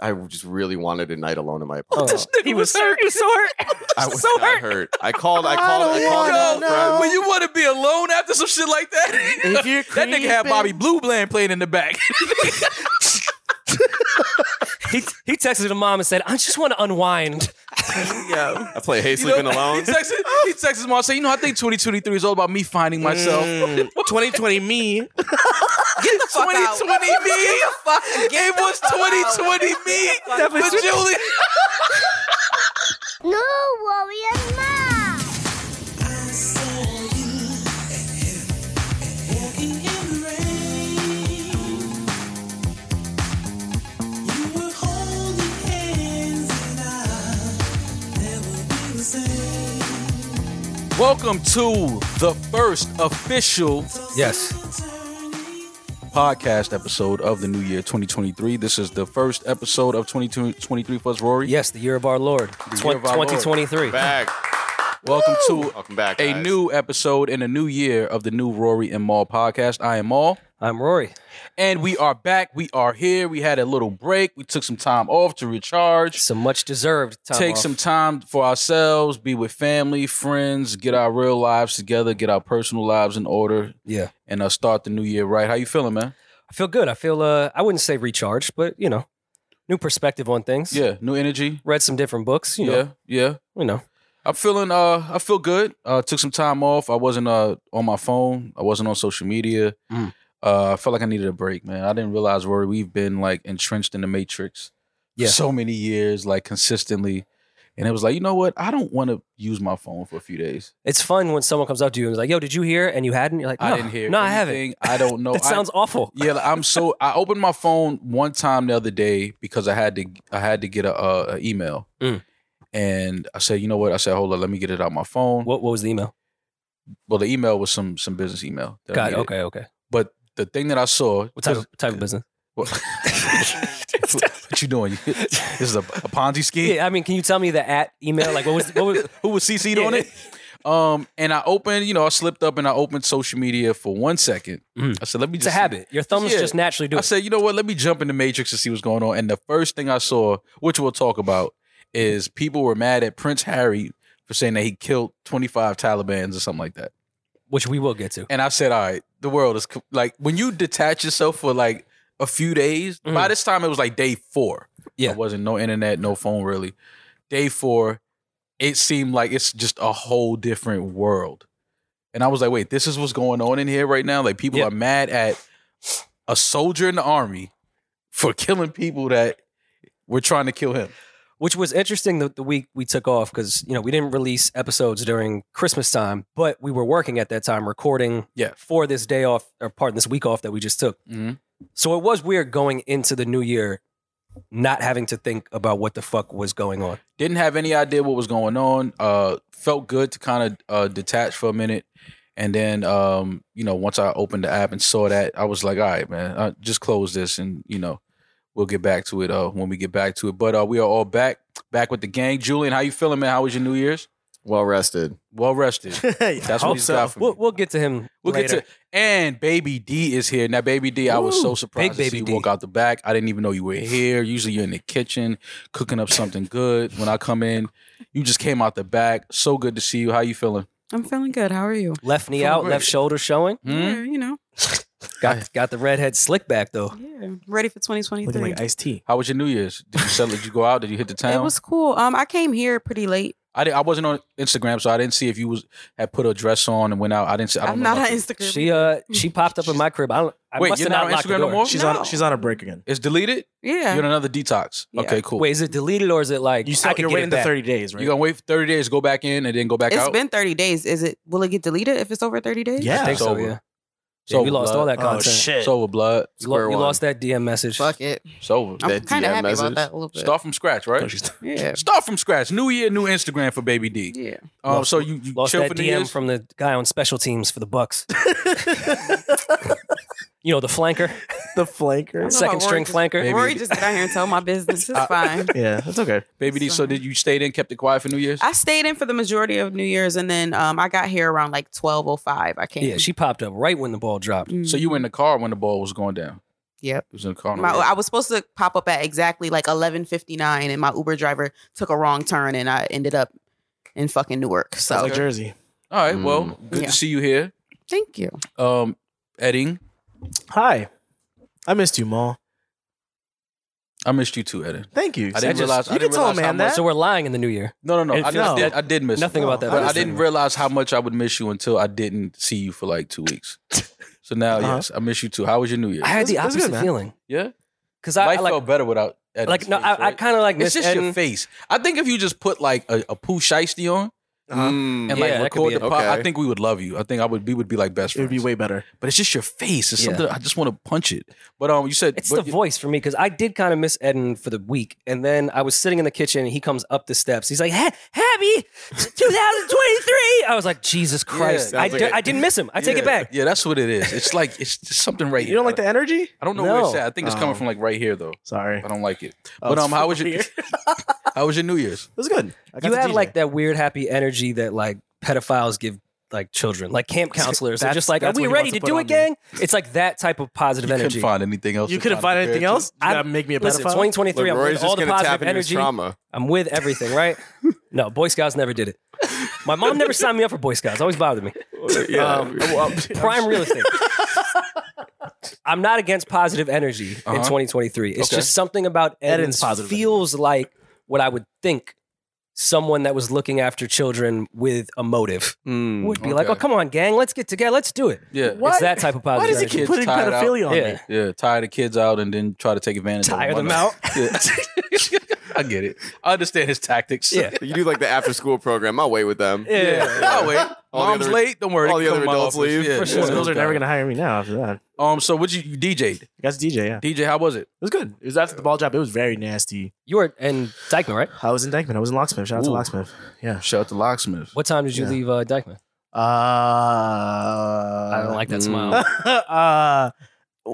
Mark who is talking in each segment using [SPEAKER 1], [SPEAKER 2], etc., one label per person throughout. [SPEAKER 1] I just really wanted a night alone in my
[SPEAKER 2] Oh.
[SPEAKER 1] apartment.
[SPEAKER 3] He was hurt. He was so hurt.
[SPEAKER 1] I was so hurt. I called. I
[SPEAKER 2] I
[SPEAKER 1] called. I,
[SPEAKER 2] don't
[SPEAKER 1] called.
[SPEAKER 2] wanna
[SPEAKER 1] all my friends.
[SPEAKER 2] know.
[SPEAKER 3] When you want to be alone after some shit like that,
[SPEAKER 1] If you're
[SPEAKER 3] that nigga had
[SPEAKER 1] creeping-
[SPEAKER 3] Bobby Blue Bland playing in the back.
[SPEAKER 2] He he texted the mom and said, "I just want to unwind."
[SPEAKER 3] Yo.
[SPEAKER 1] I play Hey
[SPEAKER 3] You
[SPEAKER 1] Sleeping
[SPEAKER 3] know,
[SPEAKER 1] Alone.
[SPEAKER 3] He texted, he texted mom saying, "You know, I think 2023 is all about me finding myself."
[SPEAKER 4] Mm, 2020 me.
[SPEAKER 5] fuck out.
[SPEAKER 3] 2020 me.
[SPEAKER 5] Fuck, get
[SPEAKER 3] It was 2020 me. But Julie,
[SPEAKER 6] No warrior mom.
[SPEAKER 3] welcome to the first official
[SPEAKER 2] Yes.
[SPEAKER 3] podcast episode of the new year 2023. This is the first episode of 2023 for us, Rory.
[SPEAKER 2] Yes, the year of our Lord,
[SPEAKER 3] The year of our Lord.
[SPEAKER 2] twenty twenty three.
[SPEAKER 1] Back.
[SPEAKER 3] Welcome to
[SPEAKER 1] Welcome back.
[SPEAKER 3] a
[SPEAKER 1] guys.
[SPEAKER 3] new episode and a new year of the new Rory and Maul podcast. I am Maul.
[SPEAKER 2] I'm Rory.
[SPEAKER 3] And we are back. We are here. We had a little break. We took some time off to recharge,
[SPEAKER 2] Some much deserved time.
[SPEAKER 3] take
[SPEAKER 2] off.
[SPEAKER 3] some time for ourselves, be with family, friends, get our real lives together, get our personal lives in order,
[SPEAKER 2] Yeah,
[SPEAKER 3] and uh, start the new year right. How you feeling, man?
[SPEAKER 2] I feel good. I feel. Uh, I wouldn't say recharged, but you know, new perspective on things.
[SPEAKER 3] Yeah, new energy.
[SPEAKER 2] Read some different books. You know.
[SPEAKER 3] Yeah, yeah.
[SPEAKER 2] You know.
[SPEAKER 3] I'm feeling. Uh, I feel good. Uh, took some time off. I wasn't uh on my phone. I wasn't on social media.
[SPEAKER 2] Mm.
[SPEAKER 3] Uh, I felt like I needed a break, man. I didn't realize where we've been like entrenched in the matrix. for
[SPEAKER 2] Yeah.
[SPEAKER 3] so many years, like consistently. And it was like, you know what? I don't want to use my phone for a few days.
[SPEAKER 2] It's fun when someone comes up to you and is like, "Yo, did you hear?" And you hadn't. You're like,
[SPEAKER 3] I
[SPEAKER 2] "No,
[SPEAKER 3] didn't hear.
[SPEAKER 2] No,
[SPEAKER 3] anything. I don't
[SPEAKER 2] I
[SPEAKER 3] know.
[SPEAKER 2] haven't. That
[SPEAKER 3] I-
[SPEAKER 2] sounds awful.
[SPEAKER 3] yeah, like, I'm so. I opened my phone one time the other day because I had to. I had to get a, uh, a, a email,
[SPEAKER 2] Mm.
[SPEAKER 3] and I said, you know what? I said, hold on, let me get it out my phone.
[SPEAKER 2] What What was the email?
[SPEAKER 3] Well, the email was some some business email. that I
[SPEAKER 2] God.
[SPEAKER 3] needed.
[SPEAKER 2] Okay. Okay.
[SPEAKER 3] But the thing that I saw.
[SPEAKER 2] What type of, type of business?
[SPEAKER 3] What, what you doing? this is a, a Ponzi scheme.
[SPEAKER 2] Yeah. I mean, can you tell me the at email? Like, what was what was
[SPEAKER 3] Who was CC'd on
[SPEAKER 2] Yeah.
[SPEAKER 3] it? Um, and I opened. You know, I slipped up and I opened social media for one second.
[SPEAKER 2] Mhm.
[SPEAKER 3] I said, let me
[SPEAKER 2] It's a
[SPEAKER 3] just.
[SPEAKER 2] habit. Your thumbs
[SPEAKER 3] Yeah.
[SPEAKER 2] just naturally do
[SPEAKER 3] I
[SPEAKER 2] it.
[SPEAKER 3] said, you know what? Let me jump in the matrix and see what's going on. And the first thing I saw, which we'll talk about, is people were mad at Prince Harry for saying that he killed 25 Taliban's or something like that.
[SPEAKER 2] which we will get to.
[SPEAKER 3] And I said, all right, the world is co- like when you detach yourself for like a few days.
[SPEAKER 2] Mhm.
[SPEAKER 3] By this time, it was like day four.
[SPEAKER 2] Yeah.
[SPEAKER 3] it wasn't no internet, no phone really. Day four, it seemed like it's just a whole different world. And I was like, wait, this is what's going on in here right now. Like people
[SPEAKER 2] Yeah.
[SPEAKER 3] are mad at a soldier in the army for killing people that were trying to kill him.
[SPEAKER 2] Which was interesting the, the week we took off because you know we didn't release episodes during Christmas time, but we were working at that time recording
[SPEAKER 3] Yeah.
[SPEAKER 2] for this day off or pardon this week off that we just took.
[SPEAKER 3] Mhm.
[SPEAKER 2] So it was weird going into the new year, not having to think about what the fuck was going on.
[SPEAKER 3] didn't have any idea what was going on uh felt good to kind of uh detach for a minute and then um you know once i opened the app and saw that i was like all right man uh just close this and you know we'll get back to it uh when we get back to it but uh we are all back back with the gang julian how you feeling man how was your new year's
[SPEAKER 1] Well rested.
[SPEAKER 3] well rested
[SPEAKER 2] That's
[SPEAKER 3] what he's got for me.
[SPEAKER 2] We'll, we'll get to him.
[SPEAKER 3] We'll
[SPEAKER 2] later.
[SPEAKER 3] get to and baby D is here now. Baby D, I was so
[SPEAKER 2] Ooh,
[SPEAKER 3] surprised
[SPEAKER 2] big
[SPEAKER 3] to see
[SPEAKER 2] Baby
[SPEAKER 3] you
[SPEAKER 2] D.
[SPEAKER 3] walk out the back. I didn't even know you were here. Usually you're in the kitchen cooking up something good. When I come in, you just came out the back. So good to see you. How you feeling?
[SPEAKER 5] I'm feeling good. How are you?
[SPEAKER 2] left knee
[SPEAKER 3] Feeling
[SPEAKER 2] out,
[SPEAKER 3] great.
[SPEAKER 2] left shoulder showing.
[SPEAKER 3] Hmm?
[SPEAKER 5] Yeah, you know,
[SPEAKER 2] Got got the redhead slick back though.
[SPEAKER 5] yeah. Ready for 2023.
[SPEAKER 4] Looking like iced tea.
[SPEAKER 3] How was your New Year's? Did you settle? Did you go out? Did you hit the town?
[SPEAKER 5] It was cool. Um, I came here pretty late.
[SPEAKER 3] I did, I wasn't on Instagram, so I didn't see if you was had put a dress on and went out. I didn't see. I don't
[SPEAKER 5] I'm
[SPEAKER 3] know
[SPEAKER 5] not on
[SPEAKER 3] nothing.
[SPEAKER 5] Instagram.
[SPEAKER 2] She uh she popped up in my crib. I don't. I
[SPEAKER 3] Wait,
[SPEAKER 2] must
[SPEAKER 3] you're
[SPEAKER 2] have
[SPEAKER 3] not
[SPEAKER 2] not,
[SPEAKER 3] on
[SPEAKER 2] locked the
[SPEAKER 3] Instagram no
[SPEAKER 2] door.
[SPEAKER 3] more?
[SPEAKER 4] She's
[SPEAKER 5] No.
[SPEAKER 4] on. She's on a break again.
[SPEAKER 3] It's deleted.
[SPEAKER 5] yeah.
[SPEAKER 3] You're on another detox.
[SPEAKER 5] Yeah.
[SPEAKER 3] Okay, cool.
[SPEAKER 2] Wait, is it deleted or is it like
[SPEAKER 4] You
[SPEAKER 2] I
[SPEAKER 4] still,
[SPEAKER 2] could
[SPEAKER 4] you're
[SPEAKER 2] get
[SPEAKER 4] waiting
[SPEAKER 2] it
[SPEAKER 4] the
[SPEAKER 2] back?
[SPEAKER 4] 30 days, right?
[SPEAKER 3] You're gonna wait for 30 days, go back in, and then go back
[SPEAKER 5] It's
[SPEAKER 3] out.
[SPEAKER 5] been 30 days. Is it? Will it get deleted if it's over 30 days?
[SPEAKER 4] Yeah.
[SPEAKER 2] I think
[SPEAKER 3] It's
[SPEAKER 2] so.
[SPEAKER 3] over.
[SPEAKER 2] Yeah.
[SPEAKER 3] It's over,
[SPEAKER 2] we lost
[SPEAKER 3] blood.
[SPEAKER 2] all that
[SPEAKER 4] oh
[SPEAKER 2] content.
[SPEAKER 4] shit.
[SPEAKER 3] It's over, blood.
[SPEAKER 2] You, lo-
[SPEAKER 1] Square
[SPEAKER 2] you
[SPEAKER 1] one.
[SPEAKER 2] lost that DM message.
[SPEAKER 5] Fuck it.
[SPEAKER 3] It's over.
[SPEAKER 5] I'm
[SPEAKER 1] That
[SPEAKER 5] kind of
[SPEAKER 1] DM
[SPEAKER 5] happy
[SPEAKER 1] message.
[SPEAKER 5] about that a little bit.
[SPEAKER 3] Start from scratch,
[SPEAKER 4] No,
[SPEAKER 3] right?
[SPEAKER 4] she's-
[SPEAKER 5] Yeah.
[SPEAKER 3] Start from scratch. New year, new Instagram for Baby D.
[SPEAKER 5] Yeah.
[SPEAKER 3] Um,
[SPEAKER 2] Lost-
[SPEAKER 3] so you, you
[SPEAKER 2] Lost
[SPEAKER 3] chill
[SPEAKER 2] that
[SPEAKER 3] for New
[SPEAKER 2] DM
[SPEAKER 3] Year's?
[SPEAKER 2] from the guy on special teams for the Bucks. you know the flanker,
[SPEAKER 4] the flanker.
[SPEAKER 5] know
[SPEAKER 2] second
[SPEAKER 5] about
[SPEAKER 2] string
[SPEAKER 5] Rory.
[SPEAKER 2] flanker.
[SPEAKER 3] Baby.
[SPEAKER 5] Rory just got out here and told my business. It's fine.
[SPEAKER 4] Yeah, that's okay.
[SPEAKER 3] Baby D. So
[SPEAKER 5] Sorry.
[SPEAKER 3] did you stay in, kept it quiet for New Year's?
[SPEAKER 5] I stayed in for the majority of New Year's, and then um, I got here around like 12:05. I came.
[SPEAKER 2] Yeah, she popped up right when the ball dropped.
[SPEAKER 5] Mm.
[SPEAKER 3] so you were in the car when the ball was going down.
[SPEAKER 5] Yep.
[SPEAKER 3] It was in the car. on the
[SPEAKER 5] My,
[SPEAKER 3] way.
[SPEAKER 5] I was supposed to pop up at exactly like 11:59, and my Uber driver took a wrong turn, and I ended up in fucking Newark. So
[SPEAKER 4] Sounds like Jersey.
[SPEAKER 3] All right. Well, good
[SPEAKER 2] Mm.
[SPEAKER 5] Yeah.
[SPEAKER 3] to see you here.
[SPEAKER 5] thank you.
[SPEAKER 3] Um, Edding,
[SPEAKER 4] Hi. I missed you, Ma.
[SPEAKER 3] I missed you too, Edding.
[SPEAKER 4] Thank you.
[SPEAKER 3] I didn't
[SPEAKER 4] Just-
[SPEAKER 3] realize- I
[SPEAKER 4] You
[SPEAKER 3] didn't
[SPEAKER 4] can tell a
[SPEAKER 3] realize how
[SPEAKER 4] man that.
[SPEAKER 2] So we're lying in the new year.
[SPEAKER 3] No, no, no.
[SPEAKER 2] It
[SPEAKER 3] I,
[SPEAKER 2] feels-
[SPEAKER 3] I did,
[SPEAKER 4] no.
[SPEAKER 3] I did miss.
[SPEAKER 2] Nothing
[SPEAKER 3] you.
[SPEAKER 4] No,
[SPEAKER 2] about that.
[SPEAKER 3] But I
[SPEAKER 4] Understand.
[SPEAKER 3] didn't realize how much I would miss you until I didn't see you for like two weeks. So now,
[SPEAKER 4] Uh-huh.
[SPEAKER 3] yes, I miss you too. How was your New Year?
[SPEAKER 2] I had the
[SPEAKER 4] That's- that's good,
[SPEAKER 2] opposite
[SPEAKER 4] man.
[SPEAKER 2] feeling
[SPEAKER 3] yeah,
[SPEAKER 2] because I, I
[SPEAKER 3] life
[SPEAKER 2] like,
[SPEAKER 3] felt better without. Edding's
[SPEAKER 2] like no,
[SPEAKER 3] face,
[SPEAKER 2] I, I
[SPEAKER 3] right?
[SPEAKER 2] kind of like
[SPEAKER 3] It's
[SPEAKER 2] miss
[SPEAKER 3] just your
[SPEAKER 2] Eden.
[SPEAKER 3] face. I think if you just put like a, a poo shiesty on
[SPEAKER 4] Uh-huh.
[SPEAKER 1] Mm.
[SPEAKER 3] and
[SPEAKER 2] Yeah,
[SPEAKER 3] like
[SPEAKER 2] that could
[SPEAKER 3] record
[SPEAKER 2] be
[SPEAKER 3] the
[SPEAKER 1] it.
[SPEAKER 3] pod, I
[SPEAKER 1] Okay.
[SPEAKER 3] think we would love you. I think I would. We would be like best
[SPEAKER 4] It would
[SPEAKER 3] friends.
[SPEAKER 4] be way better.
[SPEAKER 3] but it's just your face. It's
[SPEAKER 2] Yeah.
[SPEAKER 3] something I just want to punch it. But um, you said
[SPEAKER 2] It's
[SPEAKER 3] but
[SPEAKER 2] the
[SPEAKER 3] you-
[SPEAKER 2] voice for me because I did kind of miss Eden for the week, and then I was sitting in the kitchen. and He comes up the steps. He's like, "Ha- "Happy 2023." I was like, "Jesus Christ!"
[SPEAKER 1] sounds
[SPEAKER 2] I,
[SPEAKER 1] like
[SPEAKER 2] di-
[SPEAKER 1] it.
[SPEAKER 2] I didn't miss him. I take
[SPEAKER 3] Yeah,
[SPEAKER 2] it back.
[SPEAKER 3] Yeah, that's what it is. It's like it's just something right.
[SPEAKER 4] You don't
[SPEAKER 3] here.
[SPEAKER 4] like the energy?
[SPEAKER 3] I don't know where it's
[SPEAKER 2] No.
[SPEAKER 3] at. I think it's coming
[SPEAKER 4] Oh.
[SPEAKER 3] from like right here though.
[SPEAKER 4] Sorry.
[SPEAKER 3] I don't like it.
[SPEAKER 4] Oh,
[SPEAKER 3] But
[SPEAKER 4] it's
[SPEAKER 3] um, how was
[SPEAKER 4] from
[SPEAKER 3] your
[SPEAKER 4] here.
[SPEAKER 3] how was your New Year's?
[SPEAKER 4] It was good. I got
[SPEAKER 2] You
[SPEAKER 4] to
[SPEAKER 2] have
[SPEAKER 4] DJ.
[SPEAKER 2] like that weird happy energy that like pedophiles give like children, like camp counselors. They're
[SPEAKER 4] That's-
[SPEAKER 2] just like, "Are
[SPEAKER 4] that's
[SPEAKER 2] we
[SPEAKER 4] what he
[SPEAKER 2] ready
[SPEAKER 4] wants to
[SPEAKER 2] to
[SPEAKER 4] put
[SPEAKER 2] do
[SPEAKER 4] on
[SPEAKER 2] it,
[SPEAKER 4] me.
[SPEAKER 2] gang?" It's like that type of positive
[SPEAKER 3] You
[SPEAKER 2] energy.
[SPEAKER 3] couldn't find anything else.
[SPEAKER 4] You
[SPEAKER 3] to
[SPEAKER 4] couldn't
[SPEAKER 3] compare
[SPEAKER 4] find anything
[SPEAKER 3] it to?
[SPEAKER 4] else? You
[SPEAKER 2] I'm-
[SPEAKER 4] gotta make me a
[SPEAKER 2] Listen,
[SPEAKER 4] pedophile?
[SPEAKER 2] 2023. I'm
[SPEAKER 1] Leroy's
[SPEAKER 2] with all
[SPEAKER 1] just
[SPEAKER 2] the
[SPEAKER 1] gonna tap
[SPEAKER 2] positive
[SPEAKER 1] into his
[SPEAKER 2] energy.
[SPEAKER 1] trauma.
[SPEAKER 2] I'm with everything, right? no, Boy Scouts never did it. My mom never signed me up for Boy Scouts. Always bothered me.
[SPEAKER 1] yeah.
[SPEAKER 4] Um, well, I'm-
[SPEAKER 2] Prime real estate. I'm not against positive energy
[SPEAKER 3] Uh-huh.
[SPEAKER 2] in 2023. It's
[SPEAKER 3] Okay.
[SPEAKER 2] just something about
[SPEAKER 4] Eden's
[SPEAKER 2] Eden's
[SPEAKER 4] positive
[SPEAKER 2] feels like what I would think someone that was looking after children with a motive
[SPEAKER 1] Mm.
[SPEAKER 2] would be like,
[SPEAKER 3] okay.
[SPEAKER 2] "Oh, come on, gang, let's get together, let's do it."
[SPEAKER 3] Yeah,
[SPEAKER 4] What?
[SPEAKER 2] It's that type of
[SPEAKER 4] Why
[SPEAKER 2] positive
[SPEAKER 4] does he
[SPEAKER 2] energy.
[SPEAKER 4] keep
[SPEAKER 3] Kids
[SPEAKER 4] putting
[SPEAKER 3] tired out.
[SPEAKER 4] pedophilia on
[SPEAKER 2] Yeah.
[SPEAKER 4] me?
[SPEAKER 3] yeah. Tire the kids out and then try to take advantage. of
[SPEAKER 2] Tire them
[SPEAKER 3] one of-
[SPEAKER 2] out.
[SPEAKER 3] Yeah. I get it. I understand his tactics.
[SPEAKER 2] Yeah.
[SPEAKER 1] You do like the after school program. I'll wait with them.
[SPEAKER 2] Yeah.
[SPEAKER 3] I'll wait.
[SPEAKER 1] All the
[SPEAKER 3] Mom's
[SPEAKER 1] other-
[SPEAKER 3] late. Don't worry.
[SPEAKER 1] all
[SPEAKER 3] they
[SPEAKER 1] the
[SPEAKER 3] can
[SPEAKER 1] other
[SPEAKER 3] come to my
[SPEAKER 1] adults
[SPEAKER 3] office.
[SPEAKER 1] leave.
[SPEAKER 3] Yeah,
[SPEAKER 2] For sure.
[SPEAKER 3] yeah.
[SPEAKER 4] Schools are
[SPEAKER 3] Okay.
[SPEAKER 4] never gonna hire me now after that.
[SPEAKER 3] Um. So what you, you DJ'd?
[SPEAKER 4] I guess DJ, yeah. It
[SPEAKER 3] DJ, how was it?
[SPEAKER 4] was good. It was after the ball drop. It was very nasty.
[SPEAKER 2] You were in Dykeman, right?
[SPEAKER 4] I was in Dykeman. I was in Locksmith. Shout out to
[SPEAKER 3] Ooh.
[SPEAKER 4] Locksmith. Yeah.
[SPEAKER 3] Shout out to Locksmith.
[SPEAKER 2] What time did you
[SPEAKER 4] Yeah.
[SPEAKER 2] leave uh, Dykeman?
[SPEAKER 4] Uh, I
[SPEAKER 2] I don't like that
[SPEAKER 1] mm.
[SPEAKER 2] smile.
[SPEAKER 4] uh,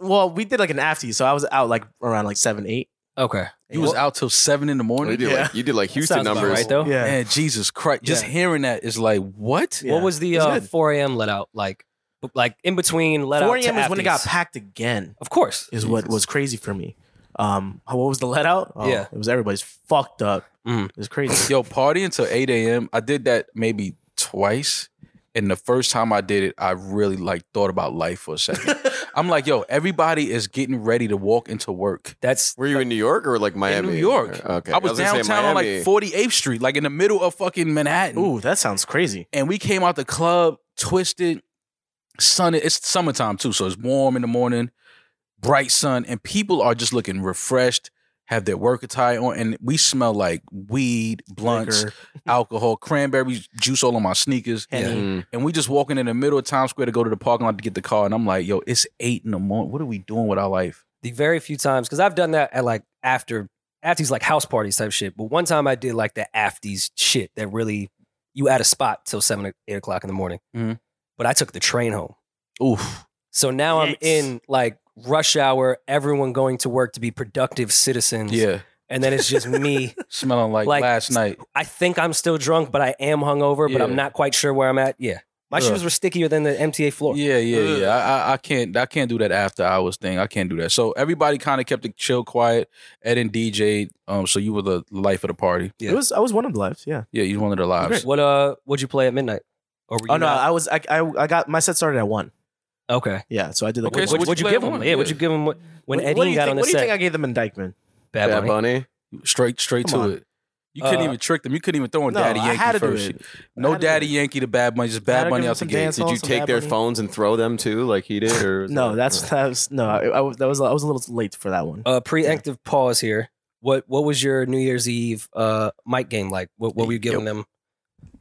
[SPEAKER 4] well, we did like an after, so I was out like around like seven, eight.
[SPEAKER 2] Okay,
[SPEAKER 3] You was out till seven in the
[SPEAKER 1] Well, you,
[SPEAKER 3] morning.
[SPEAKER 1] did
[SPEAKER 4] Yeah.
[SPEAKER 1] like, you did like Houston
[SPEAKER 2] Sounds about
[SPEAKER 1] numbers.
[SPEAKER 2] right though.
[SPEAKER 4] Yeah.
[SPEAKER 3] Man, Jesus Christ! Just
[SPEAKER 4] Yeah.
[SPEAKER 3] hearing that is like what?
[SPEAKER 4] Yeah.
[SPEAKER 2] What was the
[SPEAKER 4] It was
[SPEAKER 2] uh,
[SPEAKER 4] good.
[SPEAKER 2] 4 a.m. let out like? b- Like in between let out.
[SPEAKER 4] 4
[SPEAKER 2] to
[SPEAKER 4] a.m. is when it got
[SPEAKER 2] afties?
[SPEAKER 4] packed again,
[SPEAKER 2] Of course.
[SPEAKER 4] is what
[SPEAKER 1] Jesus.
[SPEAKER 4] was crazy for me. Um, what was the let out? Oh,
[SPEAKER 2] Yeah.
[SPEAKER 4] It was everybody's fucked up.
[SPEAKER 2] Mhm.
[SPEAKER 4] It was crazy.
[SPEAKER 3] Yo, party until 8 a.m. I did that maybe twice. And the first time I did it, I really like thought about life for a second. I'm like, yo, everybody is getting ready to walk into work.
[SPEAKER 2] That's
[SPEAKER 1] Were you in New York or like Miami?
[SPEAKER 3] New York.
[SPEAKER 1] Okay.
[SPEAKER 3] I was,
[SPEAKER 1] gonna say
[SPEAKER 3] downtown on like
[SPEAKER 1] Miami.
[SPEAKER 3] 48th Street, like in the middle of fucking Manhattan.
[SPEAKER 4] Ooh, that sounds crazy.
[SPEAKER 3] And we came out the club, twisted, sun. It's summertime too, so it's warm in the morning, bright sun, and people are just looking refreshed, have their work attire on, and we smell like weed, blunts,
[SPEAKER 4] Liquor,
[SPEAKER 3] alcohol, cranberry juice all on my sneakers.
[SPEAKER 4] Henny.
[SPEAKER 1] Mm.
[SPEAKER 3] And we just walking in the middle of Times Square to go to the parking lot to get the car. And I'm like, yo, it's eight in the morning. What are we doing with our life?
[SPEAKER 2] the very few times because I've done that at like after after these like house parties type shit. But one time I did like the afties shit that really you at a spot till seven or eight o'clock in the morning.
[SPEAKER 3] Mhm.
[SPEAKER 2] But I took the train home,
[SPEAKER 3] Oof.
[SPEAKER 2] so now I'm
[SPEAKER 4] Yikes.
[SPEAKER 2] in like rush hour. Everyone going to work to be productive citizens.
[SPEAKER 3] Yeah.
[SPEAKER 2] and then it's just me.
[SPEAKER 3] Smelling like,
[SPEAKER 2] Like-
[SPEAKER 3] last night.
[SPEAKER 2] I think I'm still drunk, but I am hungover, but
[SPEAKER 3] Yeah.
[SPEAKER 2] I'm not quite sure where I'm at. Yeah, my
[SPEAKER 3] Ugh.
[SPEAKER 2] shoes were stickier than the MTA floor.
[SPEAKER 3] Yeah,
[SPEAKER 4] Uh-huh.
[SPEAKER 3] yeah, yeah. I, I I can't I can't do that after hours thing. I can't do that. So everybody kind of kept it chill, quiet. Ed and DJ. Um, so you were the life of the party.
[SPEAKER 2] Yeah.
[SPEAKER 4] It was. I was one of the lives. Yeah.
[SPEAKER 3] Yeah, you were one of the lives.
[SPEAKER 2] What uh? What'd you play at midnight? Or were you
[SPEAKER 4] Oh no,
[SPEAKER 2] not-
[SPEAKER 4] I was. I, I. I got my set started at one.
[SPEAKER 2] okay.
[SPEAKER 4] Yeah. So I did like.
[SPEAKER 3] Okay,
[SPEAKER 4] one-
[SPEAKER 3] so
[SPEAKER 2] What'd,
[SPEAKER 3] what'd
[SPEAKER 2] you
[SPEAKER 3] you play
[SPEAKER 2] give
[SPEAKER 3] at
[SPEAKER 2] him?
[SPEAKER 3] one?
[SPEAKER 2] Yeah, what'd
[SPEAKER 3] Yeah.
[SPEAKER 2] you give him? When
[SPEAKER 4] what,
[SPEAKER 2] Eddie
[SPEAKER 4] what do you
[SPEAKER 2] got
[SPEAKER 4] think,
[SPEAKER 2] on the
[SPEAKER 4] What do you think I
[SPEAKER 2] set,
[SPEAKER 4] gave them in Dykeman?
[SPEAKER 2] Bad
[SPEAKER 1] Bad
[SPEAKER 2] Bunny.
[SPEAKER 1] Bunny.
[SPEAKER 3] Straight straight to
[SPEAKER 4] Come on.
[SPEAKER 3] it. You couldn't
[SPEAKER 2] Uh,
[SPEAKER 3] even trick them. You couldn't even throw in
[SPEAKER 4] No,
[SPEAKER 3] Daddy
[SPEAKER 4] I
[SPEAKER 3] Yankee
[SPEAKER 4] had to do
[SPEAKER 3] first.
[SPEAKER 4] it. I
[SPEAKER 3] No
[SPEAKER 4] had to do
[SPEAKER 3] Daddy
[SPEAKER 4] it.
[SPEAKER 3] Yankee to Bad Money, just Bad
[SPEAKER 4] Gotta
[SPEAKER 3] Money
[SPEAKER 4] give
[SPEAKER 3] out the
[SPEAKER 4] them some
[SPEAKER 3] gate.
[SPEAKER 4] dance
[SPEAKER 1] Did you
[SPEAKER 4] Some
[SPEAKER 1] take
[SPEAKER 4] Bad
[SPEAKER 1] their
[SPEAKER 4] Bunny.
[SPEAKER 1] phones and throw them too, like he did? Or was
[SPEAKER 4] No,
[SPEAKER 1] that-
[SPEAKER 4] that's that was no. I, I was, that was. I was a little late for that
[SPEAKER 3] Oh.
[SPEAKER 4] one.
[SPEAKER 2] Uh, preemptive pause here. What what was your New Year's Eve uh mic game like? What what were you giving them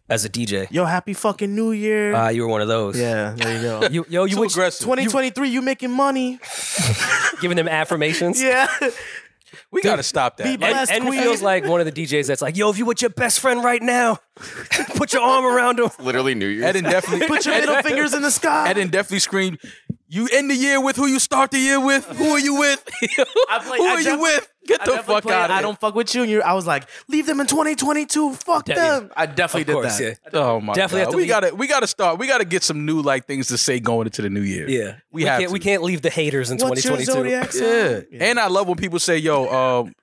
[SPEAKER 2] as a DJ?
[SPEAKER 4] Yo, happy fucking New Year.
[SPEAKER 3] Ah,
[SPEAKER 2] Uh, you were one of those.
[SPEAKER 4] yeah. There you go.
[SPEAKER 2] You, yo, you
[SPEAKER 3] Too
[SPEAKER 2] were
[SPEAKER 3] aggressive.
[SPEAKER 4] 2023, you, making money.
[SPEAKER 2] giving them affirmations.
[SPEAKER 4] Yeah.
[SPEAKER 3] We gotta stop that.
[SPEAKER 4] Be
[SPEAKER 3] Like,
[SPEAKER 2] And,
[SPEAKER 4] Blessed
[SPEAKER 2] and
[SPEAKER 4] queen.
[SPEAKER 2] feels like one of the DJs that's like, yo, if you with your best friend right now, put your arm around him.
[SPEAKER 1] literally New Year's.
[SPEAKER 3] Eden definitely
[SPEAKER 4] Put your middle fingers in the sky.
[SPEAKER 3] Eden definitely screamed, "You end the year with who you start the year with. Who are you with? who
[SPEAKER 4] I play,
[SPEAKER 3] are you with?" Get
[SPEAKER 4] I
[SPEAKER 3] the
[SPEAKER 4] definitely
[SPEAKER 3] fuck
[SPEAKER 4] played
[SPEAKER 3] out of
[SPEAKER 4] I
[SPEAKER 3] here.
[SPEAKER 4] don't fuck with you. And you I was like, leave them in 2022. Fuck
[SPEAKER 2] Yeah, yeah.
[SPEAKER 4] them. I definitely
[SPEAKER 2] Of
[SPEAKER 4] did
[SPEAKER 2] course,
[SPEAKER 4] that.
[SPEAKER 3] Oh my
[SPEAKER 2] Definitely have
[SPEAKER 3] god.
[SPEAKER 2] to
[SPEAKER 3] We
[SPEAKER 2] leave-
[SPEAKER 3] gotta we gotta start. We gotta get some new like things to say going into the new year.
[SPEAKER 2] yeah, yeah.
[SPEAKER 3] We have
[SPEAKER 2] can't, we
[SPEAKER 3] to.
[SPEAKER 2] can't leave the haters in
[SPEAKER 4] What's your
[SPEAKER 2] 2022.
[SPEAKER 4] zodiac sign?
[SPEAKER 3] Yeah.
[SPEAKER 4] Yeah.
[SPEAKER 3] And I love when people say, yo, um,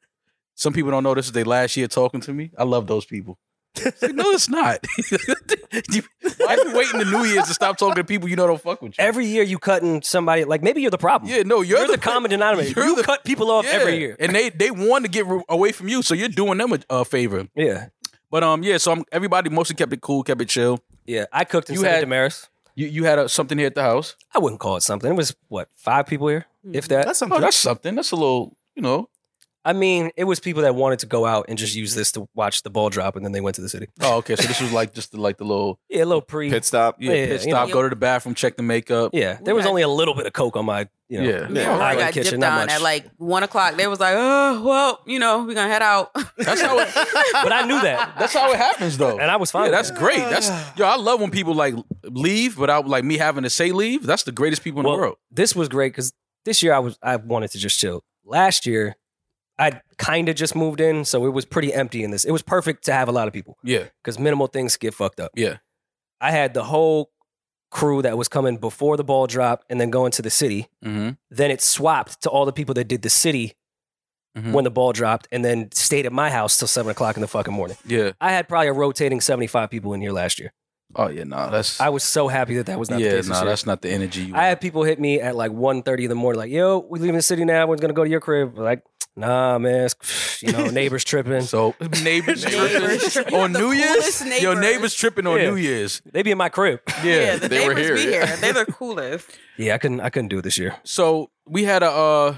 [SPEAKER 3] some people don't know this is their last year talking to me. I love those people. It's like, no, it's not. You- Why are you waiting the New Year's to stop talking to people you know don't fuck with you?
[SPEAKER 2] Every year you cutting somebody like maybe you're the problem.
[SPEAKER 3] yeah, no, you're,
[SPEAKER 2] you're, the, common denominator.
[SPEAKER 3] you're
[SPEAKER 2] you
[SPEAKER 3] the-
[SPEAKER 2] cut people off
[SPEAKER 3] Yeah.
[SPEAKER 2] every year.
[SPEAKER 3] and they they want to get re- away from you, so you're doing them a, a favor.
[SPEAKER 2] Yeah,
[SPEAKER 3] But um, yeah, so I'm, everybody mostly kept it cool, kept it chill.
[SPEAKER 2] yeah. I cooked in
[SPEAKER 3] You
[SPEAKER 2] San
[SPEAKER 3] had-
[SPEAKER 2] Damaris.
[SPEAKER 3] You you had a, something here at the house.
[SPEAKER 2] I wouldn't call it something. It was what five people here, if that.
[SPEAKER 4] That's something.
[SPEAKER 3] Oh, that's something. That's a little, you know.
[SPEAKER 2] I mean, it was people that wanted to go out and just use this to watch the ball drop, and then they went to the city.
[SPEAKER 3] Oh, okay. So this was like just the, like the little
[SPEAKER 2] Yeah, a little pre.
[SPEAKER 1] Pit stop.
[SPEAKER 3] yeah,
[SPEAKER 2] Yeah,
[SPEAKER 3] pit
[SPEAKER 2] you know.
[SPEAKER 3] stop, go to the bathroom, check the makeup.
[SPEAKER 2] yeah, there was
[SPEAKER 5] Yeah.
[SPEAKER 2] only a little bit of coke on my. You know,
[SPEAKER 3] Yeah.
[SPEAKER 5] Me and
[SPEAKER 1] Yeah.
[SPEAKER 5] Mariah
[SPEAKER 2] Island
[SPEAKER 5] Mm. got
[SPEAKER 2] kitchen,
[SPEAKER 5] dipped
[SPEAKER 2] not
[SPEAKER 5] down
[SPEAKER 2] much.
[SPEAKER 5] at like one o'clock. They was like, oh, well, you know, we're gonna head out.
[SPEAKER 3] That's how it,
[SPEAKER 2] but I knew that,
[SPEAKER 3] that's how it happens though.
[SPEAKER 2] and I was fine.
[SPEAKER 3] yeah,
[SPEAKER 2] with
[SPEAKER 3] that's
[SPEAKER 2] that.
[SPEAKER 3] great. That's yo, I love when people like leave without like me having to say leave. That's the greatest people in
[SPEAKER 2] Well,
[SPEAKER 3] the world.
[SPEAKER 2] this was great because this year I was I wanted to just chill. Last year, I kind of just moved in, so it was pretty empty in this. It was perfect to have a lot of people
[SPEAKER 3] Yeah.
[SPEAKER 2] because minimal things get fucked up.
[SPEAKER 3] Yeah.
[SPEAKER 2] I had the whole crew that was coming before the ball drop and then going to the city.
[SPEAKER 3] Mm-hmm.
[SPEAKER 2] Then it swapped to all the people that did the city
[SPEAKER 3] Mhm.
[SPEAKER 2] when the ball dropped and then stayed at my house till seven o'clock in the fucking morning.
[SPEAKER 3] Yeah.
[SPEAKER 2] I had probably a rotating 75 people in here last year.
[SPEAKER 3] Oh yeah, nah, that's
[SPEAKER 2] I was so happy that that was not
[SPEAKER 3] yeah,
[SPEAKER 2] the case. this
[SPEAKER 3] nah,
[SPEAKER 2] year.
[SPEAKER 3] that's not the energy. You
[SPEAKER 2] I
[SPEAKER 3] want.
[SPEAKER 2] had people hit me at like 1.30 in the morning, like, yo, we leaving the city now. Everyone's going to go to your crib. Like, nah, man. it's- you know, neighbors tripping.
[SPEAKER 3] so neighbors,
[SPEAKER 5] Neighbors
[SPEAKER 3] tripping
[SPEAKER 5] tripping.
[SPEAKER 3] on
[SPEAKER 5] The
[SPEAKER 3] New Year's.
[SPEAKER 5] coolest
[SPEAKER 3] Your
[SPEAKER 5] neighbors.
[SPEAKER 3] neighbors tripping on
[SPEAKER 2] Yeah.
[SPEAKER 3] New Year's.
[SPEAKER 2] They be in my crib.
[SPEAKER 3] Yeah.
[SPEAKER 5] the
[SPEAKER 1] They were
[SPEAKER 5] neighbors be
[SPEAKER 1] here, yeah.
[SPEAKER 5] here. They're the coolest.
[SPEAKER 2] Yeah, I couldn't, I couldn't do it this year.
[SPEAKER 3] So we had a uh,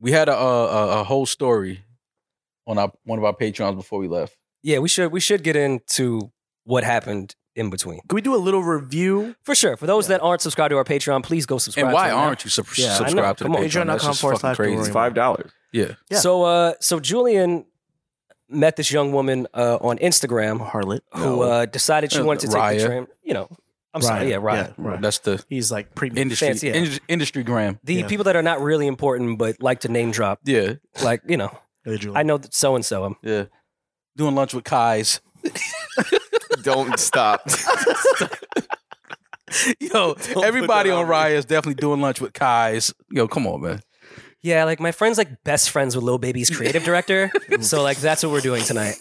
[SPEAKER 3] we had a, a a- a whole story on our one of our patrons before we left.
[SPEAKER 2] Yeah, we should, we should get into what happened in between.
[SPEAKER 4] Can we do a little review?
[SPEAKER 2] For sure. For those that aren't subscribed to our Patreon, please go subscribe.
[SPEAKER 3] And why
[SPEAKER 2] to it now.
[SPEAKER 3] aren't you sub-
[SPEAKER 2] Yeah, I know.
[SPEAKER 3] subscribed to the
[SPEAKER 2] Come on.
[SPEAKER 3] Patreon? That's
[SPEAKER 4] Patreon.com
[SPEAKER 3] just
[SPEAKER 4] forward
[SPEAKER 3] fucking
[SPEAKER 4] slash
[SPEAKER 3] crazy.
[SPEAKER 1] It's five dollars.
[SPEAKER 3] Yeah.
[SPEAKER 4] Yeah.
[SPEAKER 2] So, uh, so Julian met this young woman uh, on Instagram
[SPEAKER 4] Harlot.
[SPEAKER 2] who uh, decided she
[SPEAKER 3] Uh,
[SPEAKER 2] wanted to take
[SPEAKER 3] Raya.
[SPEAKER 2] the tram. You know, I'm sorry, yeah, right.
[SPEAKER 4] right.
[SPEAKER 3] That's the
[SPEAKER 4] He's like premium.
[SPEAKER 3] industry
[SPEAKER 2] Fancy, yeah.
[SPEAKER 3] indus- industry gram.
[SPEAKER 2] The
[SPEAKER 4] Yeah.
[SPEAKER 2] people that are not really important but like to name drop,
[SPEAKER 3] Yeah,
[SPEAKER 2] like you know, I know that so and so. I'm
[SPEAKER 3] yeah. Doing lunch with Kai's.
[SPEAKER 1] Don't stop.
[SPEAKER 3] Yo, everybody on Raya is definitely doing lunch with Kai's. Yo, come on, man.
[SPEAKER 2] yeah, like my friend's like best friends with Lil Baby's creative director, so like that's what we're doing tonight.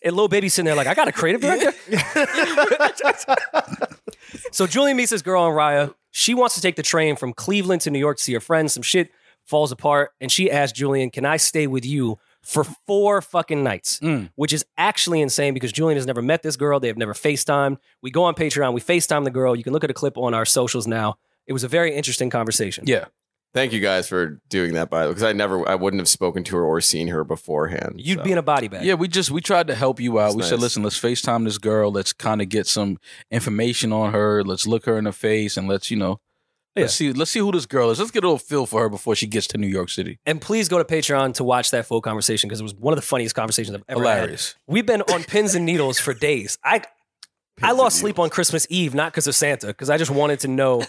[SPEAKER 2] and Lil Baby's sitting there like, I got a creative director. So Julian meets this girl on Raya. She wants to take the train from Cleveland to New York to see her friends. Some shit falls apart, and she asks Julian, "Can I stay with you for four fucking nights?"
[SPEAKER 3] Mm.
[SPEAKER 2] Which is actually insane because Julian has never met this girl. They have never FaceTimed. We go on Patreon. We FaceTime the girl. You can look at a clip on our socials now. It was a very interesting conversation.
[SPEAKER 3] Yeah,
[SPEAKER 1] Thank you guys for doing that, by the way, because I never, I wouldn't have spoken to her or seen her beforehand.
[SPEAKER 2] you'd
[SPEAKER 1] so.
[SPEAKER 2] be in a body bag.
[SPEAKER 3] yeah. We just we tried to help you out.
[SPEAKER 1] That's
[SPEAKER 3] we said,
[SPEAKER 1] nice.
[SPEAKER 3] listen, let's Facetime this girl. Let's kind of get some information on her. Let's look her in the face and let's you know. Let's see. Let's see who this girl is. Let's get a little feel for her before she gets to New York City.
[SPEAKER 2] And please go to Patreon to watch that full conversation because it was one of the funniest conversations I've ever had.
[SPEAKER 3] Hilarious.
[SPEAKER 2] We've been on pins and needles for days. I I lost sleep on Christmas Eve not because of Santa, because I just wanted to know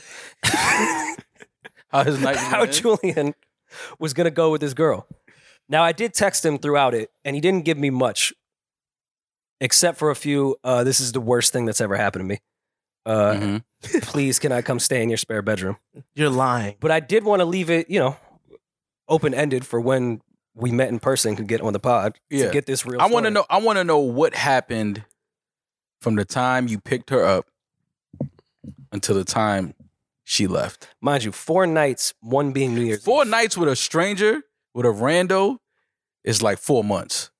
[SPEAKER 3] How his night?
[SPEAKER 2] how
[SPEAKER 3] went.
[SPEAKER 2] Julian was gonna go with this girl. Now I did text him throughout it, and he didn't give me much, except for a few. Uh, this is the worst thing that's ever happened to me. Uh,
[SPEAKER 3] Mhm.
[SPEAKER 2] Please, can I come stay in your spare bedroom?
[SPEAKER 4] You're lying.
[SPEAKER 2] But I did want to leave it, you know, open ended for when we met in person could get on the pod
[SPEAKER 3] Yeah.
[SPEAKER 2] to get this real.
[SPEAKER 3] I want
[SPEAKER 2] story.
[SPEAKER 3] to know. I want to know what happened from the time you picked her up until the time she left.
[SPEAKER 2] mind you, four nights, one being New Year's.
[SPEAKER 3] Four
[SPEAKER 2] Eve.
[SPEAKER 3] nights with a stranger, with a rando, is like four months.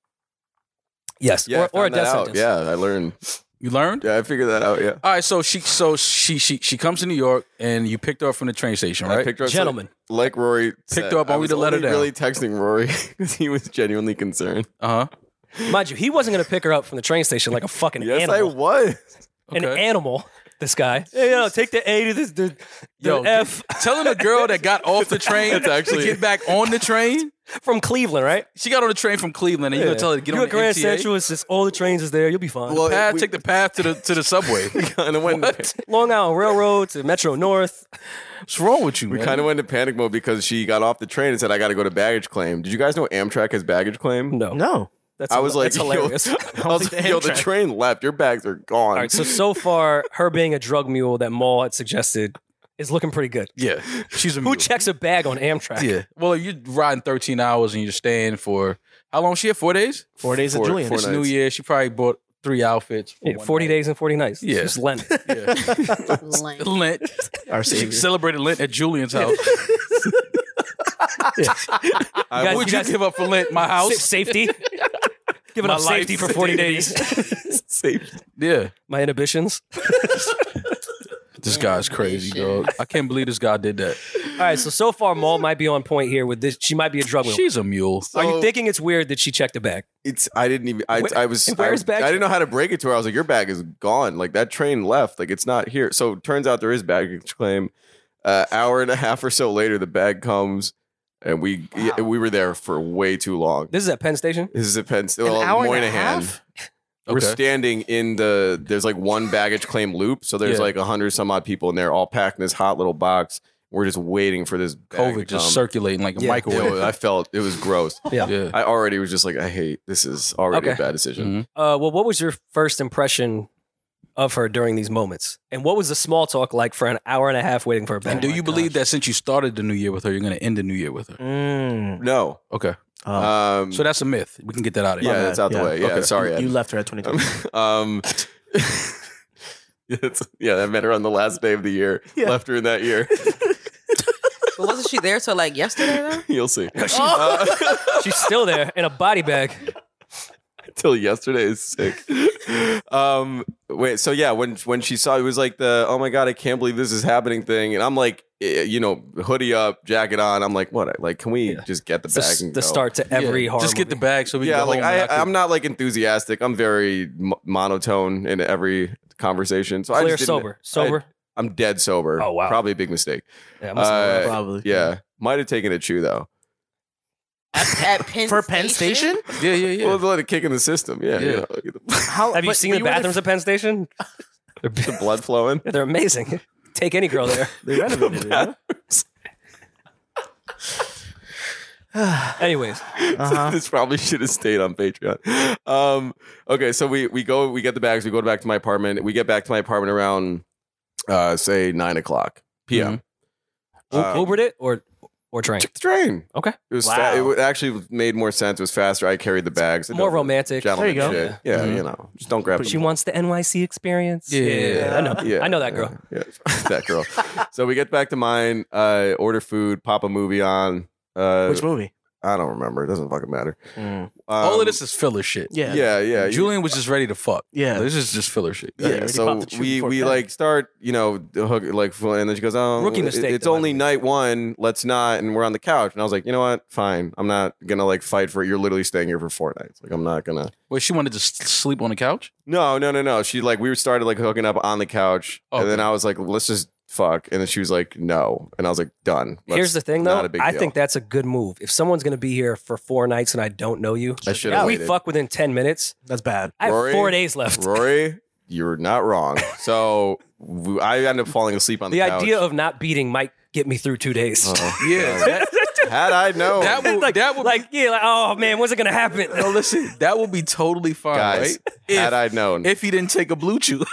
[SPEAKER 2] yes,
[SPEAKER 1] Yeah, I
[SPEAKER 2] or, or a
[SPEAKER 1] found that
[SPEAKER 2] death
[SPEAKER 1] out.
[SPEAKER 2] sentence.
[SPEAKER 1] Yeah, I learned.
[SPEAKER 3] You learned.
[SPEAKER 1] Yeah, I figured that out. Yeah,
[SPEAKER 3] All right, so she, so she, she, she comes to New York, and you picked her up from the train station,
[SPEAKER 1] I
[SPEAKER 3] right?
[SPEAKER 1] picked her up. so-
[SPEAKER 2] Gentlemen,
[SPEAKER 1] like Rory said,
[SPEAKER 3] her up
[SPEAKER 1] I
[SPEAKER 3] only
[SPEAKER 1] was
[SPEAKER 3] to let her down.
[SPEAKER 1] Really texting Rory because he was genuinely concerned.
[SPEAKER 3] Uh huh.
[SPEAKER 2] mind you, he wasn't going to pick her up from the train station like a fucking
[SPEAKER 1] Yes, I
[SPEAKER 2] animal.
[SPEAKER 1] was.
[SPEAKER 2] An animal. this guy. Hey, yo, take the A to this the, the
[SPEAKER 3] Yo,
[SPEAKER 2] F
[SPEAKER 3] Telling a girl that got off the train
[SPEAKER 1] That's
[SPEAKER 3] to
[SPEAKER 1] actually-
[SPEAKER 3] get back on the train.
[SPEAKER 2] from Cleveland, right?
[SPEAKER 3] She got on the train from Cleveland, and you're
[SPEAKER 2] Yeah.
[SPEAKER 3] gonna tell her to get
[SPEAKER 2] You're
[SPEAKER 3] on
[SPEAKER 2] at
[SPEAKER 3] the
[SPEAKER 2] Grand
[SPEAKER 3] MTA?
[SPEAKER 2] Central. It's just all the trains is there. You'll be fine.
[SPEAKER 1] Well,
[SPEAKER 3] Path,
[SPEAKER 1] we-
[SPEAKER 3] take the path to the to the subway.
[SPEAKER 1] kind of went. Into,
[SPEAKER 3] What?
[SPEAKER 2] Long Island Railroad to Metro North.
[SPEAKER 3] What's wrong with you?
[SPEAKER 1] we
[SPEAKER 3] man?
[SPEAKER 1] kind of went into panic mode because she got off the train and said, "I got to go to baggage claim." Did you guys know Amtrak has baggage claim?
[SPEAKER 3] Oh.
[SPEAKER 2] No,
[SPEAKER 4] No.
[SPEAKER 2] that's
[SPEAKER 1] I was like,
[SPEAKER 2] that's
[SPEAKER 1] yo-
[SPEAKER 2] hilarious.
[SPEAKER 1] I was
[SPEAKER 4] think
[SPEAKER 1] like,
[SPEAKER 4] they
[SPEAKER 1] yo, the
[SPEAKER 4] Amtrak-
[SPEAKER 1] train left. Your bags are gone.
[SPEAKER 2] all right, so so far, her being a drug mule that Maul had suggested is looking pretty good.
[SPEAKER 3] yeah, she's a
[SPEAKER 2] Who
[SPEAKER 3] mule.
[SPEAKER 2] checks a bag on Amtrak?
[SPEAKER 3] Yeah, well, you're riding 13 hours and you're staying for how long? She had four days.
[SPEAKER 4] Four days
[SPEAKER 1] Four-
[SPEAKER 4] at Julian.
[SPEAKER 1] four
[SPEAKER 3] It's
[SPEAKER 1] nights.
[SPEAKER 3] New Year. She probably bought three outfits. For
[SPEAKER 2] Yeah,
[SPEAKER 3] one
[SPEAKER 2] 40
[SPEAKER 3] night.
[SPEAKER 2] days and 40 nights.
[SPEAKER 3] Yeah.
[SPEAKER 2] It's just Lent.
[SPEAKER 3] Yeah.
[SPEAKER 5] Lame.
[SPEAKER 3] Lent.
[SPEAKER 4] Our
[SPEAKER 3] She
[SPEAKER 4] savior.
[SPEAKER 3] celebrated Lent at Julian's house.
[SPEAKER 1] I
[SPEAKER 2] guys-
[SPEAKER 1] would-
[SPEAKER 3] Would you
[SPEAKER 2] guys-
[SPEAKER 3] give up for Lent? My house.
[SPEAKER 2] Sa- safety. Giving
[SPEAKER 3] My
[SPEAKER 2] up
[SPEAKER 3] life.
[SPEAKER 2] safety for 40 days.
[SPEAKER 3] Yeah,
[SPEAKER 2] My inhibitions.
[SPEAKER 3] this guy's crazy, dog. I can't believe this guy did that.
[SPEAKER 2] All right, so so far Maul might be on point here with this. She might be a drug mule.
[SPEAKER 3] She's a mule.
[SPEAKER 2] Are you
[SPEAKER 1] So-
[SPEAKER 2] thinking it's weird that she checked a bag?
[SPEAKER 1] It's I didn't even I,
[SPEAKER 2] Where-
[SPEAKER 1] I was
[SPEAKER 2] and where's
[SPEAKER 1] I,
[SPEAKER 2] baggage?
[SPEAKER 1] I didn't know how to break it to her. I was like, your bag is gone. Like that train left. Like it's not here. So it turns out there is baggage claim. Uh, hour and a half or so later, the bag comes, and we yeah, we were there for way too long.
[SPEAKER 2] This is at Penn Station.
[SPEAKER 1] This is a Penn State.
[SPEAKER 4] An
[SPEAKER 1] Well,
[SPEAKER 4] hour and a
[SPEAKER 1] Moynihan.
[SPEAKER 4] half?
[SPEAKER 1] We're standing in the. There's like one baggage claim loop, so there's
[SPEAKER 3] Yeah.
[SPEAKER 1] like a hundred some odd people in there, all packed in this hot little box. We're just waiting for this bag
[SPEAKER 3] COVID
[SPEAKER 1] to
[SPEAKER 3] just
[SPEAKER 1] come.
[SPEAKER 3] circulating like a
[SPEAKER 2] Yeah.
[SPEAKER 3] microwave.
[SPEAKER 1] Yo, I felt it was gross.
[SPEAKER 3] Yeah.
[SPEAKER 1] I already was just like, I hate this. Is already a
[SPEAKER 2] Okay.
[SPEAKER 1] bad decision.
[SPEAKER 3] Mhm.
[SPEAKER 2] Uh, well, what was your first impression of her during these moments, and what was the small talk like for an hour and a half waiting for her back?
[SPEAKER 3] And do you believe that since you started the new year with her, you're going to end the new year with her?
[SPEAKER 2] Mm-hmm.
[SPEAKER 4] Mm.
[SPEAKER 1] No.
[SPEAKER 3] Okay.
[SPEAKER 4] Oh,
[SPEAKER 1] Um,
[SPEAKER 3] So that's a myth. We can get that out of here.
[SPEAKER 1] yeah,
[SPEAKER 4] bad.
[SPEAKER 1] that's out
[SPEAKER 4] Yeah.
[SPEAKER 1] the way. Yeah,
[SPEAKER 3] Okay.
[SPEAKER 1] sorry.
[SPEAKER 4] you,
[SPEAKER 1] Ed.
[SPEAKER 4] you left her at 2020.
[SPEAKER 1] um, it's- yeah, I met her on the last day of the year.
[SPEAKER 4] Yeah.
[SPEAKER 1] Left her in that year.
[SPEAKER 5] But wasn't she there till like yesterday though?
[SPEAKER 1] You'll see.
[SPEAKER 2] Oh.
[SPEAKER 1] Uh,
[SPEAKER 2] she's still there in a body bag?
[SPEAKER 1] Till yesterday is sick. Um, wait. So yeah, when when she saw it was like the oh my god, I can't believe this is happening thing, and I'm like, eh, you know, hoodie up, jacket on. I'm like, what? Like, can we just get the
[SPEAKER 2] It's the,
[SPEAKER 1] bag?
[SPEAKER 2] s-
[SPEAKER 1] and
[SPEAKER 2] the
[SPEAKER 1] go?
[SPEAKER 2] start to
[SPEAKER 3] Yeah,
[SPEAKER 2] every horror.
[SPEAKER 3] Just get the
[SPEAKER 2] movie.
[SPEAKER 3] bag so we
[SPEAKER 1] Yeah,
[SPEAKER 3] can go
[SPEAKER 1] like
[SPEAKER 3] home and
[SPEAKER 1] I,
[SPEAKER 3] I can-
[SPEAKER 1] I'm not like enthusiastic. I'm very m- monotone in every conversation. So I
[SPEAKER 2] clear
[SPEAKER 1] just didn't-
[SPEAKER 2] sober, sober.
[SPEAKER 1] I'm dead sober.
[SPEAKER 2] Oh, wow.
[SPEAKER 1] probably a big mistake.
[SPEAKER 2] yeah, I must have-
[SPEAKER 1] Uh,
[SPEAKER 4] Probably.
[SPEAKER 1] yeah, might have taken a chew though.
[SPEAKER 5] At, at Penn
[SPEAKER 4] For Penn Station?
[SPEAKER 3] Yeah, yeah, yeah.
[SPEAKER 1] Well, let it kick in the system. Yeah,
[SPEAKER 3] Yeah.
[SPEAKER 1] you know,
[SPEAKER 4] How,
[SPEAKER 2] have you
[SPEAKER 4] but-
[SPEAKER 2] seen
[SPEAKER 4] but
[SPEAKER 2] the
[SPEAKER 4] were there-
[SPEAKER 2] bathrooms at Penn Station?
[SPEAKER 1] the blood flowing.
[SPEAKER 2] They're amazing. Take any girl there.
[SPEAKER 4] They renovated it. huh?
[SPEAKER 2] Anyways,
[SPEAKER 4] Uh-huh.
[SPEAKER 1] this probably should have stayed on Patreon. Um, okay, so we we go, we get the bags, we go back to my apartment. We get back to my apartment around uh, say nine o'clock p.m. Uh,
[SPEAKER 2] Ubered it or or train.
[SPEAKER 1] took the train.
[SPEAKER 2] Okay.
[SPEAKER 1] it was
[SPEAKER 4] Wow.
[SPEAKER 1] fa- it wa- actually made more sense. It was faster. I carried the bags. I
[SPEAKER 2] More
[SPEAKER 1] don't-
[SPEAKER 2] romantic. Mm-hmm.
[SPEAKER 1] Gentleman
[SPEAKER 4] There you go.
[SPEAKER 1] shit. Yeah,
[SPEAKER 3] Mhm.
[SPEAKER 1] you know, just don't grab.
[SPEAKER 2] She
[SPEAKER 1] the-
[SPEAKER 2] wants the NYC experience.
[SPEAKER 3] Yeah.
[SPEAKER 2] I know.
[SPEAKER 1] Yeah,
[SPEAKER 2] I know that girl.
[SPEAKER 1] Yeah, yeah. that girl. so we get back to mine. Uh, order food, pop a movie on. Uh,
[SPEAKER 4] Which movie? Mm.
[SPEAKER 1] I don't remember. It doesn't fucking matter.
[SPEAKER 3] All
[SPEAKER 1] Um,
[SPEAKER 3] of this is filler shit.
[SPEAKER 4] Yeah.
[SPEAKER 1] Yeah, yeah. you-
[SPEAKER 3] Julian was just ready to fuck.
[SPEAKER 4] Yeah.
[SPEAKER 3] This is just filler shit.
[SPEAKER 4] Yeah.
[SPEAKER 1] yeah.
[SPEAKER 4] already
[SPEAKER 1] So
[SPEAKER 4] popped the tree
[SPEAKER 1] we
[SPEAKER 4] before
[SPEAKER 1] we
[SPEAKER 4] bed.
[SPEAKER 1] like start, you know, the hook like and then she goes, "Oh,
[SPEAKER 2] Rookie
[SPEAKER 1] it-
[SPEAKER 2] mistake,
[SPEAKER 1] It's
[SPEAKER 2] though, by
[SPEAKER 1] only
[SPEAKER 2] the way.
[SPEAKER 1] night one. Let's not." And we're on the couch, and I was like, "You know what? Fine. I'm not gonna like fight for it. You're literally staying here for four nights. Like, I'm not gonna."
[SPEAKER 3] Wait, she wanted to s- sleep on the couch?
[SPEAKER 1] No, no, no, no. She like we started like hooking up on the couch,
[SPEAKER 3] Okay.
[SPEAKER 1] and then I was like, "Let's just fuck," and then she was like, "No," and I was like, "Done." Let's-
[SPEAKER 2] Here's the thing,
[SPEAKER 1] not
[SPEAKER 2] though.
[SPEAKER 1] a big
[SPEAKER 2] I
[SPEAKER 1] deal.
[SPEAKER 2] think that's a good move. If someone's going to be here for four nights and I don't know you,
[SPEAKER 1] I
[SPEAKER 2] if
[SPEAKER 1] should've
[SPEAKER 2] we
[SPEAKER 1] waited.
[SPEAKER 2] fuck within ten minutes.
[SPEAKER 4] That's bad.
[SPEAKER 2] I have
[SPEAKER 1] Rory?
[SPEAKER 2] four days left.
[SPEAKER 1] Rory, you're not wrong. So w- I ended up falling asleep on the,
[SPEAKER 2] the
[SPEAKER 1] couch.
[SPEAKER 2] idea of not beating might get me through two days.
[SPEAKER 1] Oh,
[SPEAKER 3] Yeah.
[SPEAKER 1] God.
[SPEAKER 3] That,
[SPEAKER 1] had I known,
[SPEAKER 3] that would
[SPEAKER 2] like,
[SPEAKER 3] that would
[SPEAKER 2] like, yeah, like, oh man, when's it gonna happen?
[SPEAKER 3] no, listen, that would be totally fine,
[SPEAKER 1] guys,
[SPEAKER 3] right?
[SPEAKER 1] had
[SPEAKER 3] If,
[SPEAKER 1] I known,
[SPEAKER 3] if he didn't take a blue chew.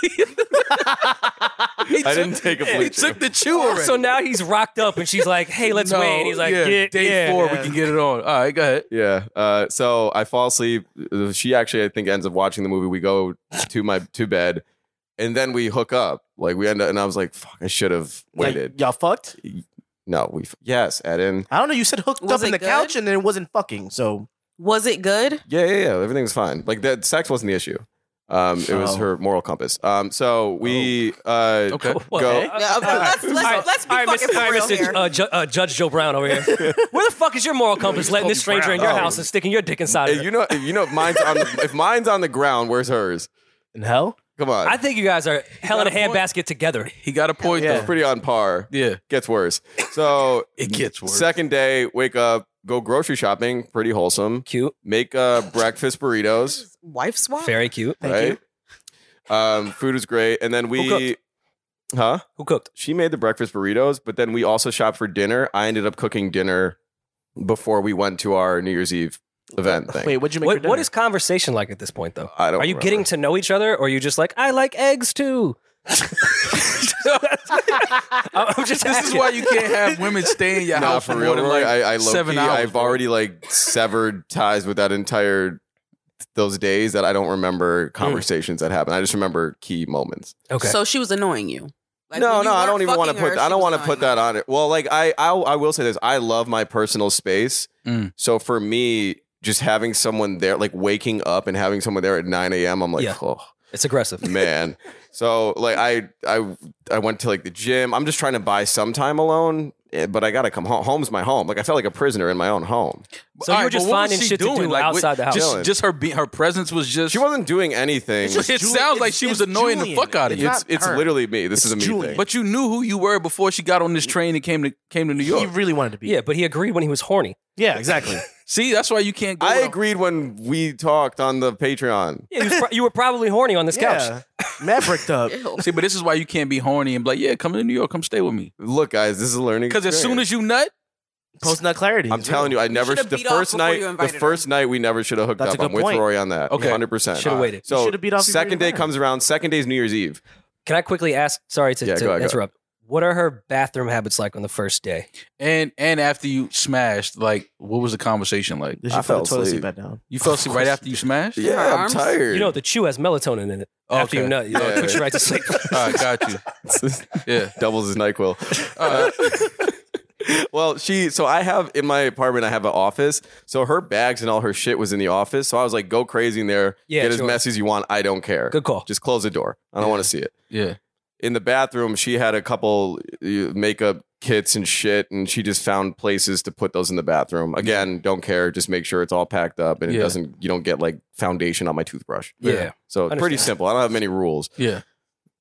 [SPEAKER 1] I didn't take a blue
[SPEAKER 3] He
[SPEAKER 1] chew.
[SPEAKER 3] took the chew already.
[SPEAKER 2] so now he's rocked up, and she's like, "Hey, let's
[SPEAKER 3] No,
[SPEAKER 2] wait." And he's like,
[SPEAKER 3] yeah,
[SPEAKER 2] "Yeah,
[SPEAKER 3] day
[SPEAKER 2] yeah."
[SPEAKER 3] four, we can get it on. All right, go ahead.
[SPEAKER 1] Yeah. Uh, so I fall asleep. Uh, She actually, I think, ends up watching the movie. We go to my to bed, and then we hook up. Like we end up, and I was like, "Fuck, I should have
[SPEAKER 4] Like,
[SPEAKER 1] waited."
[SPEAKER 4] y'all fucked?
[SPEAKER 1] No, we f- yes, add in.
[SPEAKER 4] I don't know. You said hooked
[SPEAKER 5] Was
[SPEAKER 4] up in
[SPEAKER 5] it
[SPEAKER 4] the
[SPEAKER 5] good?
[SPEAKER 4] couch and then it wasn't fucking. So
[SPEAKER 5] Was it good?
[SPEAKER 1] Yeah, yeah, yeah. Everything's fine. Like that, sex wasn't the issue. Um, it was
[SPEAKER 4] Oh.
[SPEAKER 1] her moral compass. Um, so we uh,
[SPEAKER 3] Okay.
[SPEAKER 2] What?
[SPEAKER 1] Go.
[SPEAKER 2] Uh,
[SPEAKER 5] Yeah,
[SPEAKER 2] all right.
[SPEAKER 5] let's- let's-
[SPEAKER 2] All right,
[SPEAKER 5] let's be
[SPEAKER 2] all right,
[SPEAKER 5] fucking
[SPEAKER 2] Mr. all right,
[SPEAKER 5] for real
[SPEAKER 2] Mr.
[SPEAKER 5] here.
[SPEAKER 2] Uh, Ju- uh, Judge Joe Brown over here. Where the fuck is your moral compass? letting this stranger in your
[SPEAKER 1] Brown.
[SPEAKER 2] house and sticking your dick inside. of
[SPEAKER 1] if
[SPEAKER 2] her?
[SPEAKER 1] you know, if you know, if mine's on the, if mine's on the ground, where's hers?
[SPEAKER 4] in hell?
[SPEAKER 1] Come on.
[SPEAKER 2] I think you guys are hell in a
[SPEAKER 3] got a point.
[SPEAKER 2] handbasket together.
[SPEAKER 3] He got a point
[SPEAKER 4] Yeah.
[SPEAKER 1] It's pretty on par.
[SPEAKER 3] though. Yeah,
[SPEAKER 1] Gets worse. So
[SPEAKER 3] it gets worse.
[SPEAKER 1] second day, wake up, go grocery shopping, pretty wholesome.
[SPEAKER 2] Cute,
[SPEAKER 1] Make uh, breakfast burritos.
[SPEAKER 5] Wife swap.
[SPEAKER 2] very cute.
[SPEAKER 4] Thank
[SPEAKER 1] right? Um, food was great, and then we, huh?
[SPEAKER 2] Who cooked?
[SPEAKER 1] She made the breakfast burritos, but then we also shopped for dinner. I ended up cooking dinner before we went to our New Year's Eve event thing.
[SPEAKER 4] Wait, what'd you make for
[SPEAKER 2] What,
[SPEAKER 4] dinner?
[SPEAKER 2] what is conversation like at this point, though?
[SPEAKER 1] I don't.
[SPEAKER 2] Are you
[SPEAKER 1] remember.
[SPEAKER 2] getting to know each other, or are you just like, I like eggs too? I'm I'm just
[SPEAKER 3] this is
[SPEAKER 2] asking.
[SPEAKER 3] why you can't have women stay in your
[SPEAKER 1] Nah,
[SPEAKER 3] house
[SPEAKER 1] for real,
[SPEAKER 3] More than
[SPEAKER 1] Rory,
[SPEAKER 3] like
[SPEAKER 1] I, I low
[SPEAKER 3] seven
[SPEAKER 1] key,
[SPEAKER 3] hours.
[SPEAKER 1] I've
[SPEAKER 3] bro.
[SPEAKER 1] already like severed ties with that entire those days that I don't remember conversations that happened. I just remember key moments.
[SPEAKER 2] okay.
[SPEAKER 5] So she was annoying you. Like,
[SPEAKER 1] no,
[SPEAKER 5] when you
[SPEAKER 1] no, I
[SPEAKER 5] weren't
[SPEAKER 1] don't even want to
[SPEAKER 5] fucking
[SPEAKER 1] put.
[SPEAKER 5] her,
[SPEAKER 1] I
[SPEAKER 5] she
[SPEAKER 1] don't
[SPEAKER 5] was
[SPEAKER 1] want to
[SPEAKER 5] annoying
[SPEAKER 1] put
[SPEAKER 5] you.
[SPEAKER 1] that on it. Well, like I, I, I will say this. I love my personal space.
[SPEAKER 3] Mm.
[SPEAKER 1] So for me, just having someone there, like waking up and having someone there at nine a.m., I'm like,
[SPEAKER 2] Yeah.
[SPEAKER 1] oh
[SPEAKER 2] it's aggressive.
[SPEAKER 1] man. so like I, I, I went to like the gym. I'm just trying to buy some time alone, eh, but I gotta come home. Home's my home. Like I felt like a prisoner in my own home.
[SPEAKER 2] So you
[SPEAKER 3] All
[SPEAKER 2] were
[SPEAKER 3] right,
[SPEAKER 2] just
[SPEAKER 3] but what was
[SPEAKER 2] finding
[SPEAKER 3] she
[SPEAKER 2] shit to
[SPEAKER 3] doing?
[SPEAKER 2] do
[SPEAKER 3] Like,
[SPEAKER 2] outside
[SPEAKER 3] what-
[SPEAKER 2] the house.
[SPEAKER 1] Chilling.
[SPEAKER 3] Just, just her be, her presence was just.
[SPEAKER 1] She wasn't doing anything.
[SPEAKER 3] just- it sounds like she was annoying the fuck out of you.
[SPEAKER 1] It's it's literally me. This
[SPEAKER 4] It's
[SPEAKER 1] is a me
[SPEAKER 4] Julian.
[SPEAKER 1] thing.
[SPEAKER 3] But you knew who you were before she got on this train and came to came to New
[SPEAKER 4] He
[SPEAKER 3] York.
[SPEAKER 4] really wanted to be.
[SPEAKER 2] yeah, but he agreed when he was horny.
[SPEAKER 4] yeah, exactly.
[SPEAKER 3] See, that's why you can't. Go
[SPEAKER 1] I
[SPEAKER 3] with a-
[SPEAKER 1] agreed when we talked on the Patreon.
[SPEAKER 2] Yeah, he was pro- you were probably horny on this couch.
[SPEAKER 4] yeah, Matt bricked up.
[SPEAKER 5] Ew.
[SPEAKER 3] See, but this is why you can't be horny and be like, yeah, come to New York, come stay with me.
[SPEAKER 1] Look, guys, this is a learning.
[SPEAKER 3] Because as soon as you nut,
[SPEAKER 4] Post nut clarity.
[SPEAKER 1] I'm telling you, I never
[SPEAKER 5] should've
[SPEAKER 1] the
[SPEAKER 5] beat off
[SPEAKER 1] first
[SPEAKER 5] before
[SPEAKER 1] night.
[SPEAKER 5] you
[SPEAKER 1] The
[SPEAKER 5] invited her.
[SPEAKER 1] first night we never should have hooked
[SPEAKER 4] That's
[SPEAKER 1] up.
[SPEAKER 4] a
[SPEAKER 1] I'm
[SPEAKER 4] good
[SPEAKER 1] with
[SPEAKER 4] point.
[SPEAKER 1] Rory on that.
[SPEAKER 3] Okay.
[SPEAKER 1] hundred percent.
[SPEAKER 2] Should've waited.
[SPEAKER 4] You
[SPEAKER 1] So
[SPEAKER 4] should've beat off before
[SPEAKER 1] second
[SPEAKER 4] you
[SPEAKER 1] day
[SPEAKER 4] went.
[SPEAKER 1] comes around. Second day's New Year's Eve.
[SPEAKER 2] Can I quickly ask? Sorry to,
[SPEAKER 1] Yeah,
[SPEAKER 2] to
[SPEAKER 1] go ahead, go ahead.
[SPEAKER 2] interrupt. What are her bathroom habits like on the first day?
[SPEAKER 3] and and after you smashed, like, what was the conversation like?
[SPEAKER 4] Did
[SPEAKER 1] I
[SPEAKER 4] she put
[SPEAKER 1] fell
[SPEAKER 4] the toilet
[SPEAKER 1] asleep.
[SPEAKER 4] seat back down?
[SPEAKER 3] You fell asleep right after you smashed.
[SPEAKER 5] her
[SPEAKER 1] Yeah, I'm
[SPEAKER 5] arms?
[SPEAKER 1] tired.
[SPEAKER 2] You know, the chew has melatonin in it. After
[SPEAKER 3] Okay.
[SPEAKER 2] you nut, you know,
[SPEAKER 1] Yeah.
[SPEAKER 2] it puts you right to sleep.
[SPEAKER 3] All right, got you. Yeah.
[SPEAKER 1] doubles as Nyquil.
[SPEAKER 3] All
[SPEAKER 1] Uh, well, she. So I have in my apartment. I have an office. So her bags and all her shit was in the office. So I was like, go crazy in there.
[SPEAKER 2] Yeah,
[SPEAKER 1] get as
[SPEAKER 2] sure.
[SPEAKER 1] messy as you want. I don't care.
[SPEAKER 2] Good call.
[SPEAKER 1] Just close the door. I don't want to see it.
[SPEAKER 3] Yeah.
[SPEAKER 1] in the bathroom, she had a couple uh, makeup kits and shit, and she just found places to put those in the bathroom. Again, don't care. Just make sure it's all packed up and it
[SPEAKER 3] Yeah.
[SPEAKER 1] doesn't. You don't get like foundation on my toothbrush.
[SPEAKER 2] Yeah.
[SPEAKER 1] So pretty
[SPEAKER 2] Understand.
[SPEAKER 1] simple. I don't have many rules.
[SPEAKER 3] Yeah.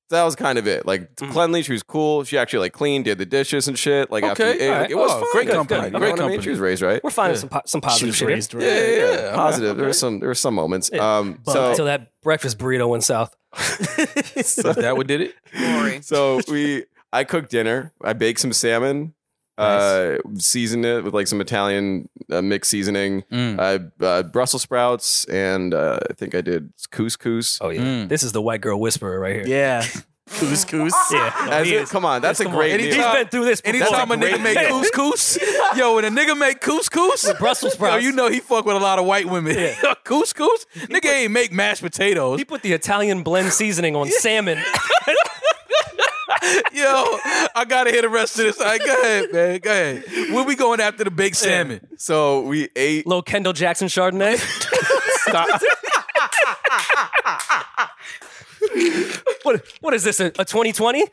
[SPEAKER 1] That was kind of it. Like
[SPEAKER 2] Mm.
[SPEAKER 1] cleanly, she was cool. She actually like cleaned, did the dishes and shit. Like after
[SPEAKER 3] Okay,
[SPEAKER 1] you ate,
[SPEAKER 3] all
[SPEAKER 1] like,
[SPEAKER 3] right.
[SPEAKER 1] it was
[SPEAKER 3] Oh,
[SPEAKER 1] fun.
[SPEAKER 3] great
[SPEAKER 1] Good,
[SPEAKER 3] company,
[SPEAKER 1] good. You know
[SPEAKER 3] great
[SPEAKER 1] what I mean?
[SPEAKER 3] company.
[SPEAKER 1] She was raised right.
[SPEAKER 2] We're finding
[SPEAKER 3] Yeah.
[SPEAKER 2] some po- some positive shit. here.
[SPEAKER 4] raised right.
[SPEAKER 1] Yeah, yeah, yeah.
[SPEAKER 3] Yeah,
[SPEAKER 1] Positive.
[SPEAKER 3] okay,
[SPEAKER 1] There was some. There were some moments.
[SPEAKER 2] Yeah.
[SPEAKER 1] Um.
[SPEAKER 4] But-
[SPEAKER 1] so
[SPEAKER 2] Until that breakfast burrito went south.
[SPEAKER 3] Is that what did it?
[SPEAKER 5] Glory.
[SPEAKER 1] So we, I cooked dinner. I baked some salmon, uh, seasoned it with like some Italian uh, mixed seasoning.
[SPEAKER 3] Mm.
[SPEAKER 1] I uh, Brussels sprouts and uh, I think I did couscous.
[SPEAKER 2] Oh yeah,
[SPEAKER 3] Mm.
[SPEAKER 2] this is the white girl whisperer right here.
[SPEAKER 4] Yeah. Couscous. Yeah.
[SPEAKER 1] As it- come on, that's a great
[SPEAKER 3] Any
[SPEAKER 1] meal.
[SPEAKER 2] He's
[SPEAKER 3] Yeah.
[SPEAKER 2] been through this. before.
[SPEAKER 3] Anytime a
[SPEAKER 2] That's
[SPEAKER 3] nigga
[SPEAKER 2] great
[SPEAKER 3] make
[SPEAKER 2] meal.
[SPEAKER 3] couscous, yo, when a nigga make couscous,
[SPEAKER 2] Brussels sprouts.
[SPEAKER 3] yo, you know he fuck with a lot of white women.
[SPEAKER 2] Yeah.
[SPEAKER 3] couscous, nigga ain't make mashed potatoes.
[SPEAKER 2] he put the Italian blend seasoning on salmon.
[SPEAKER 3] Yo, I gotta hear the rest of this. All right, go ahead, man. Go ahead. Where we going after the baked salmon?
[SPEAKER 1] So we ate.
[SPEAKER 2] Little Kendall Jackson Chardonnay.
[SPEAKER 1] Stop.
[SPEAKER 2] What what is this? A a 2020?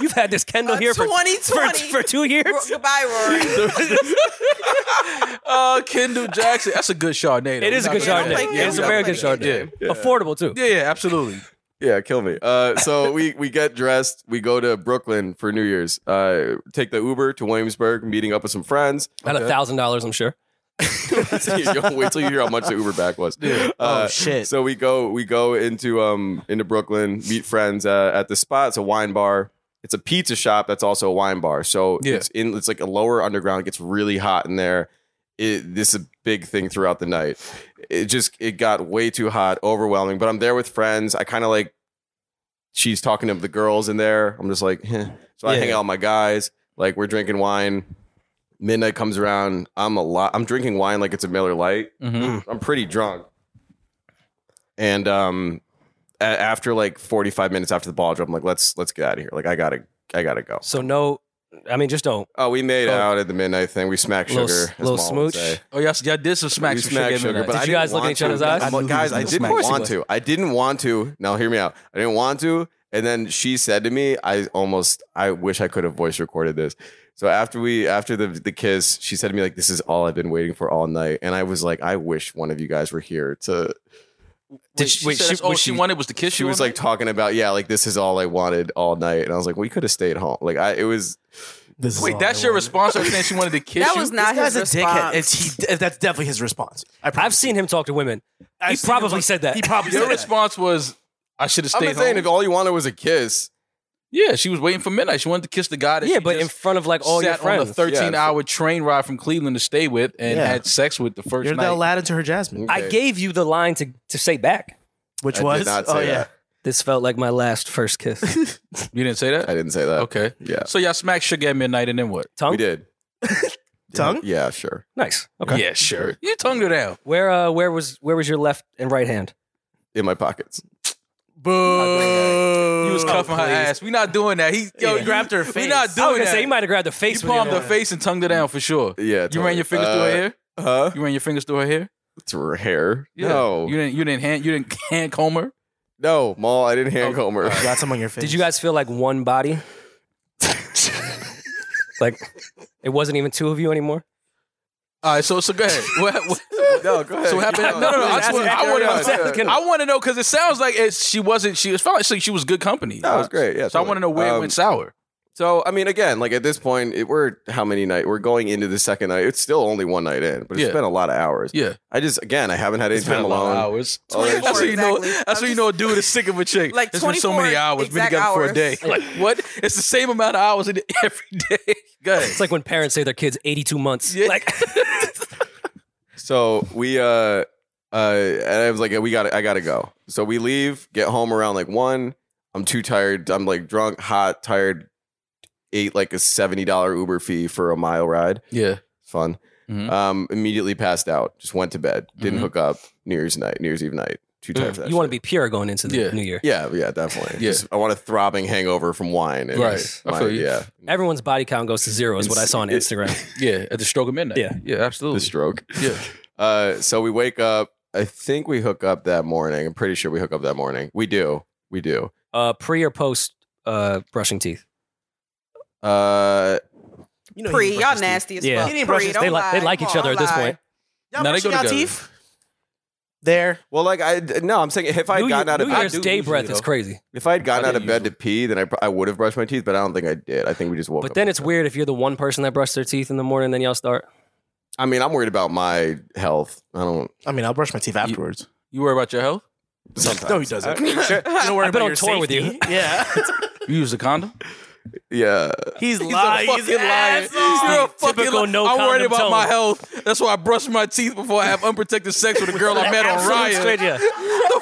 [SPEAKER 2] You've had this Kendall
[SPEAKER 5] A
[SPEAKER 2] here for, for
[SPEAKER 5] 2020.
[SPEAKER 2] for two years.
[SPEAKER 5] Goodbye, Rory.
[SPEAKER 3] Uh, Kendall Jackson. That's a good Chardonnay. though.
[SPEAKER 2] It is a
[SPEAKER 3] We
[SPEAKER 2] good
[SPEAKER 3] not gonna
[SPEAKER 2] Chardonnay.
[SPEAKER 5] Yeah,
[SPEAKER 3] play
[SPEAKER 5] don't
[SPEAKER 2] It
[SPEAKER 5] play
[SPEAKER 2] is a
[SPEAKER 5] that.
[SPEAKER 2] very
[SPEAKER 5] Don't
[SPEAKER 2] good
[SPEAKER 5] play that.
[SPEAKER 2] Chardonnay. Affordable too.
[SPEAKER 3] Yeah, yeah, absolutely.
[SPEAKER 1] yeah, kill me. Uh, so we we get dressed. We go to Brooklyn for New Year's. Uh, take the Uber to Williamsburg, meeting up with some friends.
[SPEAKER 2] About a thousand dollars, I'm sure.
[SPEAKER 1] Yo, wait till you hear how much the Uber back was. Uh,
[SPEAKER 4] oh shit.
[SPEAKER 1] So we go we go into um into Brooklyn, meet friends uh, at the spot. It's a wine bar. It's a pizza shop that's also a wine bar. So
[SPEAKER 3] Yeah.
[SPEAKER 1] it's in it's like a lower underground. It gets really hot in there. It, this is a big thing throughout the night. It just it got way too hot, overwhelming. But I'm there with friends. I kind of like she's talking to the girls in there. I'm just like, eh. so I
[SPEAKER 2] Yeah.
[SPEAKER 1] hang out with my guys. Like we're drinking wine. Midnight comes around. I'm a lot. I'm drinking wine like it's a Miller Light.
[SPEAKER 2] Hmm.
[SPEAKER 3] Mm-hmm.
[SPEAKER 1] Mm, I'm pretty drunk. And um, a- after like 45 minutes after the ball drop, I'm like, let's let's get out of here. Like I gotta I gotta go.
[SPEAKER 2] So no, I mean just don't.
[SPEAKER 1] Oh, we made
[SPEAKER 3] Oh.
[SPEAKER 1] out at the midnight thing. We smacked sugar.
[SPEAKER 2] Little-
[SPEAKER 1] as
[SPEAKER 2] little
[SPEAKER 1] Maul would
[SPEAKER 2] smooch.
[SPEAKER 1] say.
[SPEAKER 3] Oh, y'all, y'all did some smack
[SPEAKER 1] we
[SPEAKER 3] some
[SPEAKER 1] smacked
[SPEAKER 3] sugar.
[SPEAKER 1] sugar, but
[SPEAKER 3] But
[SPEAKER 1] I
[SPEAKER 2] Did you
[SPEAKER 1] didn't
[SPEAKER 2] guys look
[SPEAKER 1] want
[SPEAKER 2] in each other's
[SPEAKER 1] to.
[SPEAKER 2] eyes?
[SPEAKER 1] I'm
[SPEAKER 3] I
[SPEAKER 1] like,
[SPEAKER 3] knew he
[SPEAKER 1] guys,
[SPEAKER 3] was
[SPEAKER 1] I
[SPEAKER 3] gonna
[SPEAKER 1] didn't
[SPEAKER 3] smack you.
[SPEAKER 1] want to. I didn't want to. Now hear me out. I didn't want to. And then she said to me, I almost I wish I could have voice recorded this. So after we after the the kiss, she said to me like, "This is all I've been waiting for all night." And I was like, "I wish one of you guys were here to
[SPEAKER 3] Did
[SPEAKER 2] she-
[SPEAKER 3] she,
[SPEAKER 2] wait,
[SPEAKER 3] said
[SPEAKER 2] she-
[SPEAKER 3] that's all
[SPEAKER 2] was
[SPEAKER 3] she,
[SPEAKER 2] she-
[SPEAKER 3] wanted was to kiss
[SPEAKER 1] She
[SPEAKER 3] you.
[SPEAKER 1] was
[SPEAKER 3] all
[SPEAKER 1] like
[SPEAKER 3] night?
[SPEAKER 1] talking about, yeah, like this is all I wanted all night. And I was like, we could have stayed home. Like I it was
[SPEAKER 4] This is
[SPEAKER 3] "Wait,
[SPEAKER 4] all
[SPEAKER 3] that's
[SPEAKER 4] I
[SPEAKER 3] your
[SPEAKER 4] wanted.
[SPEAKER 3] response." I'm saying she wanted to kiss
[SPEAKER 5] That
[SPEAKER 3] you.
[SPEAKER 5] was not his
[SPEAKER 4] This guy's a dickhead.
[SPEAKER 5] response.
[SPEAKER 4] It's, he, that's definitely his response. I
[SPEAKER 2] I've seen him talk to women. he probably said that.
[SPEAKER 4] He probably
[SPEAKER 3] Your
[SPEAKER 4] said that.
[SPEAKER 3] response was, "I should have
[SPEAKER 1] I'm
[SPEAKER 3] stayed
[SPEAKER 1] not saying
[SPEAKER 3] home."
[SPEAKER 1] if all you wanted was a kiss.
[SPEAKER 3] yeah, she was waiting for midnight. She wanted to kiss the guy. That
[SPEAKER 2] yeah,
[SPEAKER 3] she
[SPEAKER 2] but in
[SPEAKER 3] just
[SPEAKER 2] front of like all your
[SPEAKER 3] sat on
[SPEAKER 2] friends.
[SPEAKER 3] a 13
[SPEAKER 1] Yeah.
[SPEAKER 3] hour train ride from Cleveland to stay with and
[SPEAKER 4] Yeah.
[SPEAKER 3] had sex with the 1st
[SPEAKER 4] You're
[SPEAKER 3] night.
[SPEAKER 4] the Aladdin to her Jasmine,
[SPEAKER 2] I
[SPEAKER 1] Okay.
[SPEAKER 2] gave you the line to, to say back.
[SPEAKER 4] which
[SPEAKER 1] I did
[SPEAKER 4] was
[SPEAKER 1] not
[SPEAKER 4] oh
[SPEAKER 1] say
[SPEAKER 4] yeah,
[SPEAKER 1] that.
[SPEAKER 2] This felt like my last first kiss.
[SPEAKER 3] you didn't say that.
[SPEAKER 1] I didn't say that.
[SPEAKER 3] okay,
[SPEAKER 1] Yeah.
[SPEAKER 3] so y'all smacked sugar at midnight and then what?
[SPEAKER 2] Tongue?
[SPEAKER 1] We did.
[SPEAKER 4] tongue.
[SPEAKER 1] Yeah, sure.
[SPEAKER 2] Nice. Okay.
[SPEAKER 3] Yeah, sure. You tongued her down.
[SPEAKER 2] Where uh where was where was your left and right hand?
[SPEAKER 1] In my pockets.
[SPEAKER 3] You was cuffing her ass. We not doing that. He yo,
[SPEAKER 4] He
[SPEAKER 3] you-
[SPEAKER 4] grabbed her
[SPEAKER 3] We
[SPEAKER 4] face.
[SPEAKER 3] not
[SPEAKER 2] I was
[SPEAKER 3] doing
[SPEAKER 2] gonna
[SPEAKER 3] that.
[SPEAKER 2] say he might have grabbed the
[SPEAKER 3] You
[SPEAKER 2] face. with
[SPEAKER 3] palmed
[SPEAKER 2] your
[SPEAKER 3] her
[SPEAKER 2] hand.
[SPEAKER 3] face and tongued her down for sure.
[SPEAKER 1] Yeah.
[SPEAKER 3] You ran your fingers through her hair.
[SPEAKER 1] through her hair? Huh?
[SPEAKER 3] You ran your fingers through her hair.
[SPEAKER 1] Through her hair?
[SPEAKER 3] Yeah.
[SPEAKER 1] No.
[SPEAKER 3] you didn't. You didn't hand. You didn't hand comb her.
[SPEAKER 1] no, Maul, I didn't hand comb her.
[SPEAKER 4] You got some on your face.
[SPEAKER 2] Did you guys feel like one body? like it wasn't even two of you anymore?
[SPEAKER 3] All right, so so go ahead. What, what,
[SPEAKER 1] no, go ahead.
[SPEAKER 3] so what happened? No, no, no. I, just,
[SPEAKER 1] Ask
[SPEAKER 3] want-
[SPEAKER 1] me.
[SPEAKER 3] I
[SPEAKER 1] Carry on.
[SPEAKER 3] want to.
[SPEAKER 2] Exactly.
[SPEAKER 3] I want to know because it sounds like it's, she wasn't. She it felt like she, she was good company.
[SPEAKER 1] That was great. Yeah.
[SPEAKER 3] So I
[SPEAKER 1] totally.
[SPEAKER 3] want to know where it
[SPEAKER 1] Um,
[SPEAKER 3] went sour.
[SPEAKER 1] So I mean, again, like at this point, it, we're how many night? We're going into the second night. It's still only one night in, but it's
[SPEAKER 3] Yeah.
[SPEAKER 1] been a lot of hours.
[SPEAKER 3] Yeah,
[SPEAKER 1] I just again, I haven't had any time alone.
[SPEAKER 3] hours.
[SPEAKER 1] All that
[SPEAKER 3] That's
[SPEAKER 1] shit.
[SPEAKER 3] when you know.
[SPEAKER 5] Exactly.
[SPEAKER 3] That's when you know a dude is sick of a chick.
[SPEAKER 5] Like
[SPEAKER 3] it's been so
[SPEAKER 5] 24
[SPEAKER 3] many hours. Been
[SPEAKER 5] exact
[SPEAKER 3] together for a
[SPEAKER 5] hours.
[SPEAKER 3] day. Like what? It's the same amount of hours in- every day. Go ahead.
[SPEAKER 2] It's like when parents say their kids 82 months.
[SPEAKER 3] Yeah.
[SPEAKER 2] Like
[SPEAKER 1] So we uh uh and I was like, we got I gotta go. So we leave, get home around like one. I'm too tired. I'm like drunk, hot, tired. Ate like a seventy dollar Uber fee for a mile ride.
[SPEAKER 3] yeah.
[SPEAKER 1] Fun.
[SPEAKER 3] Mhm.
[SPEAKER 1] Um, immediately passed out. Just went to bed. Didn't
[SPEAKER 3] Mhm.
[SPEAKER 1] hook up. New Year's night, New Year's Eve night. Too tired
[SPEAKER 3] Mm.
[SPEAKER 1] for that.
[SPEAKER 2] you want to
[SPEAKER 1] shit.
[SPEAKER 2] be pure going into the
[SPEAKER 3] Yeah.
[SPEAKER 2] new year.
[SPEAKER 1] Yeah, yeah, definitely.
[SPEAKER 3] Yeah.
[SPEAKER 1] Just- I want a throbbing hangover from wine. and
[SPEAKER 3] Right.
[SPEAKER 1] just
[SPEAKER 3] I
[SPEAKER 1] my-
[SPEAKER 3] feel you.
[SPEAKER 1] Yeah.
[SPEAKER 2] Everyone's body count goes to zero is what I saw on
[SPEAKER 1] It's-
[SPEAKER 2] Instagram.
[SPEAKER 3] Yeah. At the stroke of midnight.
[SPEAKER 2] Yeah.
[SPEAKER 3] Yeah.
[SPEAKER 1] The
[SPEAKER 3] Absolutely.
[SPEAKER 1] stroke.
[SPEAKER 3] Yeah.
[SPEAKER 1] Uh, so we wake up. I think we hook up that morning. I'm pretty sure we hook up that morning. We do. We do.
[SPEAKER 2] Uh pre or post uh brushing teeth.
[SPEAKER 1] Uh,
[SPEAKER 4] You know he
[SPEAKER 5] Pre, y'all
[SPEAKER 4] didn't brush his
[SPEAKER 5] nasty as
[SPEAKER 2] Yeah.
[SPEAKER 5] fuck.
[SPEAKER 4] He didn't
[SPEAKER 5] Pre,
[SPEAKER 4] brush his-
[SPEAKER 5] don't
[SPEAKER 2] they like- they
[SPEAKER 5] lie.
[SPEAKER 2] like
[SPEAKER 5] Come
[SPEAKER 2] each
[SPEAKER 5] on,
[SPEAKER 2] other at
[SPEAKER 5] don't
[SPEAKER 2] this
[SPEAKER 5] lie.
[SPEAKER 2] point.
[SPEAKER 4] teeth. Y'all
[SPEAKER 3] Now they
[SPEAKER 4] brushing
[SPEAKER 3] go
[SPEAKER 4] y'all
[SPEAKER 3] together.
[SPEAKER 4] teeth. There.
[SPEAKER 1] well, like I no, I'm saying if I had
[SPEAKER 2] new
[SPEAKER 1] gotten
[SPEAKER 2] Year-
[SPEAKER 1] out of
[SPEAKER 2] New
[SPEAKER 1] bed,
[SPEAKER 2] Year's
[SPEAKER 3] do
[SPEAKER 2] Day
[SPEAKER 3] usually,
[SPEAKER 2] breath is
[SPEAKER 3] though.
[SPEAKER 2] crazy.
[SPEAKER 1] if I had gotten
[SPEAKER 3] I
[SPEAKER 1] out
[SPEAKER 3] do
[SPEAKER 1] of bed to pee, then I pro- I would have brushed my teeth, but I don't think I did. I think we just woke.
[SPEAKER 2] But
[SPEAKER 1] up
[SPEAKER 2] then
[SPEAKER 1] like
[SPEAKER 2] it's
[SPEAKER 1] that.
[SPEAKER 2] weird if you're the one person that brushed their teeth in the morning, then y'all start.
[SPEAKER 1] I mean, I'm worried about my health. I don't.
[SPEAKER 4] I mean, I'll brush my teeth afterwards.
[SPEAKER 3] You worry about your health.
[SPEAKER 1] Sometimes.
[SPEAKER 4] No, he doesn't. you don't worry
[SPEAKER 2] I've been
[SPEAKER 4] about
[SPEAKER 2] on
[SPEAKER 4] your
[SPEAKER 2] tour with you.
[SPEAKER 4] safety. Yeah.
[SPEAKER 3] You use a condom.
[SPEAKER 1] Yeah.
[SPEAKER 4] He's lying. He's,
[SPEAKER 3] fucking liar. You're a fucking
[SPEAKER 2] Typical
[SPEAKER 3] liar.
[SPEAKER 2] no
[SPEAKER 3] I'm worried
[SPEAKER 2] condom
[SPEAKER 3] about
[SPEAKER 2] tone.
[SPEAKER 3] my health. That's why I brush my teeth before I have unprotected sex with a girl I met on
[SPEAKER 2] Absolute
[SPEAKER 3] Ryan.
[SPEAKER 2] stranger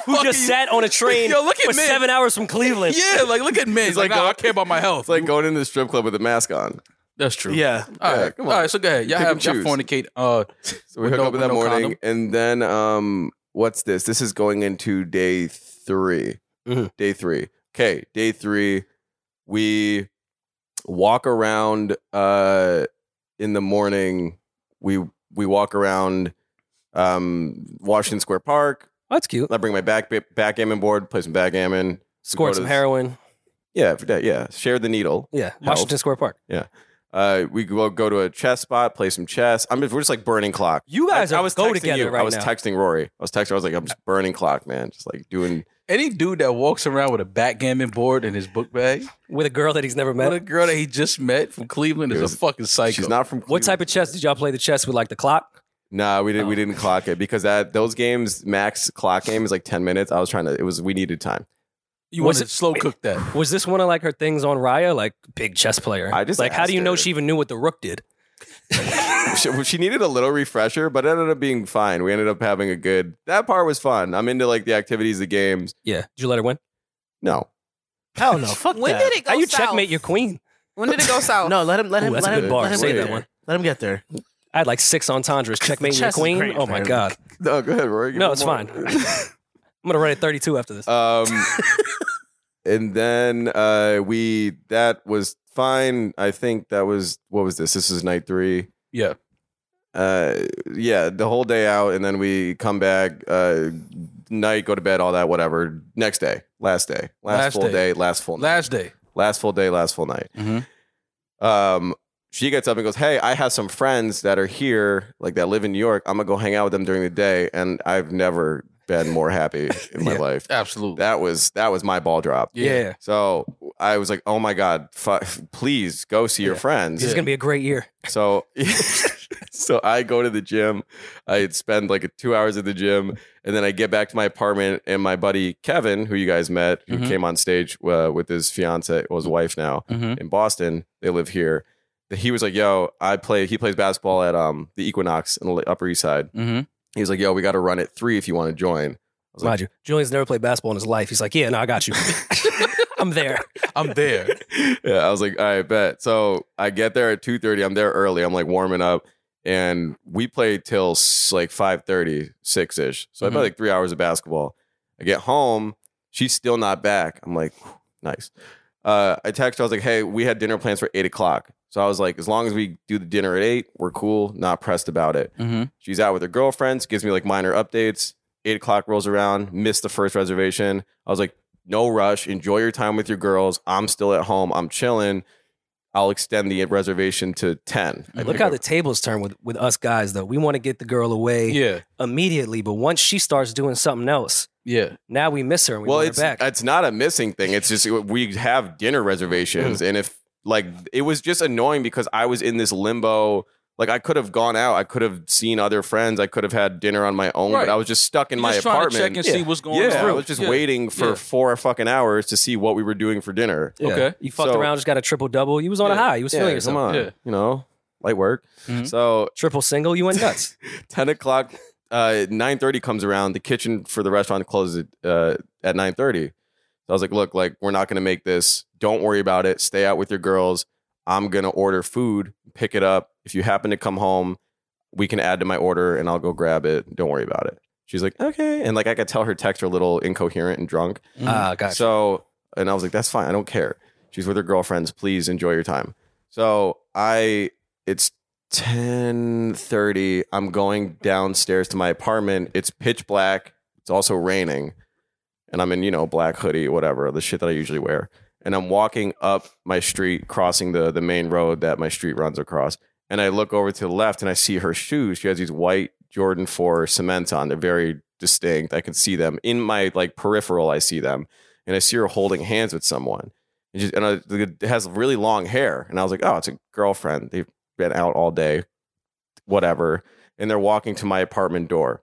[SPEAKER 2] who just sat on a train
[SPEAKER 3] Yo, look at
[SPEAKER 2] for
[SPEAKER 3] men.
[SPEAKER 2] seven hours from Cleveland.
[SPEAKER 3] Yeah, like look at men. It's like,
[SPEAKER 1] like,
[SPEAKER 3] nah,
[SPEAKER 1] go-
[SPEAKER 3] I care about my health.
[SPEAKER 1] It's like going into the strip club with a mask on.
[SPEAKER 3] that's true.
[SPEAKER 4] Yeah.
[SPEAKER 3] All right.
[SPEAKER 1] Yeah, come on.
[SPEAKER 3] All right. So go ahead. Y'all
[SPEAKER 1] Pick
[SPEAKER 3] have
[SPEAKER 1] and
[SPEAKER 3] y'all
[SPEAKER 1] choose.
[SPEAKER 3] fornicate. Uh,
[SPEAKER 1] So we
[SPEAKER 3] With
[SPEAKER 1] hook
[SPEAKER 3] no-
[SPEAKER 1] up
[SPEAKER 3] with
[SPEAKER 1] that
[SPEAKER 3] no
[SPEAKER 1] morning,
[SPEAKER 3] condom?
[SPEAKER 1] and then um, what's this? This is going into day 3
[SPEAKER 3] Mm-hmm.
[SPEAKER 2] Mhm.
[SPEAKER 1] Day three. Okay, day three. We walk around uh in the morning. We we walk around um Washington Square Park.
[SPEAKER 2] That's cute.
[SPEAKER 1] I bring my back backgammon board, play some backgammon.
[SPEAKER 2] Scored some
[SPEAKER 1] Dakotas.
[SPEAKER 2] heroin.
[SPEAKER 1] Yeah, every day. Yeah, share the needle.
[SPEAKER 2] Yeah, Washington Square Park.
[SPEAKER 1] Uh, we go go to a chess spot, play some chess. I'm just, we're just like burning clock.
[SPEAKER 2] You guys
[SPEAKER 1] I,
[SPEAKER 2] are
[SPEAKER 1] I was
[SPEAKER 2] go
[SPEAKER 1] texting
[SPEAKER 2] together
[SPEAKER 1] you.
[SPEAKER 2] right
[SPEAKER 1] I was
[SPEAKER 2] now.
[SPEAKER 1] texting Rory. I was texting. I was like, I'm just burning clock, man. Just like doing.
[SPEAKER 3] any dude that walks around with a backgammon board in his book bag,
[SPEAKER 2] with a girl that he's never
[SPEAKER 3] what a
[SPEAKER 2] met.
[SPEAKER 3] girl that he just met from Cleveland is
[SPEAKER 1] It was-
[SPEAKER 3] a fucking psycho.
[SPEAKER 1] She's not from. Cleveland.
[SPEAKER 2] What type Oh. of chess did y'all play? The chess with like the clock.
[SPEAKER 1] Nah, we didn't. We didn't clock it because that those games max clock game is like ten minutes. I was trying to. It was we needed time.
[SPEAKER 3] you
[SPEAKER 2] Was
[SPEAKER 3] want to
[SPEAKER 2] it-
[SPEAKER 3] slow cook that?
[SPEAKER 2] Was this one of like her things on Raya? Like big chess player.
[SPEAKER 1] I just
[SPEAKER 2] like how do
[SPEAKER 1] asked
[SPEAKER 2] you know
[SPEAKER 1] her.
[SPEAKER 2] she even knew what the rook did?
[SPEAKER 1] she, she needed a little refresher, but it ended up being fine. We ended up having a good. That part was fun. I'm into like the activities, the games.
[SPEAKER 2] Yeah, did you let her win?
[SPEAKER 1] No,
[SPEAKER 4] Hell no. Fuck
[SPEAKER 5] When
[SPEAKER 4] that.
[SPEAKER 5] did it go
[SPEAKER 2] How you
[SPEAKER 5] south?
[SPEAKER 2] checkmate your queen?
[SPEAKER 5] When did it go south?
[SPEAKER 4] No, let him. Let
[SPEAKER 2] Ooh,
[SPEAKER 4] him.
[SPEAKER 2] that's
[SPEAKER 4] let
[SPEAKER 2] a good
[SPEAKER 4] him,
[SPEAKER 2] bar.
[SPEAKER 4] Let him
[SPEAKER 2] Say
[SPEAKER 4] get
[SPEAKER 2] that
[SPEAKER 4] there.
[SPEAKER 2] one.
[SPEAKER 4] Let him get there.
[SPEAKER 2] I had like six entendres. Checkmate your
[SPEAKER 4] chess is
[SPEAKER 2] queen.
[SPEAKER 4] great,
[SPEAKER 2] oh my
[SPEAKER 4] apparently.
[SPEAKER 2] god.
[SPEAKER 1] no. Go ahead, Rory. Give
[SPEAKER 2] No,
[SPEAKER 1] me
[SPEAKER 2] it's
[SPEAKER 1] more.
[SPEAKER 2] fine. I'm gonna run at 32 after this.
[SPEAKER 1] Um, and then uh, we that was fine. I think that was what was this? This is night three.
[SPEAKER 3] Yeah.
[SPEAKER 1] Uh, yeah, the whole day out, and then we come back. Uh, night, go to bed, all that, whatever. Next day, last day, last,
[SPEAKER 3] Last
[SPEAKER 1] full
[SPEAKER 3] day.
[SPEAKER 1] day. last full night, last,
[SPEAKER 3] Last day.
[SPEAKER 1] full day, last full night.
[SPEAKER 3] Mhm.
[SPEAKER 1] Um. She gets up and goes, Hey, I have some friends that are here, like that live in New York. I'm gonna go hang out with them during the day. And I've never been more happy in my
[SPEAKER 2] Yeah.
[SPEAKER 1] life.
[SPEAKER 3] Absolutely.
[SPEAKER 1] That was that was my ball drop.
[SPEAKER 2] Yeah.
[SPEAKER 3] yeah.
[SPEAKER 1] So I was like, oh my god, fu- please go see your
[SPEAKER 3] Yeah.
[SPEAKER 1] friends.
[SPEAKER 2] This is
[SPEAKER 3] Yeah.
[SPEAKER 2] gonna be a great year.
[SPEAKER 1] So, so I go to the gym. I'd spend like two hours at the gym, and then I get back to my apartment. And my buddy Kevin, who you guys met, who
[SPEAKER 3] Mhm.
[SPEAKER 1] came on stage uh, with his fiance, well, his wife now
[SPEAKER 3] Mm-hmm.
[SPEAKER 1] in Boston. They live here. He was like, "Yo, I play." He plays basketball at um the Equinox in the Upper East Side.
[SPEAKER 3] Mm-hmm.
[SPEAKER 1] He was like, "Yo, we got to run at three if you want to join." was like-
[SPEAKER 2] Mind you, Julian's never played basketball in his life. He's like, yeah, no, I got you. I'm there.
[SPEAKER 3] I'm there.
[SPEAKER 1] yeah, I was like, all right, bet. So I get there at two thirty. I'm there early. I'm like warming up, and we play till s- like 5.30, 6 ish. So I
[SPEAKER 3] Mhm.
[SPEAKER 1] play like three hours of basketball. I get home. She's still not back. I'm like, whew, nice. Uh, I text. her, I was like, hey, we had dinner plans for eight o'clock. So I was like, as long as we do the dinner at eight, we're cool. Not pressed about it.
[SPEAKER 3] Mm-hmm.
[SPEAKER 1] She's out with her girlfriends, gives me like minor updates. Eight o'clock rolls around, missed the first reservation. I was like, no rush, enjoy your time with your girls. I'm still at home, I'm chilling. I'll extend the reservation to 10. I
[SPEAKER 2] Look
[SPEAKER 1] think
[SPEAKER 2] how
[SPEAKER 1] I-
[SPEAKER 2] the tables turn with, with us guys, though. We want to get the girl away
[SPEAKER 3] Yeah.
[SPEAKER 2] immediately, but once she starts doing something else,
[SPEAKER 3] Yeah.
[SPEAKER 2] now we miss her and we
[SPEAKER 1] well,
[SPEAKER 2] want
[SPEAKER 1] it's
[SPEAKER 2] her back.
[SPEAKER 1] it's not a missing thing. It's just we have dinner
[SPEAKER 3] Mm.
[SPEAKER 1] reservations, and if like it was just annoying because I was in this limbo. Like I could have gone out, I could have seen other friends, I could have had dinner on my own,
[SPEAKER 3] Right.
[SPEAKER 1] but I was just stuck in
[SPEAKER 3] You're
[SPEAKER 1] my
[SPEAKER 3] just trying to
[SPEAKER 1] apartment.
[SPEAKER 3] check and see what's going on.
[SPEAKER 1] yeah, I was just
[SPEAKER 3] Yeah.
[SPEAKER 1] waiting for
[SPEAKER 3] Yeah.
[SPEAKER 1] four fucking hours to see what we were doing for dinner.
[SPEAKER 2] Yeah.
[SPEAKER 3] okay.
[SPEAKER 2] You fucked
[SPEAKER 1] So-
[SPEAKER 2] around, just got a triple double. You was on a
[SPEAKER 3] Yeah.
[SPEAKER 2] high. You was feeling
[SPEAKER 1] Yeah,
[SPEAKER 2] yourself.
[SPEAKER 1] come on,
[SPEAKER 3] Yeah.
[SPEAKER 1] you know, light work.
[SPEAKER 3] Mhm.
[SPEAKER 1] So
[SPEAKER 2] Triple single, you went nuts.
[SPEAKER 1] ten o'clock, uh, nine thirty comes around. The kitchen for the restaurant closes at, uh, at nine thirty. So I was like, look, like we're not gonna make this. Don't worry about it. Stay out with your girls. I'm gonna order food, pick it up. If you happen to come home, we can add to my order, and I'll go grab it. Don't worry about it. She's like, okay, and like I could tell her texts are a little incoherent and drunk.
[SPEAKER 3] Mm-hmm. Uh,
[SPEAKER 2] Ah, gotcha.
[SPEAKER 1] So, and I was like, that's fine. I don't care. She's with her girlfriends. Please enjoy your time. So I, it's 1030. I'm going downstairs to my apartment. It's pitch black. It's also raining. And I'm in, you know, black hoodie, whatever, the shit that I usually wear. And I'm walking up my street, crossing the, the main road that my street runs across. And I look over to the left and I see her shoes. She has these white Jordan 4 cement on. They're very distinct. I can see them in my like peripheral. I see them and I see her holding hands with someone. And, she, and I, it has really long hair. And I was like, oh, it's a girlfriend. They've been out all day, whatever. And they're walking to my apartment door.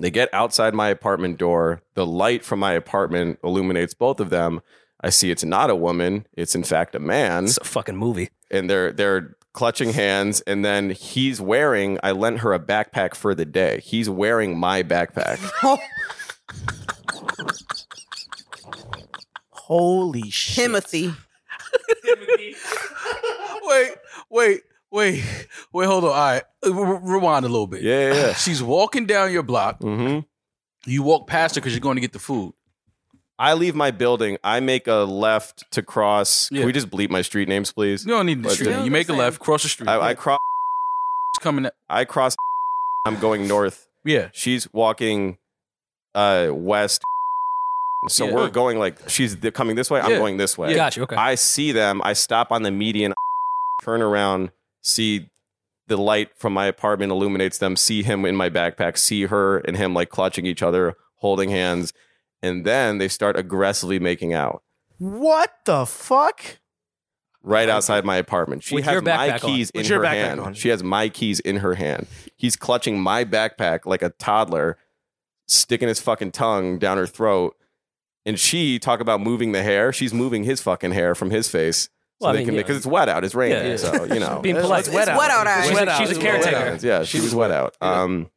[SPEAKER 1] They get outside my apartment door. The light from my apartment illuminates both of them. I see it's not a woman. It's in fact a man
[SPEAKER 2] it's a fucking movie.
[SPEAKER 1] and they're they're clutching hands and then he's wearing I lent her a backpack for the day. He's wearing my backpack.
[SPEAKER 4] Holy shit.
[SPEAKER 5] Timothy.
[SPEAKER 3] wait, wait, wait, wait. Hold on. All right, R- r- rewind a little bit.
[SPEAKER 1] Yeah, yeah. yeah.
[SPEAKER 3] She's walking down your block.
[SPEAKER 1] Mhm.
[SPEAKER 3] You walk past her because you're going to get the food.
[SPEAKER 1] I leave my building. I make a left to cross.
[SPEAKER 3] Yeah.
[SPEAKER 1] Can we just bleep my street names, please?
[SPEAKER 3] You don't need the
[SPEAKER 1] But
[SPEAKER 3] street.
[SPEAKER 1] then-
[SPEAKER 3] You make a left, cross the street.
[SPEAKER 1] I, I
[SPEAKER 3] It's
[SPEAKER 1] cross.
[SPEAKER 3] coming. At,
[SPEAKER 1] I cross. I'm going north.
[SPEAKER 3] yeah.
[SPEAKER 1] She's walking uh, west. So
[SPEAKER 3] Yeah.
[SPEAKER 1] we're going like she's th- coming this way. I'm
[SPEAKER 3] Yeah.
[SPEAKER 1] going this way.
[SPEAKER 2] Gotcha. Okay.
[SPEAKER 1] I see them. I stop on the median, turn around, see the light from my apartment illuminates them, see him in my backpack, see her and him like clutching each other, holding hands. And then they start aggressively making out
[SPEAKER 4] What the fuck?
[SPEAKER 1] right outside my apartment. She
[SPEAKER 2] With
[SPEAKER 1] has
[SPEAKER 2] your
[SPEAKER 1] my
[SPEAKER 2] backpack on.
[SPEAKER 1] keys in
[SPEAKER 4] With your
[SPEAKER 1] her
[SPEAKER 4] backpack
[SPEAKER 1] hand.
[SPEAKER 4] on.
[SPEAKER 1] She has my keys in her hand. He's clutching my backpack like a toddler, sticking his fucking tongue down her throat. And she talk about moving the hair. She's moving his fucking hair from his face. So
[SPEAKER 2] Well, I
[SPEAKER 1] they
[SPEAKER 2] mean,
[SPEAKER 1] can
[SPEAKER 2] yeah.
[SPEAKER 1] because it's wet out. It's raining.
[SPEAKER 2] Yeah, yeah.
[SPEAKER 1] So you know,
[SPEAKER 2] Being
[SPEAKER 4] It's
[SPEAKER 2] polite.
[SPEAKER 4] wet
[SPEAKER 5] It's wet out,
[SPEAKER 4] It's
[SPEAKER 5] eyes.
[SPEAKER 2] She's a- she's a
[SPEAKER 4] It's wet
[SPEAKER 2] caretaker.
[SPEAKER 4] out.
[SPEAKER 1] Wet out. Yeah, she was wet out. Um,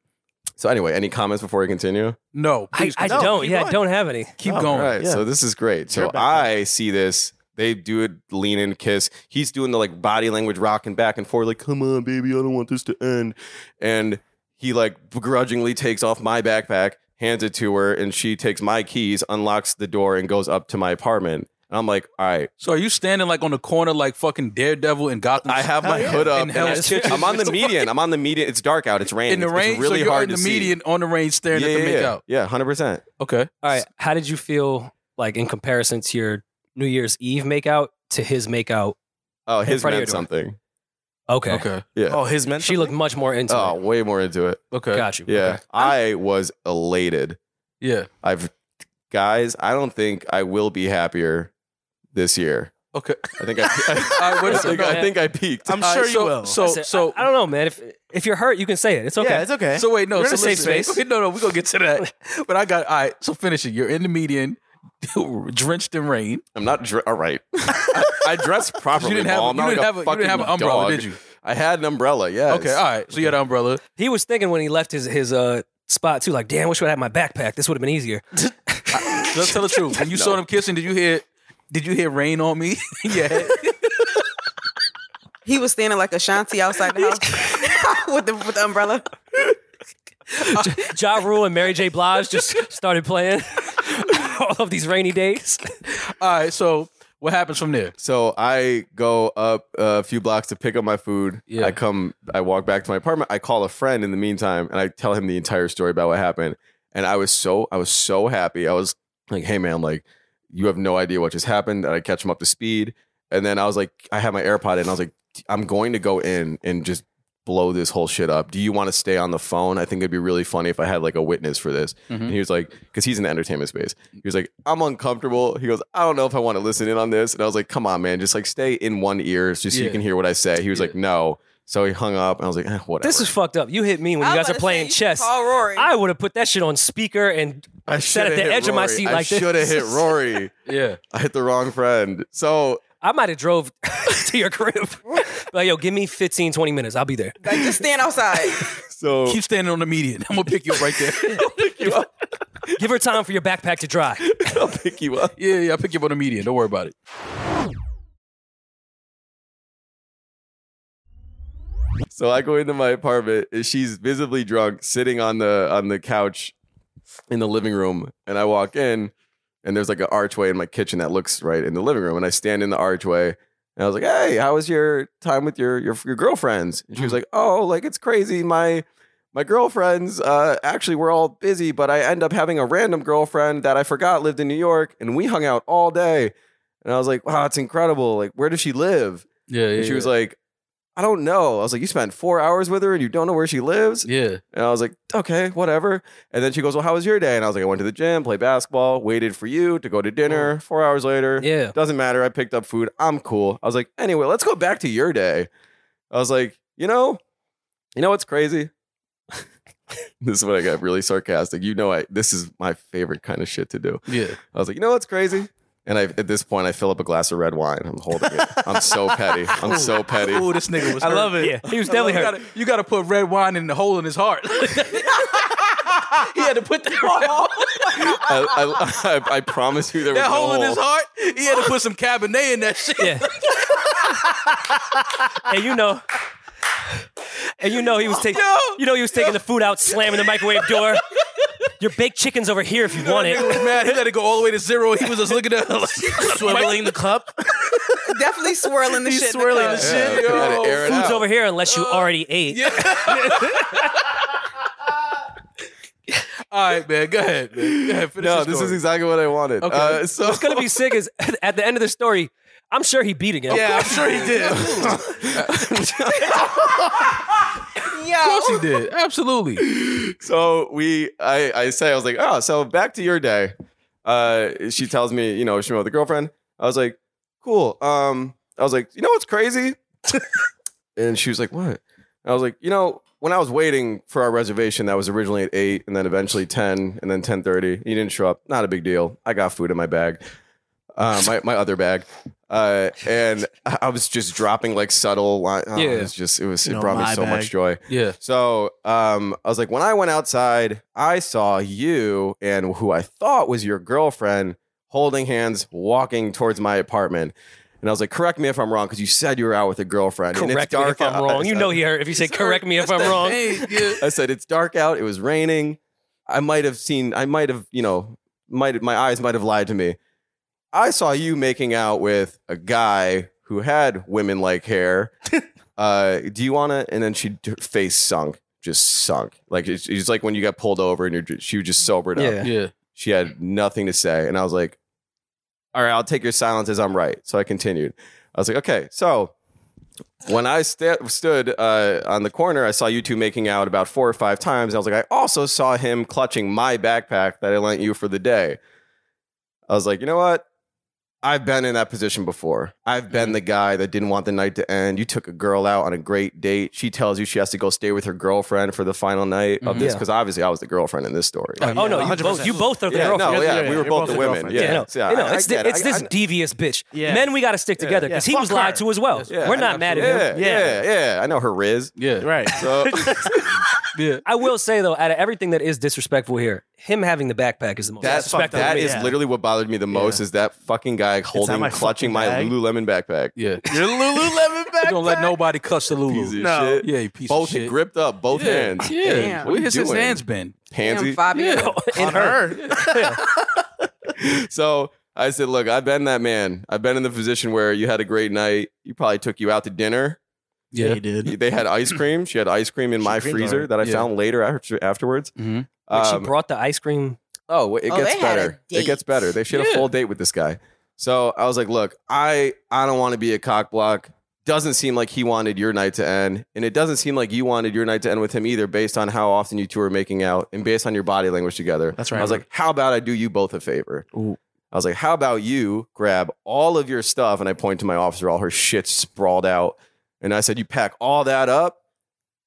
[SPEAKER 1] so anyway, any comments before we continue?
[SPEAKER 3] No.
[SPEAKER 2] I,
[SPEAKER 3] Please
[SPEAKER 2] I
[SPEAKER 3] keep-
[SPEAKER 4] No,
[SPEAKER 2] don't.
[SPEAKER 4] keep
[SPEAKER 2] Yeah, I
[SPEAKER 4] going.
[SPEAKER 2] don't have any.
[SPEAKER 3] keep
[SPEAKER 4] Oh,
[SPEAKER 1] All
[SPEAKER 3] going.
[SPEAKER 1] right,
[SPEAKER 4] yeah.
[SPEAKER 1] so this is great.
[SPEAKER 4] You're
[SPEAKER 1] So
[SPEAKER 4] back
[SPEAKER 1] I see this. They do it, lean in, kiss. He's doing the like body language, rocking back and forth, like "Come on, baby, I don't want this to end." And he like begrudgingly takes off my backpack, hands it to her, and she takes my keys, unlocks the door, and goes up to my apartment. And I'm like, "All right,
[SPEAKER 3] So are you standing like on the corner like fucking Daredevil in Gotham?
[SPEAKER 1] I have my
[SPEAKER 4] yeah.
[SPEAKER 1] hood up.
[SPEAKER 3] In
[SPEAKER 1] and
[SPEAKER 3] Hell's
[SPEAKER 1] I-
[SPEAKER 3] Kitchen.
[SPEAKER 1] I'm on the median. I'm on the median. It's dark out. It's raining.
[SPEAKER 3] in the
[SPEAKER 1] It's-
[SPEAKER 3] rain?
[SPEAKER 1] It's really
[SPEAKER 3] so you're
[SPEAKER 1] hard
[SPEAKER 3] in the
[SPEAKER 1] to see.
[SPEAKER 3] median on the rain staring at the make
[SPEAKER 1] yeah,
[SPEAKER 3] out.
[SPEAKER 1] yeah, hundred percent.
[SPEAKER 3] Okay.
[SPEAKER 2] All right. How did you feel like in comparison to your New Year's Eve makeout to his makeout?
[SPEAKER 1] Oh, his
[SPEAKER 2] front of your
[SPEAKER 1] meant
[SPEAKER 2] door.
[SPEAKER 1] something.
[SPEAKER 2] Okay.
[SPEAKER 3] Okay.
[SPEAKER 4] Oh, his mental.
[SPEAKER 2] She looked much more into
[SPEAKER 1] Oh,
[SPEAKER 2] it.
[SPEAKER 1] way more into it.
[SPEAKER 3] Okay.
[SPEAKER 2] Got you.
[SPEAKER 1] Yeah, I was elated.
[SPEAKER 3] Yeah.
[SPEAKER 1] I've guys, I don't think I will be happier this year.
[SPEAKER 3] Okay.
[SPEAKER 1] I think I, I,
[SPEAKER 3] All right, what
[SPEAKER 1] I
[SPEAKER 3] is
[SPEAKER 1] think,
[SPEAKER 3] it?
[SPEAKER 1] I think I peaked.
[SPEAKER 4] I'm
[SPEAKER 3] All
[SPEAKER 4] sure
[SPEAKER 3] right, so,
[SPEAKER 4] you will.
[SPEAKER 3] So
[SPEAKER 2] Listen,
[SPEAKER 3] so
[SPEAKER 2] I, I don't know, man. If if you're hurt, you can say it. It's okay.
[SPEAKER 4] Yeah, it's okay.
[SPEAKER 3] So wait, no,
[SPEAKER 2] You're in
[SPEAKER 3] so
[SPEAKER 2] a safe
[SPEAKER 3] listen,
[SPEAKER 2] space.
[SPEAKER 3] wait, no, no, we're gonna get to that. But I got all right. So finish it. You're in the median, drenched in rain.
[SPEAKER 1] I'm not dre- all right. I, I dressed properly.
[SPEAKER 3] you didn't have,
[SPEAKER 1] Maul.
[SPEAKER 3] you
[SPEAKER 1] I'm not like
[SPEAKER 3] didn't have
[SPEAKER 1] a
[SPEAKER 3] a- you
[SPEAKER 1] fucking
[SPEAKER 3] didn't have an umbrella,
[SPEAKER 1] dog.
[SPEAKER 3] did you?
[SPEAKER 1] I had an umbrella. Yes.
[SPEAKER 3] Okay, all right. So you had an umbrella.
[SPEAKER 2] he was thinking when he left his his uh spot too, like, damn, wish I had my backpack. This would have been easier.
[SPEAKER 3] Let's tell the truth. When you
[SPEAKER 1] No.
[SPEAKER 3] saw them kissing, did you hear? Did you hear rain on me? yeah.
[SPEAKER 5] He was standing like Ashanti outside the house with the with the umbrella.
[SPEAKER 2] Ja Rule and Mary J. Blige just started playing all of these rainy days.
[SPEAKER 3] All right. So what happens from there?
[SPEAKER 1] So I go up a few blocks to pick up my food.
[SPEAKER 3] Yeah.
[SPEAKER 1] I come, I walk back to my apartment. I call a friend in the meantime, and I tell him the entire story about what happened. And I was so, I was so happy. I was like, "Hey, man, like, you have no idea what just happened." And I catch him up to speed. And then I was like, I had my AirPod in. And I was like, I'm going to go in and just blow this whole shit up. Do you want to stay on the phone? I think it'd be really funny if I had like a witness for this.
[SPEAKER 2] Mm-hmm.
[SPEAKER 3] Mhm.
[SPEAKER 1] And he was like, because he's in the entertainment space. He was like, I'm uncomfortable. He goes, I don't know if I want to listen in on this. And I was like, come on, man, just like stay in one ear just so you
[SPEAKER 3] Yeah.
[SPEAKER 1] can hear what I say. He was
[SPEAKER 3] Yeah.
[SPEAKER 1] like, no. So he hung up and I was like, eh, whatever.
[SPEAKER 2] This is fucked up. You hit me when you guys are playing chess.
[SPEAKER 5] Paul Rory.
[SPEAKER 2] I would have put that shit on speaker and
[SPEAKER 1] I
[SPEAKER 2] sat
[SPEAKER 1] shoulda
[SPEAKER 2] at the
[SPEAKER 1] hit
[SPEAKER 2] edge of my
[SPEAKER 1] Rory.
[SPEAKER 2] seat
[SPEAKER 1] I
[SPEAKER 2] like this.
[SPEAKER 1] should have hit Rory.
[SPEAKER 3] Yeah.
[SPEAKER 1] I hit the wrong friend. So
[SPEAKER 2] I might have drove to your crib. like, yo, give me 15, 20 minutes. I'll be there.
[SPEAKER 5] like just stand outside.
[SPEAKER 1] so
[SPEAKER 3] Keep standing on the median. I'm gonna pick you up right there.
[SPEAKER 2] Give her time for your backpack to dry.
[SPEAKER 1] I'll pick you up.
[SPEAKER 3] yeah, yeah. I'll pick you up on the median. Don't worry about it.
[SPEAKER 1] So I go into my apartment. and She's visibly drunk, sitting on the on the couch in the living room. And I walk in, and there's like an archway in my kitchen that looks right in the living room. And I stand in the archway, and I was like, "Hey, how was your time with your your, your girlfriends?" And she was like, "Oh, like it's crazy. My my girlfriends uh, actually we're all busy, but I end up having a random girlfriend that I forgot lived in New York, and we hung out all day." And I was like, "Wow, it's incredible. Like, where does she live?"
[SPEAKER 3] Yeah.
[SPEAKER 1] And she was like, I don't know. I was like, You spent four hours with her and you don't know where she lives?
[SPEAKER 3] Yeah.
[SPEAKER 1] And I was like, Okay, whatever. And then she goes, Well, how was your day? And I was like, I went to the gym, played basketball, waited for you to
[SPEAKER 3] Oh.
[SPEAKER 1] go to dinner. Four hours later,
[SPEAKER 2] Yeah.
[SPEAKER 1] doesn't matter. I picked up food. I'm cool. I was like, Anyway, let's go back to your day. I was like, You know, you know what's crazy? this is when I got really sarcastic. You know, I this is my favorite kind of shit to do.
[SPEAKER 3] Yeah.
[SPEAKER 1] I was like, you know what's crazy? And I, at this point, I fill up a glass of red wine. I'm holding it. I'm so petty. I'm so petty.
[SPEAKER 3] Oh, this nigga was.
[SPEAKER 4] I
[SPEAKER 3] hurt.
[SPEAKER 4] love it.
[SPEAKER 2] Yeah. He was definitely
[SPEAKER 3] you
[SPEAKER 2] hurt.
[SPEAKER 3] Gotta, you gotta put red wine in the hole in his heart. he had to put that, red wine-
[SPEAKER 1] I, I, I, I promise you there was
[SPEAKER 3] that
[SPEAKER 1] no
[SPEAKER 3] hole in his heart. He had to put some cabernet in that shit.
[SPEAKER 2] Yeah. and you know, and you know he was taking, you know he was taking the food out, slamming the microwave door. Your baked chicken's over here if you want
[SPEAKER 3] He was
[SPEAKER 2] it.
[SPEAKER 3] mad. He let it go all the way to zero. He was just looking at her like,
[SPEAKER 4] Swiveling the cup.
[SPEAKER 5] Definitely swirling the
[SPEAKER 4] He's
[SPEAKER 5] shit. in
[SPEAKER 4] swirling
[SPEAKER 5] cup.
[SPEAKER 4] the
[SPEAKER 1] Yeah,
[SPEAKER 4] shit.
[SPEAKER 1] you gotta air it
[SPEAKER 2] Food's
[SPEAKER 1] out.
[SPEAKER 2] over here unless you already ate.
[SPEAKER 3] All right, man. Go ahead, man. Go ahead. Finish
[SPEAKER 1] No,
[SPEAKER 3] your
[SPEAKER 1] this is
[SPEAKER 3] story.
[SPEAKER 1] exactly what I wanted.
[SPEAKER 3] Okay.
[SPEAKER 1] Uh, so
[SPEAKER 2] What's gonna be sick is at the end of the story, I'm sure he beat again.
[SPEAKER 3] Yeah, I'm sure he did. Of course he did. Absolutely.
[SPEAKER 1] so we I, I say I was like, oh, so back to your day. Uh, she tells me, you know, she met with a girlfriend. I was like, cool. Um, I was like, you know what's crazy? and she was like, what? I was like, you know, when I was waiting for our reservation, that was originally at eight, and then eventually ten, and then ten thirty. You didn't show up. Not a big deal. I got food in my bag, uh, my my other bag, uh, and I I was just dropping like subtle. Line. Oh,
[SPEAKER 3] Yeah.
[SPEAKER 1] it was just it was
[SPEAKER 4] You
[SPEAKER 1] it
[SPEAKER 4] know,
[SPEAKER 1] brought me
[SPEAKER 4] my
[SPEAKER 1] so
[SPEAKER 4] bag.
[SPEAKER 1] much joy.
[SPEAKER 3] Yeah.
[SPEAKER 1] So um, I was like, when I went outside, I saw you and who I thought was your girlfriend holding hands, walking towards my apartment. And I was like, correct me if I'm wrong, because you said you were out with a girlfriend. and it's
[SPEAKER 2] Correct me
[SPEAKER 1] dark
[SPEAKER 2] if I'm
[SPEAKER 1] out.
[SPEAKER 2] wrong. You know he hurt if you say correct me if I'm wrong.
[SPEAKER 3] Hey, yeah.
[SPEAKER 1] I said it's dark out. It was raining. I might have seen. I might have. You know, might my eyes might have lied to me. I saw you making out with a guy who had women like hair. uh, do you want to? And then she her face sunk, just sunk. Like it's, it's like when you got pulled over and you're ju- she was just sobered up.
[SPEAKER 2] Yeah.
[SPEAKER 3] Yeah.
[SPEAKER 1] She had nothing to say. And I was like, all right, I'll take your silence as I'm right. So I continued. I was like, okay, so when I sta- stood uh, on the corner, I saw you two making out about four or five times. I was like, I also saw him clutching my backpack that I lent you for the day. I was like, you know what? I've been in that position before. I've
[SPEAKER 2] Mm-hmm.
[SPEAKER 1] been the guy that didn't want the night to end. You took a girl out on a great date. She tells you she has to go stay with her girlfriend for the final night of this
[SPEAKER 2] Mhm.
[SPEAKER 1] because obviously I was the girlfriend in this story.
[SPEAKER 2] Oh no, you
[SPEAKER 4] 100%.
[SPEAKER 2] both, you both are the
[SPEAKER 1] yeah,
[SPEAKER 2] girlfriend.
[SPEAKER 1] no,
[SPEAKER 4] You're the-
[SPEAKER 1] yeah,
[SPEAKER 4] yeah,
[SPEAKER 1] we were
[SPEAKER 4] you're
[SPEAKER 1] both,
[SPEAKER 4] both
[SPEAKER 1] the
[SPEAKER 4] the
[SPEAKER 1] women.
[SPEAKER 4] girlfriend.
[SPEAKER 1] Yeah,
[SPEAKER 2] Yeah, no,
[SPEAKER 1] So, I-
[SPEAKER 2] you know,
[SPEAKER 1] I
[SPEAKER 2] it's,
[SPEAKER 1] get it.
[SPEAKER 2] the, it's
[SPEAKER 1] I-
[SPEAKER 2] this
[SPEAKER 1] I-
[SPEAKER 2] devious bitch.
[SPEAKER 4] Yeah.
[SPEAKER 2] Men, we got to stick together
[SPEAKER 4] Yeah,
[SPEAKER 2] because he
[SPEAKER 4] fuck
[SPEAKER 2] was lied
[SPEAKER 4] her.
[SPEAKER 2] to as well.
[SPEAKER 3] Yeah,
[SPEAKER 2] We're not mad at him.
[SPEAKER 1] yeah, yeah, yeah, I know her Riz.
[SPEAKER 3] Yeah,
[SPEAKER 4] Right.
[SPEAKER 1] So
[SPEAKER 3] yeah.
[SPEAKER 2] I will say though, out of everything that is disrespectful here, him having the backpack is the most
[SPEAKER 1] That's
[SPEAKER 2] disrespectful.
[SPEAKER 1] that
[SPEAKER 2] to me.
[SPEAKER 1] is
[SPEAKER 4] yeah.
[SPEAKER 1] literally what bothered me the most is that fucking guy holding,
[SPEAKER 4] my
[SPEAKER 1] clutching
[SPEAKER 4] fucking
[SPEAKER 1] my
[SPEAKER 4] bag.
[SPEAKER 1] Lululemon backpack.
[SPEAKER 3] Yeah.
[SPEAKER 4] Your Lululemon backpack.
[SPEAKER 3] You don't let nobody clutch the
[SPEAKER 1] Piece of
[SPEAKER 3] Lulu.
[SPEAKER 4] No.
[SPEAKER 1] shit.
[SPEAKER 3] Yeah, you piece
[SPEAKER 1] both
[SPEAKER 3] of shit.
[SPEAKER 1] gripped up, both
[SPEAKER 3] yeah.
[SPEAKER 1] hands,
[SPEAKER 3] Yeah.
[SPEAKER 5] Damn.
[SPEAKER 1] What
[SPEAKER 3] Where
[SPEAKER 1] are you
[SPEAKER 3] has his
[SPEAKER 1] doing? e-,
[SPEAKER 3] hands been?
[SPEAKER 1] pansy.
[SPEAKER 5] Fabio.
[SPEAKER 2] in her.
[SPEAKER 1] so I said, look, I've been that man. I've been in the position where you had a great night. You probably took you out to dinner.
[SPEAKER 4] Yeah,
[SPEAKER 3] Yeah.
[SPEAKER 4] he did.
[SPEAKER 1] They had ice cream. She had ice cream in
[SPEAKER 4] She
[SPEAKER 1] my
[SPEAKER 4] creamed
[SPEAKER 1] freezer
[SPEAKER 4] on it.
[SPEAKER 1] that I
[SPEAKER 3] Yeah.
[SPEAKER 1] found later after, afterwards.
[SPEAKER 3] Mhm.
[SPEAKER 2] When she
[SPEAKER 1] Um,
[SPEAKER 2] brought the ice cream.
[SPEAKER 1] Oh, wait, it
[SPEAKER 5] Oh,
[SPEAKER 1] gets
[SPEAKER 5] they had a
[SPEAKER 1] better. It
[SPEAKER 5] date.
[SPEAKER 1] gets better. They should have
[SPEAKER 3] Yeah.
[SPEAKER 1] full date with this guy. So I was like, look, I I don't want to be a cock block. Doesn't seem like he wanted your night to end, and it doesn't seem like you wanted your night to end with him either, based on how often you two were making out and based on your body language together.
[SPEAKER 4] That's right.
[SPEAKER 1] I was like, how about I do you both a favor?
[SPEAKER 4] Ooh.
[SPEAKER 1] I was like, how about you grab all of your stuff? And I point to my officer, all her shit sprawled out. And I said, you pack all that up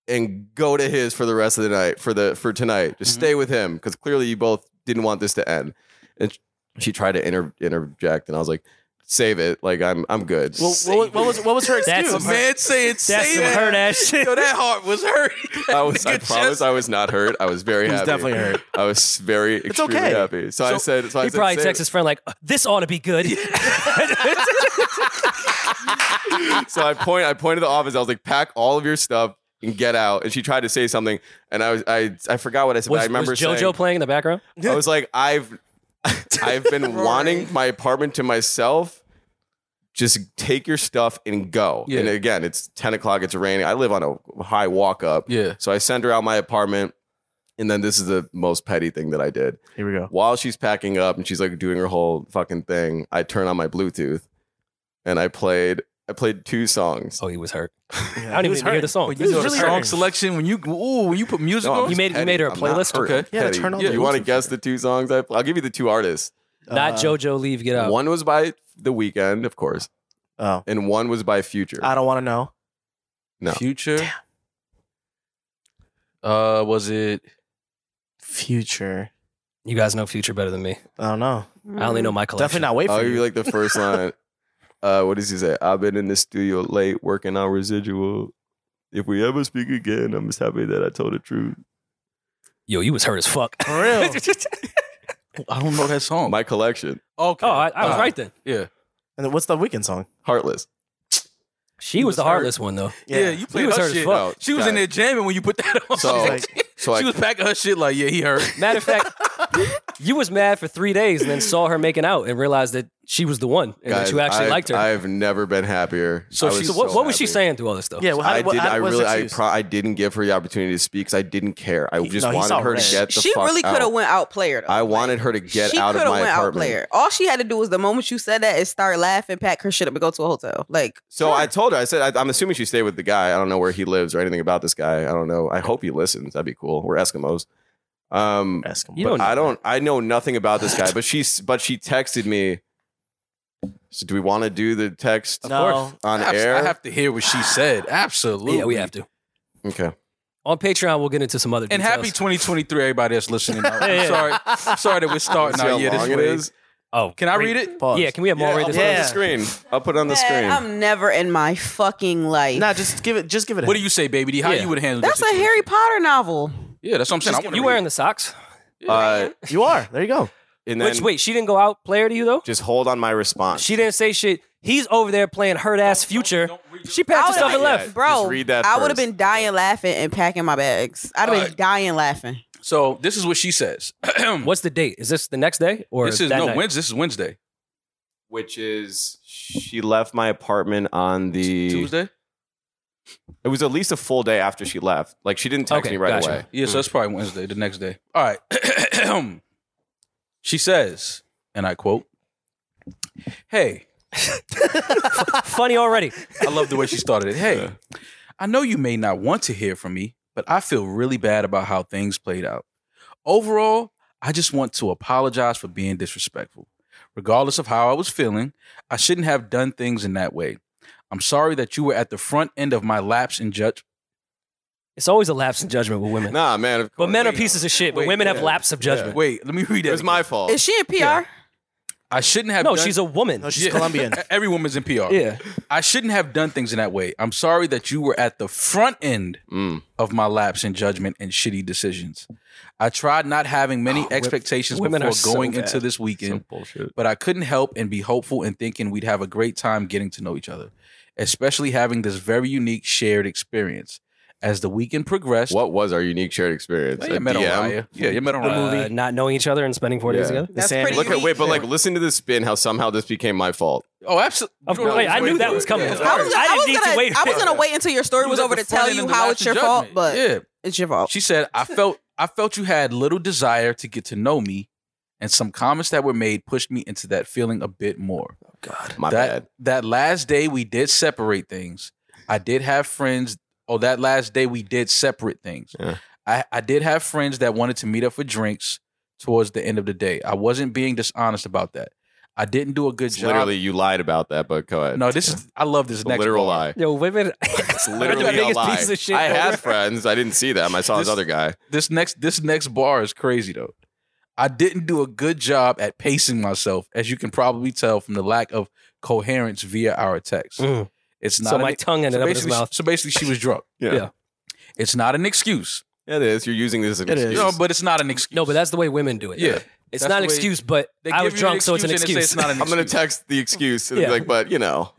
[SPEAKER 1] and go to his for the rest of the night, for the for tonight. Just
[SPEAKER 3] Mhm.
[SPEAKER 1] stay with him. Cause clearly you both didn't want this to end. And sh- she tried to inter- interject and I was like, save it. Like I'm I'm good.
[SPEAKER 4] well, what, what was what was her
[SPEAKER 2] That's some
[SPEAKER 4] excuse?
[SPEAKER 2] hurt-
[SPEAKER 3] saying,
[SPEAKER 2] That's some hurt ass shit.
[SPEAKER 3] Yo, that heart was hurt.
[SPEAKER 1] I was I
[SPEAKER 3] Nigga
[SPEAKER 1] promise
[SPEAKER 3] just-
[SPEAKER 1] I was not hurt. I was very
[SPEAKER 4] It was
[SPEAKER 1] happy.
[SPEAKER 4] definitely hurt.
[SPEAKER 1] I was very extremely
[SPEAKER 4] okay.
[SPEAKER 1] happy. So, I
[SPEAKER 3] So
[SPEAKER 1] said so I
[SPEAKER 2] He
[SPEAKER 1] said,
[SPEAKER 2] probably
[SPEAKER 1] "Save
[SPEAKER 2] texts
[SPEAKER 1] it."
[SPEAKER 2] his friend like, "Oh, "This ought to be good."
[SPEAKER 1] so I point, I pointed to the office. I was like, pack all of your stuff and get out. And she tried to say something, and I was, I, I forgot what I said. but
[SPEAKER 2] was,
[SPEAKER 1] I remember
[SPEAKER 2] was JoJo
[SPEAKER 1] saying-
[SPEAKER 2] playing in the background?
[SPEAKER 1] I was like, I've, I've been wanting my apartment to myself. Just take your stuff and go.
[SPEAKER 3] Yeah.
[SPEAKER 1] And again, it's ten o'clock. It's raining. I live on a high walk up,
[SPEAKER 3] Yeah.
[SPEAKER 1] so I send her out my apartment. And then this is the most petty thing that I did.
[SPEAKER 4] Here we go.
[SPEAKER 1] While she's packing up and she's like doing her whole fucking thing, I turn on my Bluetooth, and I played. I played two songs.
[SPEAKER 2] Oh, he was hurt. I
[SPEAKER 4] Yeah,
[SPEAKER 2] don't
[SPEAKER 4] he
[SPEAKER 2] even
[SPEAKER 4] was
[SPEAKER 2] need to hear
[SPEAKER 4] hurt.
[SPEAKER 2] the song.
[SPEAKER 3] When you do
[SPEAKER 4] really
[SPEAKER 3] a song
[SPEAKER 4] hurt.
[SPEAKER 3] selection, when you ooh, when you put music
[SPEAKER 1] No, I'm
[SPEAKER 3] on,
[SPEAKER 2] You
[SPEAKER 1] just
[SPEAKER 2] made- you
[SPEAKER 1] petty.
[SPEAKER 2] made her a
[SPEAKER 1] I'm not
[SPEAKER 2] playlist?
[SPEAKER 1] hurt.
[SPEAKER 3] Okay.
[SPEAKER 1] I'm
[SPEAKER 4] Yeah,
[SPEAKER 1] petty.
[SPEAKER 4] turn on
[SPEAKER 1] Yeah,
[SPEAKER 4] the
[SPEAKER 1] you want to
[SPEAKER 4] Bluetooth.
[SPEAKER 1] guess the two songs I play? I'll give you the two artists.
[SPEAKER 2] Not
[SPEAKER 4] Uh,
[SPEAKER 2] JoJo. Leave. Get out.
[SPEAKER 1] One was by The Weeknd, of course,
[SPEAKER 4] Oh,
[SPEAKER 1] and one was by Future.
[SPEAKER 4] I don't want to know.
[SPEAKER 1] No.
[SPEAKER 3] Future. Uh, was it?
[SPEAKER 4] Future.
[SPEAKER 2] You guys know Future better than me.
[SPEAKER 4] I don't know.
[SPEAKER 2] I only know my collection.
[SPEAKER 4] Definitely not wait
[SPEAKER 1] I'll
[SPEAKER 4] for
[SPEAKER 1] give
[SPEAKER 4] you.
[SPEAKER 1] Oh, you like the first line. Uh, what does he say? I've been in the studio late working on residual. If we ever speak again, I'm just happy that I told the truth.
[SPEAKER 2] Yo, you was hurt as fuck.
[SPEAKER 4] For
[SPEAKER 1] Oh.
[SPEAKER 4] real.
[SPEAKER 3] I don't know that song.
[SPEAKER 1] My collection,
[SPEAKER 3] okay.
[SPEAKER 2] Oh, I, I was
[SPEAKER 3] Uh,
[SPEAKER 2] right then.
[SPEAKER 3] Yeah.
[SPEAKER 4] And then what's the weekend song?
[SPEAKER 1] Heartless.
[SPEAKER 2] She
[SPEAKER 3] He
[SPEAKER 2] was,
[SPEAKER 3] was
[SPEAKER 2] the
[SPEAKER 3] hurt.
[SPEAKER 2] heartless one though.
[SPEAKER 3] yeah, You played
[SPEAKER 2] was
[SPEAKER 3] her
[SPEAKER 2] hurt as
[SPEAKER 3] shit.
[SPEAKER 2] fuck.
[SPEAKER 1] No,
[SPEAKER 3] She was
[SPEAKER 1] guys.
[SPEAKER 3] in there jamming when you put that on.
[SPEAKER 1] So, so I,
[SPEAKER 3] she was packing her shit like, yeah, he hurt.
[SPEAKER 2] Matter of fact, you was mad for three days and then saw her making out and realized that she was the one and
[SPEAKER 1] guys,
[SPEAKER 2] that you actually
[SPEAKER 1] I've-
[SPEAKER 2] liked her.
[SPEAKER 1] I've never been happier.
[SPEAKER 3] So
[SPEAKER 1] I
[SPEAKER 3] she-
[SPEAKER 1] was
[SPEAKER 2] so what,
[SPEAKER 1] so
[SPEAKER 2] what was she
[SPEAKER 1] happy.
[SPEAKER 2] saying through all this stuff?
[SPEAKER 4] Yeah, well, how,
[SPEAKER 1] I
[SPEAKER 4] what,
[SPEAKER 1] did.
[SPEAKER 4] how-
[SPEAKER 1] I
[SPEAKER 4] what's the
[SPEAKER 1] really. I,
[SPEAKER 4] excuse?
[SPEAKER 1] pro- I didn't give her the opportunity to speak because I didn't care. I
[SPEAKER 4] He-
[SPEAKER 1] just
[SPEAKER 4] no, he saw
[SPEAKER 1] wanted her to
[SPEAKER 4] red.
[SPEAKER 1] get the
[SPEAKER 5] She
[SPEAKER 1] fuck
[SPEAKER 5] really
[SPEAKER 1] out.
[SPEAKER 5] could have went outplayed. her.
[SPEAKER 1] I wanted her to get
[SPEAKER 5] she
[SPEAKER 1] out of
[SPEAKER 5] coulda
[SPEAKER 1] my
[SPEAKER 5] went
[SPEAKER 1] apartment.
[SPEAKER 5] outplayed her. All she had to do was the moment you said that is start laughing, pack her shit up, and go to a hotel. Like
[SPEAKER 1] So I told her, I said, I, I'm assuming she stayed with the guy. I don't know where he lives or anything about this guy. I don't know. I hope he listens. That'd be cool. We're Eskimos. Um,
[SPEAKER 4] Ask him.
[SPEAKER 2] You
[SPEAKER 1] but
[SPEAKER 2] don't know
[SPEAKER 1] I don't. I know nothing about this guy. But she's. But she texted me. So do we want to do the text
[SPEAKER 4] no.
[SPEAKER 1] on
[SPEAKER 3] Abs-
[SPEAKER 1] air?
[SPEAKER 3] I have to hear what she said. Absolutely.
[SPEAKER 2] Yeah, we have to.
[SPEAKER 1] okay.
[SPEAKER 2] On Patreon, we'll get into some other
[SPEAKER 3] And
[SPEAKER 2] details.
[SPEAKER 3] happy 2023, everybody that's listening. I'm
[SPEAKER 2] Yeah.
[SPEAKER 3] sorry. I'm sorry that we're starting
[SPEAKER 1] See how
[SPEAKER 3] out here this
[SPEAKER 1] long it
[SPEAKER 3] way.
[SPEAKER 1] is.
[SPEAKER 2] Oh,
[SPEAKER 3] Can I read it?
[SPEAKER 4] Pause.
[SPEAKER 2] yeah. Can we have
[SPEAKER 1] Yeah,
[SPEAKER 2] more
[SPEAKER 1] I'll
[SPEAKER 2] read
[SPEAKER 1] put
[SPEAKER 2] this?
[SPEAKER 1] it on
[SPEAKER 4] Yeah.
[SPEAKER 1] the screen. I'll put it on the
[SPEAKER 5] Man,
[SPEAKER 1] screen.
[SPEAKER 5] I'm never in my fucking life.
[SPEAKER 4] Nah, just give it. Just give it.
[SPEAKER 3] What
[SPEAKER 4] a-
[SPEAKER 3] do you say, baby? D? How
[SPEAKER 2] Yeah.
[SPEAKER 3] you would handle
[SPEAKER 5] That's
[SPEAKER 3] this
[SPEAKER 5] a Harry
[SPEAKER 3] situation?
[SPEAKER 5] Potter novel.
[SPEAKER 3] Yeah, that's what I'm saying. I wanna
[SPEAKER 2] You
[SPEAKER 3] read it.
[SPEAKER 2] wearing the socks?
[SPEAKER 1] uh,
[SPEAKER 4] You are. There you go.
[SPEAKER 1] and then
[SPEAKER 2] Which wait, she didn't go out player to you though.
[SPEAKER 1] just hold on my response.
[SPEAKER 2] She didn't say shit. He's over there playing hurt ass future. She packed her
[SPEAKER 5] would've
[SPEAKER 2] stuff and
[SPEAKER 5] been-
[SPEAKER 1] Yeah.
[SPEAKER 2] left.
[SPEAKER 5] Bro,
[SPEAKER 1] Just read that
[SPEAKER 5] I would have
[SPEAKER 1] first.
[SPEAKER 5] been dying laughing and packing my bags. I'd have been
[SPEAKER 3] Alright.
[SPEAKER 5] dying laughing.
[SPEAKER 3] So this is what she says.
[SPEAKER 2] What's the date? Is this the next day or
[SPEAKER 3] this is
[SPEAKER 2] that
[SPEAKER 3] no
[SPEAKER 2] night?
[SPEAKER 3] Wednesday. This is Wednesday,
[SPEAKER 1] Which is she left my apartment on the
[SPEAKER 3] Tuesday.
[SPEAKER 1] It was at least a full day after she left. Like she didn't text
[SPEAKER 2] Okay,
[SPEAKER 1] me right
[SPEAKER 2] gotcha.
[SPEAKER 1] away.
[SPEAKER 3] Yeah, so it's probably Wednesday, the next day. All right. she says, and I quote, Hey,
[SPEAKER 2] Funny already.
[SPEAKER 3] I love the way she started it. Hey, I know you may not want to hear from me, but I feel really bad about how things played out. Overall, I just want to apologize for being disrespectful. Regardless of how I was feeling, I shouldn't have done things in that way. I'm sorry that you were at the front end of my lapse in judge.
[SPEAKER 2] It's always a lapse in judgment with women.
[SPEAKER 1] Nah, man. Of
[SPEAKER 2] but
[SPEAKER 1] course.
[SPEAKER 2] men are
[SPEAKER 1] Wait,
[SPEAKER 2] pieces of shit, but
[SPEAKER 3] wait,
[SPEAKER 2] women have
[SPEAKER 1] yeah,
[SPEAKER 2] lapse of judgment.
[SPEAKER 3] Wait, let me read
[SPEAKER 1] It
[SPEAKER 3] that.
[SPEAKER 1] was my fault.
[SPEAKER 5] Is she in PR?
[SPEAKER 3] I shouldn't have.
[SPEAKER 2] No,
[SPEAKER 3] done-
[SPEAKER 2] she's a woman.
[SPEAKER 4] No, she's
[SPEAKER 3] Yeah. E-,
[SPEAKER 4] Colombian.
[SPEAKER 3] Every woman's in PR.
[SPEAKER 2] yeah.
[SPEAKER 3] I shouldn't have done things in that way. I'm sorry that you were at the front end
[SPEAKER 1] Mm.
[SPEAKER 3] of my lapse in judgment and shitty decisions. I tried not having many expectations
[SPEAKER 2] Ah, women are
[SPEAKER 3] before
[SPEAKER 2] so
[SPEAKER 3] going
[SPEAKER 2] bad.
[SPEAKER 3] into this weekend,
[SPEAKER 1] Some bullshit.
[SPEAKER 3] but I couldn't help and be hopeful and thinking we'd have a great time getting to know each other, especially having this very unique shared experience. As the weekend progressed,
[SPEAKER 1] What was our unique shared experience?
[SPEAKER 3] Well, you
[SPEAKER 1] A
[SPEAKER 3] met
[SPEAKER 1] DM?
[SPEAKER 3] Araya. Yeah, you met
[SPEAKER 2] Uh,
[SPEAKER 3] Araya.
[SPEAKER 2] not knowing each other and spending four days
[SPEAKER 1] Yeah.
[SPEAKER 2] together.
[SPEAKER 4] The
[SPEAKER 5] That's
[SPEAKER 4] Sammy.
[SPEAKER 5] pretty
[SPEAKER 1] Look at wait, but like listen to this spin. How somehow this became my fault.
[SPEAKER 3] Oh, absolutely.
[SPEAKER 2] Of course, wait, I knew that was coming. Of
[SPEAKER 5] I was,
[SPEAKER 2] course. I
[SPEAKER 5] I
[SPEAKER 2] didn't
[SPEAKER 5] was
[SPEAKER 2] need to
[SPEAKER 5] gonna,
[SPEAKER 2] wait.
[SPEAKER 5] I was gonna wait until your story was over to tell you how it's your fault, but
[SPEAKER 3] yeah,
[SPEAKER 5] it's your fault.
[SPEAKER 3] She said, I felt I felt you had little desire to get to know me, and some comments that were made pushed me into that feeling a bit more.
[SPEAKER 2] God.
[SPEAKER 1] My
[SPEAKER 3] that
[SPEAKER 1] bad.
[SPEAKER 3] that last day we did separate things. I did have friends. Oh, that last day we did separate things.
[SPEAKER 1] Yeah.
[SPEAKER 3] I, I did have friends that wanted to meet up for drinks towards the end of the day. I wasn't being dishonest about that. I didn't do a good
[SPEAKER 1] It's
[SPEAKER 3] job.
[SPEAKER 1] Literally, you lied about that, but go ahead.
[SPEAKER 3] no, this is I love this
[SPEAKER 1] It's a
[SPEAKER 3] next
[SPEAKER 1] literal
[SPEAKER 3] part.
[SPEAKER 1] lie.
[SPEAKER 2] Yo, women. It's
[SPEAKER 1] Literally a lie.
[SPEAKER 2] Piece of shit
[SPEAKER 1] I had
[SPEAKER 2] ever.
[SPEAKER 1] friends. I didn't see them. I saw this,
[SPEAKER 3] This-
[SPEAKER 1] other guy.
[SPEAKER 3] this next this next bar is crazy though. I didn't do a good job at pacing myself, as you can probably tell from the lack of coherence via our text.
[SPEAKER 2] Mm.
[SPEAKER 3] It's not
[SPEAKER 2] So
[SPEAKER 3] an- e-,
[SPEAKER 2] my tongue ended
[SPEAKER 3] so
[SPEAKER 2] up in his
[SPEAKER 3] basically,
[SPEAKER 2] mouth.
[SPEAKER 3] so basically she was drunk.
[SPEAKER 2] Yeah.
[SPEAKER 3] It's not an excuse.
[SPEAKER 1] Yeah, it is. You're using this as an
[SPEAKER 4] It is.
[SPEAKER 1] excuse.
[SPEAKER 3] No, but it's not an excuse.
[SPEAKER 2] No, but that's the way women do it.
[SPEAKER 3] yeah.
[SPEAKER 2] It's
[SPEAKER 3] That's
[SPEAKER 2] not an
[SPEAKER 3] the way-
[SPEAKER 2] excuse, but
[SPEAKER 3] They
[SPEAKER 2] I
[SPEAKER 3] give
[SPEAKER 2] was
[SPEAKER 3] you an
[SPEAKER 2] drunk, so it's an
[SPEAKER 3] and they say
[SPEAKER 2] excuse.
[SPEAKER 3] it's not an
[SPEAKER 1] I'm gonna
[SPEAKER 3] excuse.
[SPEAKER 1] text the excuse and
[SPEAKER 2] Yeah.
[SPEAKER 1] be like, but you know,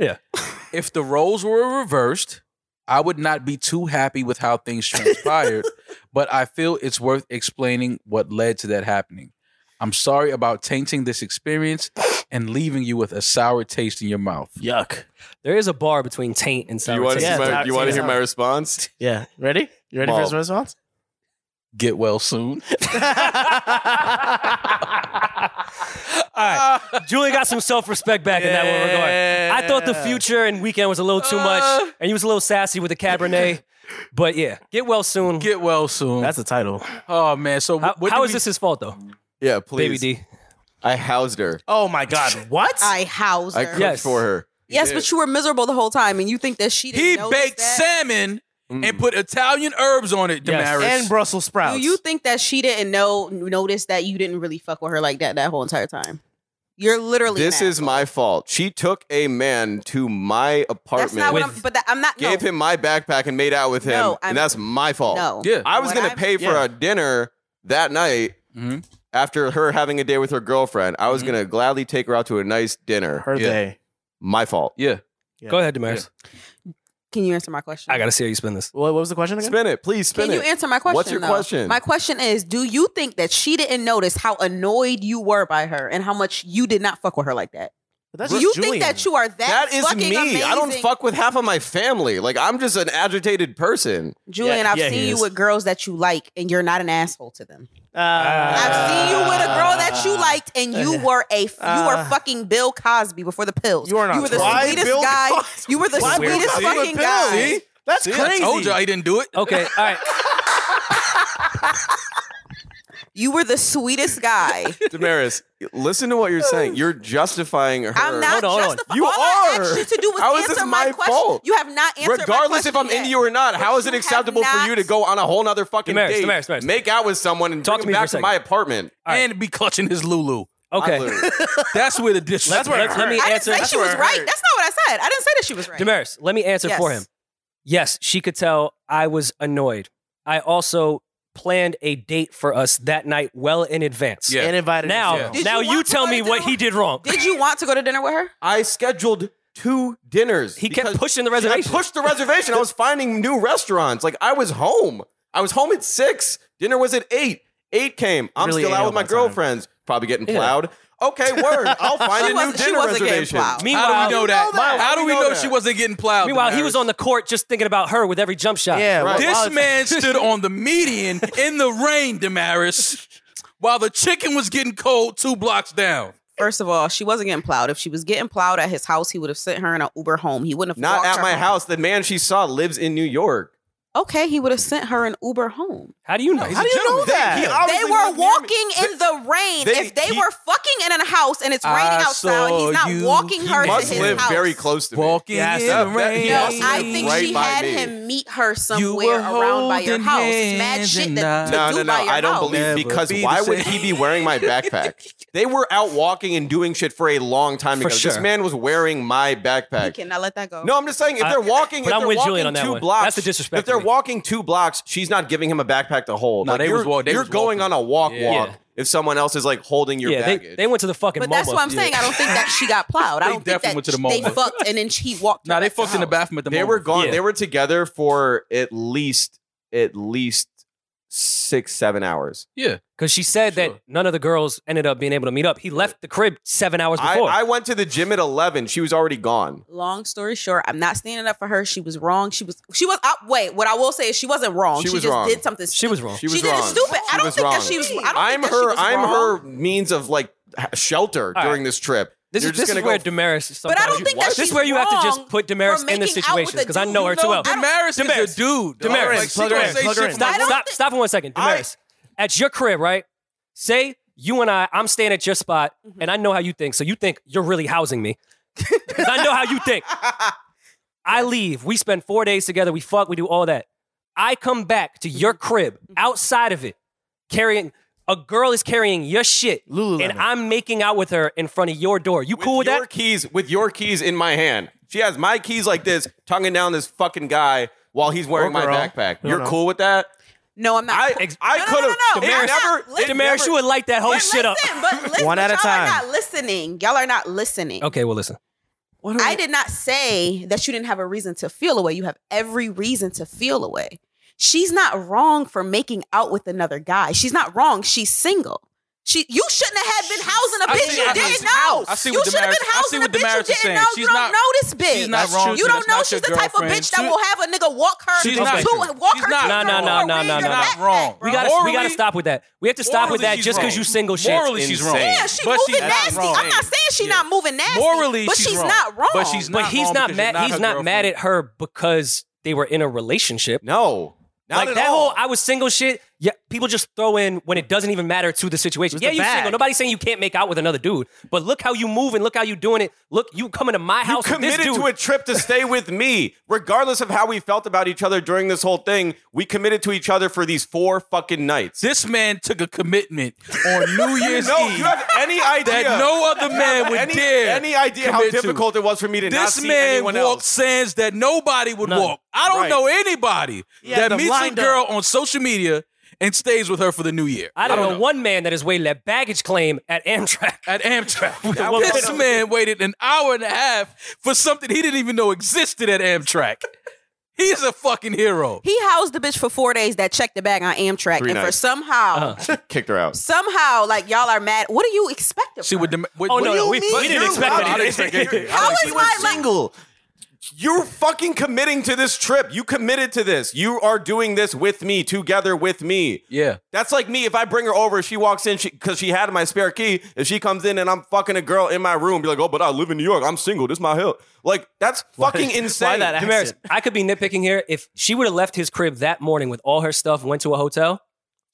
[SPEAKER 3] if the roles were reversed, I would not be too happy with how things transpired, but I feel it's worth explaining what led to that happening. I'm sorry about tainting this experience and leaving you with a sour taste in your mouth.
[SPEAKER 4] Yuck.
[SPEAKER 2] there is a bar between taint and
[SPEAKER 1] do you
[SPEAKER 2] sour
[SPEAKER 1] want to
[SPEAKER 2] taste.
[SPEAKER 4] Yeah,
[SPEAKER 1] see my,
[SPEAKER 4] it's
[SPEAKER 1] you want to
[SPEAKER 4] out.
[SPEAKER 1] hear my response?
[SPEAKER 4] Yeah. Ready? You ready
[SPEAKER 1] Well-
[SPEAKER 4] for his response?
[SPEAKER 3] Get well soon.
[SPEAKER 2] All right. Julie got some self respect back in that one regard. I thought the
[SPEAKER 4] Yeah.
[SPEAKER 2] future and weekend was a little too
[SPEAKER 3] Uh.
[SPEAKER 2] much, and he was a little sassy with the Cabernet. but yeah, get well soon.
[SPEAKER 3] Get well soon.
[SPEAKER 4] That's the title.
[SPEAKER 3] oh man. So
[SPEAKER 2] How-
[SPEAKER 3] wh- what
[SPEAKER 2] how
[SPEAKER 3] did
[SPEAKER 2] is
[SPEAKER 3] we-
[SPEAKER 2] this his fault though,
[SPEAKER 1] Yeah, please.
[SPEAKER 2] Baby D?
[SPEAKER 1] I housed her.
[SPEAKER 4] Oh my God. What?
[SPEAKER 5] I housed
[SPEAKER 1] I
[SPEAKER 5] her.
[SPEAKER 1] cooked
[SPEAKER 2] Yes.
[SPEAKER 1] for her.
[SPEAKER 5] Yes, but you were miserable the whole time, and you think that she didn't
[SPEAKER 3] He
[SPEAKER 5] notice
[SPEAKER 3] baked
[SPEAKER 5] that?
[SPEAKER 3] salmon and put Italian herbs on it,
[SPEAKER 2] Yes.
[SPEAKER 3] Damaris.
[SPEAKER 4] and Brussels sprouts.
[SPEAKER 5] Do you think that she didn't know notice that you didn't really fuck with her like that that whole entire time? You're literally
[SPEAKER 1] This
[SPEAKER 5] an
[SPEAKER 1] is
[SPEAKER 5] asshole.
[SPEAKER 1] my fault. She took a man to my
[SPEAKER 5] That's not
[SPEAKER 1] apartment,
[SPEAKER 5] what
[SPEAKER 2] With-
[SPEAKER 5] I'm. But that, I'm not.
[SPEAKER 1] gave
[SPEAKER 5] no,
[SPEAKER 1] him my backpack, and made out with him,
[SPEAKER 5] No, I'm-
[SPEAKER 1] and that's my fault.
[SPEAKER 5] No.
[SPEAKER 3] Yeah.
[SPEAKER 1] I was
[SPEAKER 5] What
[SPEAKER 1] gonna
[SPEAKER 5] I've-
[SPEAKER 1] pay for
[SPEAKER 4] yeah.
[SPEAKER 1] a dinner that night
[SPEAKER 3] Mhm.
[SPEAKER 1] after her having a day with her girlfriend. I was gonna gladly take her out to a nice dinner.
[SPEAKER 4] Mm-hmm. her
[SPEAKER 3] Yeah.
[SPEAKER 4] day?
[SPEAKER 1] my fault.
[SPEAKER 3] Yeah.
[SPEAKER 4] Yeah.
[SPEAKER 2] Go ahead, Damaris.
[SPEAKER 5] Can you answer my question?
[SPEAKER 2] I gotta see how you spin this.
[SPEAKER 4] What, what was the question again?
[SPEAKER 1] Spin it, please. Spin
[SPEAKER 5] Can
[SPEAKER 1] it.
[SPEAKER 5] you answer my question?
[SPEAKER 1] What's your
[SPEAKER 5] though?
[SPEAKER 1] question?
[SPEAKER 5] My question is: Do you think that she didn't notice how annoyed you were by her and how much you did not fuck with her like that?
[SPEAKER 4] But that's
[SPEAKER 5] Do
[SPEAKER 4] just
[SPEAKER 5] you
[SPEAKER 4] Julian.
[SPEAKER 5] think that you are that?
[SPEAKER 1] that is
[SPEAKER 5] fucking
[SPEAKER 1] me. I
[SPEAKER 5] amazing?
[SPEAKER 1] don't fuck with half of my family. Like I'm just an agitated person.
[SPEAKER 5] Julian.
[SPEAKER 4] Yeah,
[SPEAKER 5] I've
[SPEAKER 4] yeah,
[SPEAKER 5] seen
[SPEAKER 4] he
[SPEAKER 5] you
[SPEAKER 4] is.
[SPEAKER 5] with girls that you like, and you're not an asshole to them.
[SPEAKER 4] Uh,
[SPEAKER 5] I've seen you with a girl that you liked, and you were a you were
[SPEAKER 4] Uh.
[SPEAKER 5] fucking Bill Cosby before the pills.
[SPEAKER 4] You are not
[SPEAKER 5] were the
[SPEAKER 4] Why
[SPEAKER 5] sweetest
[SPEAKER 4] Bill
[SPEAKER 5] guy.
[SPEAKER 4] Cosby?
[SPEAKER 5] You were the
[SPEAKER 4] Why Bill
[SPEAKER 5] sweetest
[SPEAKER 4] Cosby?
[SPEAKER 5] fucking
[SPEAKER 4] Bill,
[SPEAKER 5] guy.
[SPEAKER 4] see? That's
[SPEAKER 3] See,
[SPEAKER 4] crazy.
[SPEAKER 3] I told you he didn't do it.
[SPEAKER 2] Okay, all right.
[SPEAKER 5] You were the sweetest guy.
[SPEAKER 1] Damaris, listen to what you're saying. You're justifying her.
[SPEAKER 5] I'm
[SPEAKER 2] Hold
[SPEAKER 5] not
[SPEAKER 2] on, hold on.
[SPEAKER 5] justifying.
[SPEAKER 1] You
[SPEAKER 5] all I asked
[SPEAKER 1] are.
[SPEAKER 5] you to do was
[SPEAKER 1] How is
[SPEAKER 5] answer
[SPEAKER 1] this
[SPEAKER 5] my,
[SPEAKER 1] my
[SPEAKER 5] question.
[SPEAKER 1] fault?
[SPEAKER 5] You have not answered. my
[SPEAKER 1] Regardless if I'm
[SPEAKER 5] question
[SPEAKER 1] into
[SPEAKER 5] yet.
[SPEAKER 1] you or not,
[SPEAKER 5] But
[SPEAKER 1] how is it
[SPEAKER 5] you have
[SPEAKER 1] acceptable for
[SPEAKER 5] not-
[SPEAKER 1] you to go on a whole nother fucking
[SPEAKER 2] Damaris,
[SPEAKER 1] date,
[SPEAKER 2] Damaris, Damaris.
[SPEAKER 1] make out with someone, and
[SPEAKER 2] Talk
[SPEAKER 1] bring
[SPEAKER 2] to me
[SPEAKER 1] him
[SPEAKER 2] for a
[SPEAKER 1] back to
[SPEAKER 2] second.
[SPEAKER 1] my apartment?
[SPEAKER 2] right.
[SPEAKER 3] And be clutching his Lulu.
[SPEAKER 1] Not
[SPEAKER 2] Okay,
[SPEAKER 1] literally.
[SPEAKER 3] That's where the dish.
[SPEAKER 2] That's where it
[SPEAKER 3] let,
[SPEAKER 2] hurt.
[SPEAKER 3] let me
[SPEAKER 5] I didn't
[SPEAKER 2] answer-
[SPEAKER 5] say
[SPEAKER 2] That's
[SPEAKER 5] she
[SPEAKER 2] where
[SPEAKER 5] was
[SPEAKER 2] it
[SPEAKER 5] right.
[SPEAKER 2] hurt.
[SPEAKER 5] That's not what I said. I didn't say that she was right.
[SPEAKER 2] Damaris, let me answer for
[SPEAKER 5] Yes.
[SPEAKER 2] him. Yes, she could tell I was annoyed. I also planned a date for us that night well in advance.
[SPEAKER 3] Yeah.
[SPEAKER 4] And invited
[SPEAKER 2] Now,
[SPEAKER 4] himself.
[SPEAKER 5] Did
[SPEAKER 2] now
[SPEAKER 5] you
[SPEAKER 2] you,
[SPEAKER 5] want
[SPEAKER 2] tell me
[SPEAKER 5] somebody
[SPEAKER 2] what
[SPEAKER 5] to-
[SPEAKER 2] he did wrong.
[SPEAKER 5] Did you want to go to dinner with her?
[SPEAKER 1] I scheduled two dinners.
[SPEAKER 2] He kept
[SPEAKER 1] because
[SPEAKER 2] pushing the
[SPEAKER 1] I
[SPEAKER 2] reservation.
[SPEAKER 1] pushed the reservation. I was finding new restaurants. Like I was home. I was home at six. Dinner was at eight. Eight came. I'm
[SPEAKER 4] Really
[SPEAKER 1] still
[SPEAKER 4] ate
[SPEAKER 1] out
[SPEAKER 4] all
[SPEAKER 1] with my
[SPEAKER 4] my time.
[SPEAKER 1] girlfriends. Probably getting
[SPEAKER 2] Yeah.
[SPEAKER 1] plowed. Okay, word. I'll find
[SPEAKER 5] She
[SPEAKER 1] a new
[SPEAKER 5] wasn't- she
[SPEAKER 1] dinner
[SPEAKER 5] wasn't getting
[SPEAKER 1] reservation.
[SPEAKER 5] plowed.
[SPEAKER 2] meanwhile,
[SPEAKER 3] How do we know that?
[SPEAKER 1] that?
[SPEAKER 3] How do we know
[SPEAKER 1] that?
[SPEAKER 3] she wasn't getting plowed?
[SPEAKER 2] meanwhile, he
[SPEAKER 3] Damaris?
[SPEAKER 2] was on the court just thinking about her with every jump shot.
[SPEAKER 4] yeah.
[SPEAKER 1] Right.
[SPEAKER 4] well,
[SPEAKER 3] This
[SPEAKER 4] well,
[SPEAKER 3] man stood on the median in the rain, Damaris, while the chicken was getting cold two blocks down.
[SPEAKER 5] First of all, she wasn't getting plowed. If she was getting plowed at his house, he would have sent her in an Uber home. He wouldn't have
[SPEAKER 1] Not
[SPEAKER 5] walked
[SPEAKER 1] at
[SPEAKER 5] her
[SPEAKER 1] my
[SPEAKER 5] home.
[SPEAKER 1] house. The man she saw lives in New York.
[SPEAKER 5] Okay, he would have sent her an Uber home.
[SPEAKER 2] How do you know?
[SPEAKER 3] he's
[SPEAKER 4] How do you know
[SPEAKER 1] They- he
[SPEAKER 4] that?
[SPEAKER 1] obviously
[SPEAKER 5] they were
[SPEAKER 1] wasn't married.
[SPEAKER 5] walking in the rain.
[SPEAKER 1] they-
[SPEAKER 5] if they
[SPEAKER 1] he-
[SPEAKER 5] were fucking in a house and it's raining
[SPEAKER 3] I
[SPEAKER 5] outside,
[SPEAKER 3] saw
[SPEAKER 5] he's not
[SPEAKER 3] you.
[SPEAKER 5] walking
[SPEAKER 3] He
[SPEAKER 5] her to
[SPEAKER 1] Must
[SPEAKER 5] his
[SPEAKER 1] live
[SPEAKER 5] house.
[SPEAKER 1] very close to me.
[SPEAKER 3] Walking
[SPEAKER 4] Yes,
[SPEAKER 3] in
[SPEAKER 1] that-
[SPEAKER 3] the
[SPEAKER 1] that-
[SPEAKER 3] rain.
[SPEAKER 5] No,
[SPEAKER 1] Yes,
[SPEAKER 5] I think
[SPEAKER 1] right
[SPEAKER 5] she
[SPEAKER 1] by
[SPEAKER 5] had
[SPEAKER 1] me.
[SPEAKER 5] him meet her
[SPEAKER 3] were
[SPEAKER 5] somewhere around by your
[SPEAKER 3] holding
[SPEAKER 5] house. It's mad
[SPEAKER 3] hands
[SPEAKER 5] shit
[SPEAKER 3] and
[SPEAKER 5] that
[SPEAKER 3] I-
[SPEAKER 5] to
[SPEAKER 1] No,
[SPEAKER 5] do
[SPEAKER 1] no, no.
[SPEAKER 5] by your
[SPEAKER 1] I don't
[SPEAKER 5] house.
[SPEAKER 1] believe
[SPEAKER 3] Never
[SPEAKER 1] because
[SPEAKER 3] be the
[SPEAKER 1] why would
[SPEAKER 3] same.
[SPEAKER 1] he be wearing my backpack? they were out walking and doing shit for a long time
[SPEAKER 2] For
[SPEAKER 1] ago. This
[SPEAKER 2] sure.
[SPEAKER 1] man was wearing my
[SPEAKER 5] You
[SPEAKER 1] backpack.
[SPEAKER 5] cannot let that go.
[SPEAKER 1] No, I'm just saying if
[SPEAKER 2] I-
[SPEAKER 1] they're walking,
[SPEAKER 2] But
[SPEAKER 1] if
[SPEAKER 2] I'm
[SPEAKER 1] they're
[SPEAKER 2] with
[SPEAKER 1] walking
[SPEAKER 2] Julian on that
[SPEAKER 1] two
[SPEAKER 2] one.
[SPEAKER 1] blocks,
[SPEAKER 2] That's the disrespect
[SPEAKER 1] If they're
[SPEAKER 2] to me.
[SPEAKER 1] walking two blocks, she's not giving him a backpack to hold.
[SPEAKER 3] No,
[SPEAKER 1] Like,
[SPEAKER 3] they was
[SPEAKER 1] you're-
[SPEAKER 3] wa- they
[SPEAKER 1] you're
[SPEAKER 3] was
[SPEAKER 1] going on a
[SPEAKER 3] walking.
[SPEAKER 1] walk,
[SPEAKER 3] Yeah.
[SPEAKER 1] walk.
[SPEAKER 2] Yeah.
[SPEAKER 1] If someone else is like holding your
[SPEAKER 2] yeah, they,
[SPEAKER 1] baggage,
[SPEAKER 2] they went to the fucking.
[SPEAKER 5] but that's
[SPEAKER 2] MoMA.
[SPEAKER 5] what I'm saying. I don't think that she got plowed. I
[SPEAKER 3] They
[SPEAKER 5] don't think
[SPEAKER 3] definitely
[SPEAKER 5] that
[SPEAKER 3] went to the
[SPEAKER 5] they
[SPEAKER 3] moment.
[SPEAKER 5] fucked and then she walked.
[SPEAKER 3] Nah,
[SPEAKER 5] her
[SPEAKER 3] they
[SPEAKER 5] back to
[SPEAKER 3] fucked in the
[SPEAKER 5] house.
[SPEAKER 3] bathroom at the
[SPEAKER 1] they
[SPEAKER 3] moment.
[SPEAKER 1] were gone.
[SPEAKER 2] Yeah.
[SPEAKER 1] They were together for at least at least six, seven hours.
[SPEAKER 2] because she said
[SPEAKER 3] Sure.
[SPEAKER 2] that none of the girls ended up being able to meet up. He left the crib seven hours
[SPEAKER 1] I,
[SPEAKER 2] before.
[SPEAKER 1] I went to the gym at eleven. She was already gone.
[SPEAKER 5] Long story short, I'm not standing up for her. She was wrong. She was she was out. Wait, what I will say is she wasn't wrong.
[SPEAKER 1] She
[SPEAKER 5] She,
[SPEAKER 1] was
[SPEAKER 5] just
[SPEAKER 1] wrong.
[SPEAKER 5] did something.
[SPEAKER 2] she was wrong.
[SPEAKER 1] She was
[SPEAKER 5] did
[SPEAKER 1] wrong.
[SPEAKER 5] it stupid. I
[SPEAKER 1] She
[SPEAKER 5] don't
[SPEAKER 1] was
[SPEAKER 5] think
[SPEAKER 1] wrong.
[SPEAKER 5] that she was. I don't
[SPEAKER 1] I'm
[SPEAKER 5] think that she
[SPEAKER 1] her.
[SPEAKER 5] was
[SPEAKER 1] I'm
[SPEAKER 5] wrong.
[SPEAKER 1] her means of like h- shelter
[SPEAKER 2] All right.
[SPEAKER 1] during this trip.
[SPEAKER 2] this
[SPEAKER 1] You're
[SPEAKER 2] is
[SPEAKER 1] just
[SPEAKER 2] this
[SPEAKER 1] gonna
[SPEAKER 2] is
[SPEAKER 1] go
[SPEAKER 2] where Damaris. is
[SPEAKER 5] But I
[SPEAKER 2] sometimes
[SPEAKER 5] don't
[SPEAKER 2] you-
[SPEAKER 5] think that
[SPEAKER 2] this
[SPEAKER 5] she's
[SPEAKER 2] is where you have to
[SPEAKER 5] wrong
[SPEAKER 2] just put Damaris
[SPEAKER 5] for
[SPEAKER 2] in the
[SPEAKER 5] making out with
[SPEAKER 2] situation
[SPEAKER 5] a
[SPEAKER 2] because I
[SPEAKER 5] dude
[SPEAKER 2] know
[SPEAKER 5] you
[SPEAKER 2] her too
[SPEAKER 5] know
[SPEAKER 2] well.
[SPEAKER 5] I don't-
[SPEAKER 3] Damaris is
[SPEAKER 2] Damaris.
[SPEAKER 3] a dude. dog.
[SPEAKER 2] Damaris,
[SPEAKER 3] Like, she
[SPEAKER 4] plug her
[SPEAKER 3] gonna
[SPEAKER 4] in,
[SPEAKER 3] say
[SPEAKER 4] plug her
[SPEAKER 3] shit
[SPEAKER 4] in.
[SPEAKER 3] from
[SPEAKER 2] Stop,
[SPEAKER 5] I don't
[SPEAKER 2] stop,
[SPEAKER 5] thi-
[SPEAKER 2] stop for one second.
[SPEAKER 1] I-
[SPEAKER 2] Damaris, at your crib, right? Say you and I, I'm staying at your spot, and I know how you think. So you think you're really housing me. 'Cause I know how you think. I leave. We spend four days together. We fuck. We do all that. I come back to your crib outside of it, carrying a girl is carrying your shit,
[SPEAKER 4] Lululemon.
[SPEAKER 2] and I'm making out with her in front of your door. You cool with
[SPEAKER 1] your
[SPEAKER 2] that?
[SPEAKER 1] keys with your keys in my hand. She has my keys like this, tonguing down this fucking guy while he's wearing my
[SPEAKER 4] girl.
[SPEAKER 1] backpack.
[SPEAKER 4] We don't
[SPEAKER 1] You're
[SPEAKER 4] know.
[SPEAKER 1] cool with that?
[SPEAKER 5] No, I'm not.
[SPEAKER 1] I
[SPEAKER 5] Ex-
[SPEAKER 1] I
[SPEAKER 5] No, no,
[SPEAKER 1] could
[SPEAKER 5] no,
[SPEAKER 1] have.
[SPEAKER 5] no, no. I'm not- listen-
[SPEAKER 2] Damaris, you would light
[SPEAKER 3] Oh,
[SPEAKER 2] that whole
[SPEAKER 5] But
[SPEAKER 2] shit up.
[SPEAKER 5] listen, But listen,
[SPEAKER 4] One at a
[SPEAKER 5] y'all
[SPEAKER 4] time.
[SPEAKER 5] are not listening. Y'all are not listening.
[SPEAKER 2] Okay, well listen.
[SPEAKER 5] I did not say that you didn't have a reason to feel away. You have every reason to feel away. She's not wrong for making out with another guy. She's not wrong. She's single. She, you shouldn't have been housing a
[SPEAKER 3] I
[SPEAKER 5] bitch
[SPEAKER 3] see-
[SPEAKER 5] you
[SPEAKER 3] I
[SPEAKER 5] didn't
[SPEAKER 3] see-
[SPEAKER 5] know.
[SPEAKER 3] I see
[SPEAKER 5] you
[SPEAKER 3] what
[SPEAKER 5] should have
[SPEAKER 3] Damaris- I
[SPEAKER 5] been
[SPEAKER 3] see
[SPEAKER 5] housing a
[SPEAKER 3] what
[SPEAKER 5] bitch you
[SPEAKER 3] Damaris is
[SPEAKER 5] didn't
[SPEAKER 3] saying.
[SPEAKER 5] know. you
[SPEAKER 3] She's
[SPEAKER 5] don't
[SPEAKER 3] not-
[SPEAKER 5] know this bitch.
[SPEAKER 3] she's not wrong
[SPEAKER 5] You
[SPEAKER 3] too.
[SPEAKER 5] don't
[SPEAKER 3] That's
[SPEAKER 5] know
[SPEAKER 3] not
[SPEAKER 5] she's the
[SPEAKER 3] your
[SPEAKER 5] type of
[SPEAKER 3] girlfriend.
[SPEAKER 5] bitch that will have a nigga walk her
[SPEAKER 3] She's
[SPEAKER 5] to
[SPEAKER 3] not
[SPEAKER 5] to-
[SPEAKER 3] true.
[SPEAKER 5] walk
[SPEAKER 3] She's
[SPEAKER 5] her
[SPEAKER 3] not
[SPEAKER 5] to
[SPEAKER 2] No,
[SPEAKER 5] the
[SPEAKER 2] no,
[SPEAKER 5] door
[SPEAKER 2] no,
[SPEAKER 5] and
[SPEAKER 2] no,
[SPEAKER 5] read
[SPEAKER 2] no,
[SPEAKER 5] her
[SPEAKER 2] no.
[SPEAKER 5] backpack,
[SPEAKER 3] Not
[SPEAKER 2] We
[SPEAKER 5] bro.
[SPEAKER 2] gotta we gotta
[SPEAKER 3] Morally-
[SPEAKER 2] stop with that. We have to stop with
[SPEAKER 3] morally
[SPEAKER 2] that
[SPEAKER 3] she's
[SPEAKER 2] just because
[SPEAKER 3] wrong.
[SPEAKER 2] you single shit.
[SPEAKER 3] Morally, she's wrong.
[SPEAKER 1] insane.
[SPEAKER 5] Yeah, she's
[SPEAKER 3] But she's
[SPEAKER 5] moving
[SPEAKER 3] not
[SPEAKER 5] nasty.
[SPEAKER 3] wrong.
[SPEAKER 5] I'm not saying she's not moving nasty.
[SPEAKER 3] Morally,
[SPEAKER 5] but she's,
[SPEAKER 3] she's wrong.
[SPEAKER 5] not wrong.
[SPEAKER 3] But she's
[SPEAKER 2] but
[SPEAKER 3] not
[SPEAKER 2] he's
[SPEAKER 3] wrong
[SPEAKER 2] not
[SPEAKER 3] because
[SPEAKER 2] mad.
[SPEAKER 3] you're not
[SPEAKER 2] he's
[SPEAKER 3] her
[SPEAKER 2] not mad
[SPEAKER 3] girlfriend.
[SPEAKER 2] at her because they were in a relationship.
[SPEAKER 1] No, not
[SPEAKER 2] like
[SPEAKER 1] at
[SPEAKER 2] that
[SPEAKER 1] all.
[SPEAKER 2] whole I was single shit. Yeah, people just throw in when it doesn't even matter to the situation.
[SPEAKER 4] It's
[SPEAKER 2] Yeah,
[SPEAKER 4] the
[SPEAKER 2] you
[SPEAKER 4] bag.
[SPEAKER 2] single. Nobody's saying you can't make out with another dude. But look how you move and look how you doing it. Look, you coming to my
[SPEAKER 1] you
[SPEAKER 2] house with this
[SPEAKER 1] committed
[SPEAKER 2] dude.
[SPEAKER 1] to a trip to stay with me, regardless of how we felt about each other during this whole thing. We committed to each other for these four fucking nights.
[SPEAKER 3] This man took a commitment on New Year's
[SPEAKER 1] no,
[SPEAKER 3] Eve
[SPEAKER 1] you have any idea
[SPEAKER 3] that no other man would
[SPEAKER 1] any,
[SPEAKER 3] dare.
[SPEAKER 1] any idea how
[SPEAKER 3] commit to.
[SPEAKER 1] difficult it was for me to not
[SPEAKER 3] This
[SPEAKER 1] see
[SPEAKER 3] man
[SPEAKER 1] anyone
[SPEAKER 3] walked
[SPEAKER 1] else.
[SPEAKER 3] sands that nobody would
[SPEAKER 2] None.
[SPEAKER 3] walk. I don't
[SPEAKER 1] Right.
[SPEAKER 3] know anybody
[SPEAKER 4] had
[SPEAKER 3] that
[SPEAKER 4] them
[SPEAKER 3] meets a
[SPEAKER 4] lined up.
[SPEAKER 3] girl on social media and stays with her for the New Year
[SPEAKER 2] I don't, know, one man that has waited that baggage claim at Amtrak.
[SPEAKER 3] at Amtrak.
[SPEAKER 1] That was-
[SPEAKER 3] this man waited an hour and a half for something he didn't even know existed at Amtrak. He's a fucking hero.
[SPEAKER 5] He housed the bitch for four days that checked the bag on Amtrak,
[SPEAKER 1] Three
[SPEAKER 5] and for
[SPEAKER 1] nights.
[SPEAKER 5] somehow,
[SPEAKER 1] Kicked her out.
[SPEAKER 5] somehow, like y'all are mad. What do you expect of
[SPEAKER 3] See
[SPEAKER 5] her?
[SPEAKER 3] what? Dem- what
[SPEAKER 2] oh
[SPEAKER 3] what
[SPEAKER 2] no,
[SPEAKER 3] do
[SPEAKER 2] no
[SPEAKER 3] you
[SPEAKER 2] we,
[SPEAKER 3] mean?
[SPEAKER 2] we didn't expect
[SPEAKER 1] I
[SPEAKER 2] anything.
[SPEAKER 1] didn't expect anything.
[SPEAKER 5] How is
[SPEAKER 1] She was
[SPEAKER 5] my like?
[SPEAKER 4] single.
[SPEAKER 1] You're fucking committing to this trip. You committed to this. You are doing this with me, together with me.
[SPEAKER 3] Yeah.
[SPEAKER 1] That's like me. If I bring her over, she walks in because she, had my spare key. If she comes in and I'm fucking a girl in my room, be like, oh, but I live in New York. I'm single. This is my hill. Like, that's fucking insane.
[SPEAKER 4] why that
[SPEAKER 2] Damaris,
[SPEAKER 4] accent?
[SPEAKER 2] I could be nitpicking here. If she would have left his crib that morning with all her stuff, went to a hotel,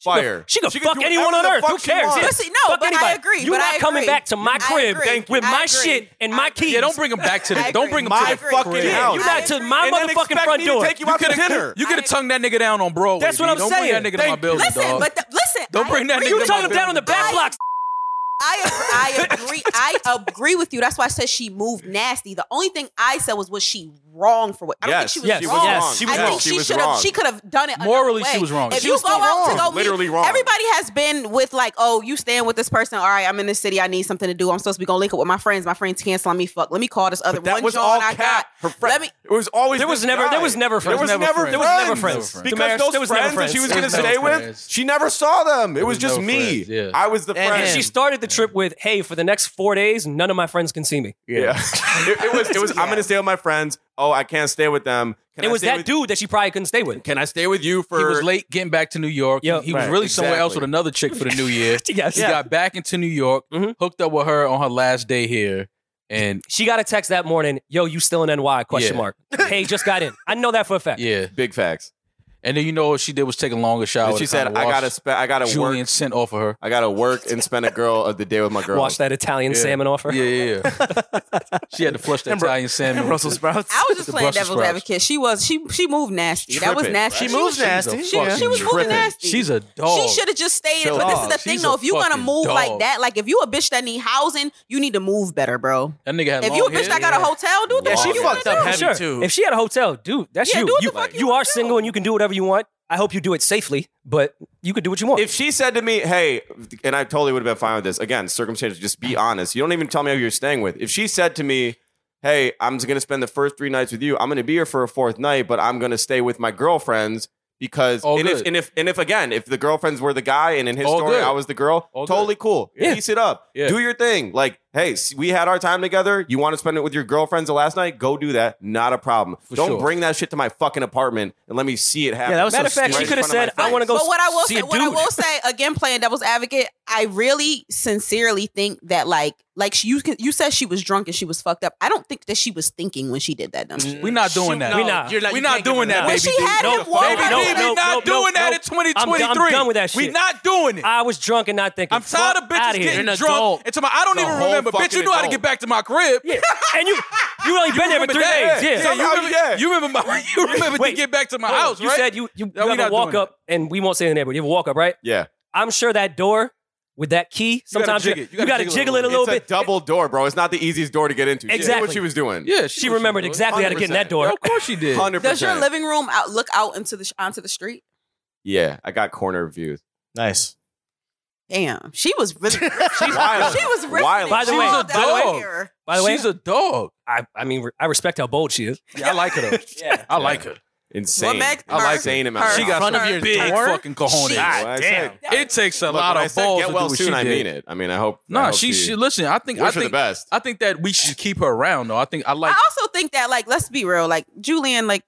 [SPEAKER 1] Fire.
[SPEAKER 2] She could
[SPEAKER 1] She could
[SPEAKER 2] fuck
[SPEAKER 1] do
[SPEAKER 2] anyone on
[SPEAKER 1] whatever the
[SPEAKER 2] earth. Who
[SPEAKER 1] fuck she
[SPEAKER 2] cares?
[SPEAKER 1] wants.
[SPEAKER 2] Yeah.
[SPEAKER 5] Pussy, no,
[SPEAKER 2] fuck
[SPEAKER 5] but I
[SPEAKER 2] anybody.
[SPEAKER 5] agree,
[SPEAKER 2] You're
[SPEAKER 5] but
[SPEAKER 2] not
[SPEAKER 5] I
[SPEAKER 2] coming
[SPEAKER 5] agree.
[SPEAKER 2] back to my
[SPEAKER 5] I
[SPEAKER 2] crib
[SPEAKER 5] agree.
[SPEAKER 2] with
[SPEAKER 5] I
[SPEAKER 2] my
[SPEAKER 5] agree.
[SPEAKER 2] shit and
[SPEAKER 5] I
[SPEAKER 2] my
[SPEAKER 5] agree.
[SPEAKER 2] keys.
[SPEAKER 3] Yeah, don't bring him back to the.
[SPEAKER 5] I
[SPEAKER 3] Don't
[SPEAKER 5] agree.
[SPEAKER 3] bring him
[SPEAKER 1] My
[SPEAKER 3] to the
[SPEAKER 5] agree.
[SPEAKER 1] fucking
[SPEAKER 5] I agree.
[SPEAKER 1] house.
[SPEAKER 2] You're
[SPEAKER 5] I
[SPEAKER 2] not to
[SPEAKER 5] agree.
[SPEAKER 2] my
[SPEAKER 1] And then
[SPEAKER 2] motherfucking
[SPEAKER 1] expect
[SPEAKER 2] front
[SPEAKER 1] me to
[SPEAKER 2] door.
[SPEAKER 1] take you out to
[SPEAKER 3] coulda-
[SPEAKER 1] dinner.
[SPEAKER 3] You could have tongued that nigga down on Broadway.
[SPEAKER 2] That's what
[SPEAKER 3] B.
[SPEAKER 2] I'm
[SPEAKER 3] Don't
[SPEAKER 2] saying.
[SPEAKER 3] Bring that nigga to my
[SPEAKER 1] Thank-
[SPEAKER 3] building,
[SPEAKER 5] Listen,
[SPEAKER 3] dog.
[SPEAKER 5] but the, listen.
[SPEAKER 3] Don't
[SPEAKER 5] I
[SPEAKER 3] bring that
[SPEAKER 5] agree
[SPEAKER 3] nigga
[SPEAKER 2] You
[SPEAKER 5] with
[SPEAKER 3] to my
[SPEAKER 2] tongue him down on the back
[SPEAKER 5] I-
[SPEAKER 2] blocks.
[SPEAKER 5] I agree. I agree. I agree with you. That's why I said she moved nasty. The only thing I said was was she wrong for what? I don't
[SPEAKER 1] Yes,
[SPEAKER 5] think she was
[SPEAKER 2] yes,
[SPEAKER 1] she was
[SPEAKER 5] wrong.
[SPEAKER 1] wrong.
[SPEAKER 2] yes, she
[SPEAKER 5] I
[SPEAKER 2] was
[SPEAKER 5] think
[SPEAKER 2] wrong.
[SPEAKER 5] she,
[SPEAKER 1] She was
[SPEAKER 5] should have.
[SPEAKER 1] wrong.
[SPEAKER 5] She could have done it. another
[SPEAKER 3] Morally,
[SPEAKER 5] way.
[SPEAKER 3] she was wrong.
[SPEAKER 5] If
[SPEAKER 3] She
[SPEAKER 5] you
[SPEAKER 3] was
[SPEAKER 5] go
[SPEAKER 3] still
[SPEAKER 5] out to
[SPEAKER 1] wrong.
[SPEAKER 5] go, meet-
[SPEAKER 1] Literally wrong.
[SPEAKER 5] Everybody has been with like, oh, you staying with this person. All right, I'm in the city. I need something to do. I'm supposed to be gonna link up with my friends. My friends cancel on me. Fuck. Let me call this other
[SPEAKER 1] But that
[SPEAKER 5] one.
[SPEAKER 1] was
[SPEAKER 5] John
[SPEAKER 1] all
[SPEAKER 5] I
[SPEAKER 1] cap. Her
[SPEAKER 5] got.
[SPEAKER 1] friend.
[SPEAKER 5] Let me.
[SPEAKER 1] it was always
[SPEAKER 2] There was
[SPEAKER 1] this
[SPEAKER 2] never-
[SPEAKER 1] guy.
[SPEAKER 2] there was never friends.
[SPEAKER 1] There was
[SPEAKER 3] Never
[SPEAKER 1] never friends.
[SPEAKER 3] friends. There was
[SPEAKER 2] never friends.
[SPEAKER 1] Because
[SPEAKER 2] Damaris,
[SPEAKER 1] those
[SPEAKER 2] there was never
[SPEAKER 1] friends that she was
[SPEAKER 2] friends.
[SPEAKER 1] going to
[SPEAKER 3] There
[SPEAKER 1] stay
[SPEAKER 3] was never
[SPEAKER 1] with,
[SPEAKER 3] friends.
[SPEAKER 1] she never saw them. It was
[SPEAKER 3] There
[SPEAKER 1] just
[SPEAKER 3] was no
[SPEAKER 1] me.
[SPEAKER 3] friends, yeah.
[SPEAKER 1] I was the
[SPEAKER 4] And
[SPEAKER 1] friend.
[SPEAKER 4] him.
[SPEAKER 2] She started the trip with, "Hey, for the next four days, none of my friends can see me."
[SPEAKER 1] Yeah. it, it was. It was. I'm gonna stay with my friends. oh, I can't stay with them. Can
[SPEAKER 2] it
[SPEAKER 1] I
[SPEAKER 2] was
[SPEAKER 1] stay
[SPEAKER 2] that
[SPEAKER 1] with-
[SPEAKER 2] dude that she probably couldn't stay with.
[SPEAKER 1] Can I stay with you for?
[SPEAKER 3] he was late getting back to New York.
[SPEAKER 2] Yep.
[SPEAKER 3] he he was
[SPEAKER 1] Right,
[SPEAKER 3] really somewhere else with
[SPEAKER 1] exactly.
[SPEAKER 3] another chick for the new year.
[SPEAKER 2] yes.
[SPEAKER 3] He got back into New York,
[SPEAKER 2] Mhm.
[SPEAKER 3] hooked up with her on her last day here, and
[SPEAKER 2] She got a text that morning. Yo, you still in NY? Question
[SPEAKER 3] Yeah.
[SPEAKER 2] mark. Hey, just got in. I know that for a fact.
[SPEAKER 3] yeah.
[SPEAKER 1] Big facts.
[SPEAKER 3] And then you know what she did was take a longer shower.
[SPEAKER 1] And she
[SPEAKER 3] to
[SPEAKER 1] said,
[SPEAKER 3] kinda
[SPEAKER 1] "I
[SPEAKER 3] wash
[SPEAKER 1] gotta spend. I gotta
[SPEAKER 3] Julian
[SPEAKER 1] work.
[SPEAKER 3] sent off of her.
[SPEAKER 1] I gotta work and spend a girl of the day with my girl.
[SPEAKER 2] Wash that Italian
[SPEAKER 3] Yeah.
[SPEAKER 2] salmon off her.
[SPEAKER 3] Yeah, yeah, yeah. she had to flush the
[SPEAKER 4] And Bru-
[SPEAKER 3] Italian salmon.
[SPEAKER 4] And Brussels sprouts.
[SPEAKER 5] I was just
[SPEAKER 3] The
[SPEAKER 5] playing
[SPEAKER 3] Brussels
[SPEAKER 5] devil's
[SPEAKER 3] sprouts.
[SPEAKER 5] advocate. She was she she moved nasty. that was
[SPEAKER 1] Tripping,
[SPEAKER 5] nasty.
[SPEAKER 1] right?
[SPEAKER 4] She moves
[SPEAKER 3] She's a
[SPEAKER 4] nasty.
[SPEAKER 5] She, was- she
[SPEAKER 3] fucking
[SPEAKER 5] was moving
[SPEAKER 1] tripping.
[SPEAKER 5] nasty.
[SPEAKER 3] She's a dog.
[SPEAKER 5] She should have just stayed.
[SPEAKER 1] She's a
[SPEAKER 5] But this is
[SPEAKER 1] dog.
[SPEAKER 5] the thing,
[SPEAKER 3] She's
[SPEAKER 5] though.
[SPEAKER 3] a
[SPEAKER 5] If you're gonna
[SPEAKER 3] fucking
[SPEAKER 5] move like
[SPEAKER 3] dog.
[SPEAKER 5] that, like if you a bitch that need housing, you need to move better, bro.
[SPEAKER 3] that nigga had
[SPEAKER 5] If
[SPEAKER 3] long
[SPEAKER 5] you a bitch
[SPEAKER 3] hair.
[SPEAKER 5] that got a hotel, do what the
[SPEAKER 4] Yeah,
[SPEAKER 5] fuck
[SPEAKER 4] she
[SPEAKER 5] you
[SPEAKER 4] fucked
[SPEAKER 5] wanna
[SPEAKER 4] up
[SPEAKER 5] do.
[SPEAKER 4] heavy
[SPEAKER 2] sure.
[SPEAKER 4] too.
[SPEAKER 2] If she had a hotel, dude, that's
[SPEAKER 5] Yeah,
[SPEAKER 2] you.
[SPEAKER 5] do what the
[SPEAKER 2] you,
[SPEAKER 5] fuck you
[SPEAKER 2] you
[SPEAKER 5] wanna
[SPEAKER 2] are
[SPEAKER 5] do.
[SPEAKER 2] single and you can do whatever you want. I hope you do it safely, but you could do what you want.
[SPEAKER 1] If she said to me, "Hey," and I totally would have been fine with this. Again, circumstances. Just be honest. You don't even tell me who you're staying with. If she said to me, "Hey, I'm just gonna spend the first three nights with you. I'm gonna be here for a fourth night, but I'm gonna stay with my girlfriends." Because
[SPEAKER 3] All
[SPEAKER 1] and if,
[SPEAKER 3] good.
[SPEAKER 1] and if and if again if the girlfriends were the guy and in his
[SPEAKER 3] All
[SPEAKER 1] story
[SPEAKER 3] good.
[SPEAKER 1] I was the girl
[SPEAKER 3] All good.
[SPEAKER 1] totally cool
[SPEAKER 2] Yeah.
[SPEAKER 1] piece it up
[SPEAKER 3] Yeah.
[SPEAKER 1] do your thing like hey s- we had our time together you want to spend it with your girlfriends the last night go do that not a problem
[SPEAKER 3] For
[SPEAKER 1] don't
[SPEAKER 3] sure.
[SPEAKER 1] bring that shit to my fucking apartment and let me see it happen
[SPEAKER 4] that was so
[SPEAKER 2] Matter of fact,
[SPEAKER 1] Right
[SPEAKER 2] she
[SPEAKER 1] in
[SPEAKER 2] could have
[SPEAKER 1] front of
[SPEAKER 2] said,
[SPEAKER 1] my
[SPEAKER 2] "I want to go."
[SPEAKER 5] But what I will
[SPEAKER 2] see
[SPEAKER 5] say,
[SPEAKER 2] a
[SPEAKER 5] what I
[SPEAKER 2] dude.
[SPEAKER 5] will say again, playing devil's advocate, I really sincerely think that like like she, you can- you said she was drunk and she was fucked up. I don't think that she was thinking when she did that dumb shit.
[SPEAKER 3] We not doing that.
[SPEAKER 2] no, We not.
[SPEAKER 4] You're not,
[SPEAKER 3] We
[SPEAKER 4] you
[SPEAKER 3] not
[SPEAKER 4] can't give
[SPEAKER 3] doing
[SPEAKER 4] her
[SPEAKER 3] that,
[SPEAKER 5] When
[SPEAKER 3] baby
[SPEAKER 5] she
[SPEAKER 3] D.
[SPEAKER 5] had
[SPEAKER 2] No,
[SPEAKER 5] him walk
[SPEAKER 2] baby D,
[SPEAKER 5] her in-
[SPEAKER 2] no, no, no. I'm done- I'm done with that
[SPEAKER 3] We
[SPEAKER 2] shit.
[SPEAKER 3] not doing it.
[SPEAKER 2] I was drunk and not thinking.
[SPEAKER 3] I'm tired of
[SPEAKER 2] Fuck outta
[SPEAKER 3] bitches
[SPEAKER 2] here.
[SPEAKER 3] getting
[SPEAKER 4] You're an
[SPEAKER 3] drunk.
[SPEAKER 4] adult.
[SPEAKER 3] And to my, I don't
[SPEAKER 1] You're a
[SPEAKER 3] even
[SPEAKER 1] whole
[SPEAKER 3] remember. Bitch,
[SPEAKER 1] fucking
[SPEAKER 3] you know how to
[SPEAKER 1] adult.
[SPEAKER 3] get back to my crib.
[SPEAKER 2] Yeah, and you you only been there for
[SPEAKER 3] remember
[SPEAKER 2] three
[SPEAKER 3] that?
[SPEAKER 2] days. Yeah.
[SPEAKER 3] you
[SPEAKER 1] Somehow,
[SPEAKER 3] remember,
[SPEAKER 1] yeah.
[SPEAKER 3] you remember my, you remember to
[SPEAKER 2] Wait,
[SPEAKER 3] get back to my
[SPEAKER 2] Hold on.
[SPEAKER 3] house,
[SPEAKER 2] you
[SPEAKER 3] right?
[SPEAKER 2] said you you, you
[SPEAKER 3] No, we
[SPEAKER 2] have
[SPEAKER 3] not
[SPEAKER 2] a walk
[SPEAKER 3] doing
[SPEAKER 2] up, and we won't say the name, but you have a walk up, right?
[SPEAKER 1] yeah
[SPEAKER 2] I'm sure that door with that key.
[SPEAKER 3] gotta
[SPEAKER 2] Sometimes
[SPEAKER 3] jig it. You
[SPEAKER 2] gotta
[SPEAKER 3] gotta jiggle it a
[SPEAKER 2] jiggle it a
[SPEAKER 3] little
[SPEAKER 2] little
[SPEAKER 1] it's
[SPEAKER 2] bit.
[SPEAKER 1] a double door, bro. It's not the easiest door to get into. She knew what
[SPEAKER 2] Exactly.
[SPEAKER 1] she was doing.
[SPEAKER 3] yeah,
[SPEAKER 2] She remembered exactly how to get in that
[SPEAKER 1] 100%.
[SPEAKER 2] door.
[SPEAKER 3] of course she did.
[SPEAKER 1] hundred
[SPEAKER 5] Does your
[SPEAKER 1] percent.
[SPEAKER 5] living room out look out into the onto the street?
[SPEAKER 1] yeah, I got corner views.
[SPEAKER 4] Nice.
[SPEAKER 5] Damn, she was really, she
[SPEAKER 1] wild.
[SPEAKER 5] was risking
[SPEAKER 1] Wild.
[SPEAKER 5] it.
[SPEAKER 2] By the
[SPEAKER 5] She
[SPEAKER 2] way-
[SPEAKER 5] was
[SPEAKER 2] by the way-
[SPEAKER 5] out there.
[SPEAKER 2] By the way,
[SPEAKER 3] she's a dog.
[SPEAKER 2] I I mean I respect how bold she is.
[SPEAKER 3] Yeah, I like her. Though.
[SPEAKER 2] Yeah.
[SPEAKER 3] I like her.
[SPEAKER 1] Insane.
[SPEAKER 5] Meg-
[SPEAKER 1] I
[SPEAKER 5] her-
[SPEAKER 1] like insane amount.
[SPEAKER 5] her-
[SPEAKER 1] of
[SPEAKER 3] She got
[SPEAKER 4] front
[SPEAKER 3] some
[SPEAKER 5] of your
[SPEAKER 3] big
[SPEAKER 4] door?
[SPEAKER 3] fucking cojones.
[SPEAKER 5] She-
[SPEAKER 1] confidence. When I said-
[SPEAKER 4] damn.
[SPEAKER 5] That-
[SPEAKER 3] It takes a
[SPEAKER 1] Look,
[SPEAKER 3] lot
[SPEAKER 1] when I
[SPEAKER 3] of
[SPEAKER 1] said
[SPEAKER 3] balls
[SPEAKER 1] get
[SPEAKER 3] to do
[SPEAKER 1] well
[SPEAKER 3] what
[SPEAKER 1] soon.
[SPEAKER 3] she
[SPEAKER 1] I
[SPEAKER 3] did.
[SPEAKER 1] mean it. I mean, I hope. I
[SPEAKER 3] Nah,
[SPEAKER 1] hope
[SPEAKER 3] she, she listen. I think
[SPEAKER 1] Wish
[SPEAKER 3] I
[SPEAKER 1] her the
[SPEAKER 3] think
[SPEAKER 1] best.
[SPEAKER 3] I think that we should keep her around though. I think I like.
[SPEAKER 5] I also think that, like, let's be real, like Julian, like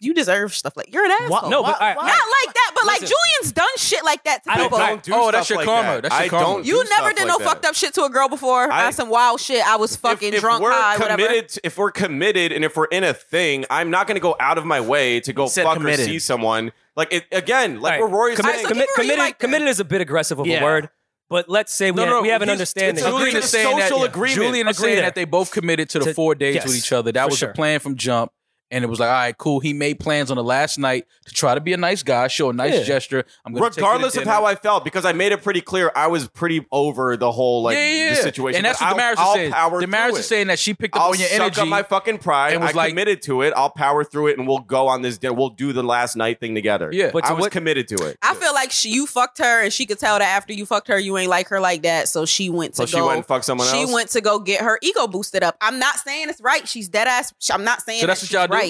[SPEAKER 5] you deserve stuff. Like you're an asshole.
[SPEAKER 4] What?
[SPEAKER 2] No,
[SPEAKER 4] Why-
[SPEAKER 2] but all right,
[SPEAKER 5] not like that. But like
[SPEAKER 2] Listen.
[SPEAKER 5] Julian's done shit like that to
[SPEAKER 2] I don't-
[SPEAKER 5] people.
[SPEAKER 2] I
[SPEAKER 1] I
[SPEAKER 2] don't
[SPEAKER 1] don't do
[SPEAKER 3] Oh,
[SPEAKER 1] stuff
[SPEAKER 3] that's your
[SPEAKER 1] like
[SPEAKER 3] karma.
[SPEAKER 1] That.
[SPEAKER 3] That's your
[SPEAKER 1] I
[SPEAKER 3] karma.
[SPEAKER 1] don't.
[SPEAKER 5] You
[SPEAKER 1] do
[SPEAKER 5] never
[SPEAKER 1] stuff
[SPEAKER 5] did
[SPEAKER 1] like
[SPEAKER 5] no
[SPEAKER 1] that.
[SPEAKER 5] fucked up shit to a girl before.
[SPEAKER 1] I-
[SPEAKER 5] I, some wild shit. I was fucking
[SPEAKER 1] if, if
[SPEAKER 5] drunk,
[SPEAKER 1] we're
[SPEAKER 5] high,
[SPEAKER 1] committed,
[SPEAKER 5] whatever.
[SPEAKER 1] if we're committed, and if we're in a thing, I'm not going to go out of my way to go
[SPEAKER 4] Said
[SPEAKER 1] fuck or
[SPEAKER 4] committed.
[SPEAKER 1] see someone. Like it, again, like
[SPEAKER 2] Right.
[SPEAKER 1] we're Rory's
[SPEAKER 2] Commit-
[SPEAKER 1] saying,
[SPEAKER 5] so
[SPEAKER 2] commit-
[SPEAKER 5] give her a
[SPEAKER 2] committed
[SPEAKER 5] like that.
[SPEAKER 2] committed is a bit aggressive of
[SPEAKER 4] Yeah.
[SPEAKER 2] a word, but let's say we,
[SPEAKER 3] No,
[SPEAKER 2] had-
[SPEAKER 3] no,
[SPEAKER 2] we have an
[SPEAKER 3] he's-
[SPEAKER 2] understanding.
[SPEAKER 3] it's
[SPEAKER 1] Agree
[SPEAKER 3] Julian
[SPEAKER 1] to
[SPEAKER 3] is
[SPEAKER 1] the
[SPEAKER 3] saying that,
[SPEAKER 1] social
[SPEAKER 3] yeah.
[SPEAKER 1] agreement.
[SPEAKER 3] Julian is
[SPEAKER 2] Agree
[SPEAKER 3] saying
[SPEAKER 2] to
[SPEAKER 3] that
[SPEAKER 2] that.
[SPEAKER 3] they both committed to the
[SPEAKER 2] To-
[SPEAKER 3] four days
[SPEAKER 2] yes,
[SPEAKER 3] with each other. That
[SPEAKER 2] for
[SPEAKER 3] was
[SPEAKER 2] sure.
[SPEAKER 3] the plan from jump. And it was like, all right, cool. He made plans on the last night to try to be a nice guy, show a nice
[SPEAKER 2] Yeah.
[SPEAKER 3] gesture. I'm gonna take you to
[SPEAKER 1] regardless of
[SPEAKER 3] dinner.
[SPEAKER 1] how I felt, because I made it pretty clear I was pretty over the whole like
[SPEAKER 3] yeah, yeah, yeah.
[SPEAKER 1] The situation.
[SPEAKER 3] And that's
[SPEAKER 1] But
[SPEAKER 3] what Damaris
[SPEAKER 1] I'll,
[SPEAKER 3] is
[SPEAKER 1] I'll
[SPEAKER 3] saying.
[SPEAKER 1] power
[SPEAKER 3] Damaris
[SPEAKER 1] through
[SPEAKER 3] is
[SPEAKER 1] it.
[SPEAKER 3] saying that she picked up
[SPEAKER 1] I'll
[SPEAKER 3] on your
[SPEAKER 1] suck
[SPEAKER 3] energy.
[SPEAKER 1] up my fucking pride.
[SPEAKER 3] and was
[SPEAKER 1] I
[SPEAKER 3] like-
[SPEAKER 1] committed to it. I'll power through it, and we'll go on this dinner. We'll do the last night thing together.
[SPEAKER 3] Yeah.
[SPEAKER 1] but
[SPEAKER 2] But
[SPEAKER 1] I
[SPEAKER 2] to
[SPEAKER 1] was
[SPEAKER 2] what-
[SPEAKER 1] committed to it.
[SPEAKER 5] I feel like she, you fucked her, and she could tell that after you fucked her, you ain't like her like that. So she went
[SPEAKER 1] So
[SPEAKER 5] to
[SPEAKER 1] she
[SPEAKER 5] go.
[SPEAKER 1] went and fucked someone
[SPEAKER 5] she
[SPEAKER 1] else.
[SPEAKER 5] went to go get her ego boosted up. I'm not saying it's right. She's dead ass. sh- I'm not saying
[SPEAKER 3] So that's
[SPEAKER 5] that
[SPEAKER 3] what y'all
[SPEAKER 5] she's
[SPEAKER 3] do?
[SPEAKER 5] right.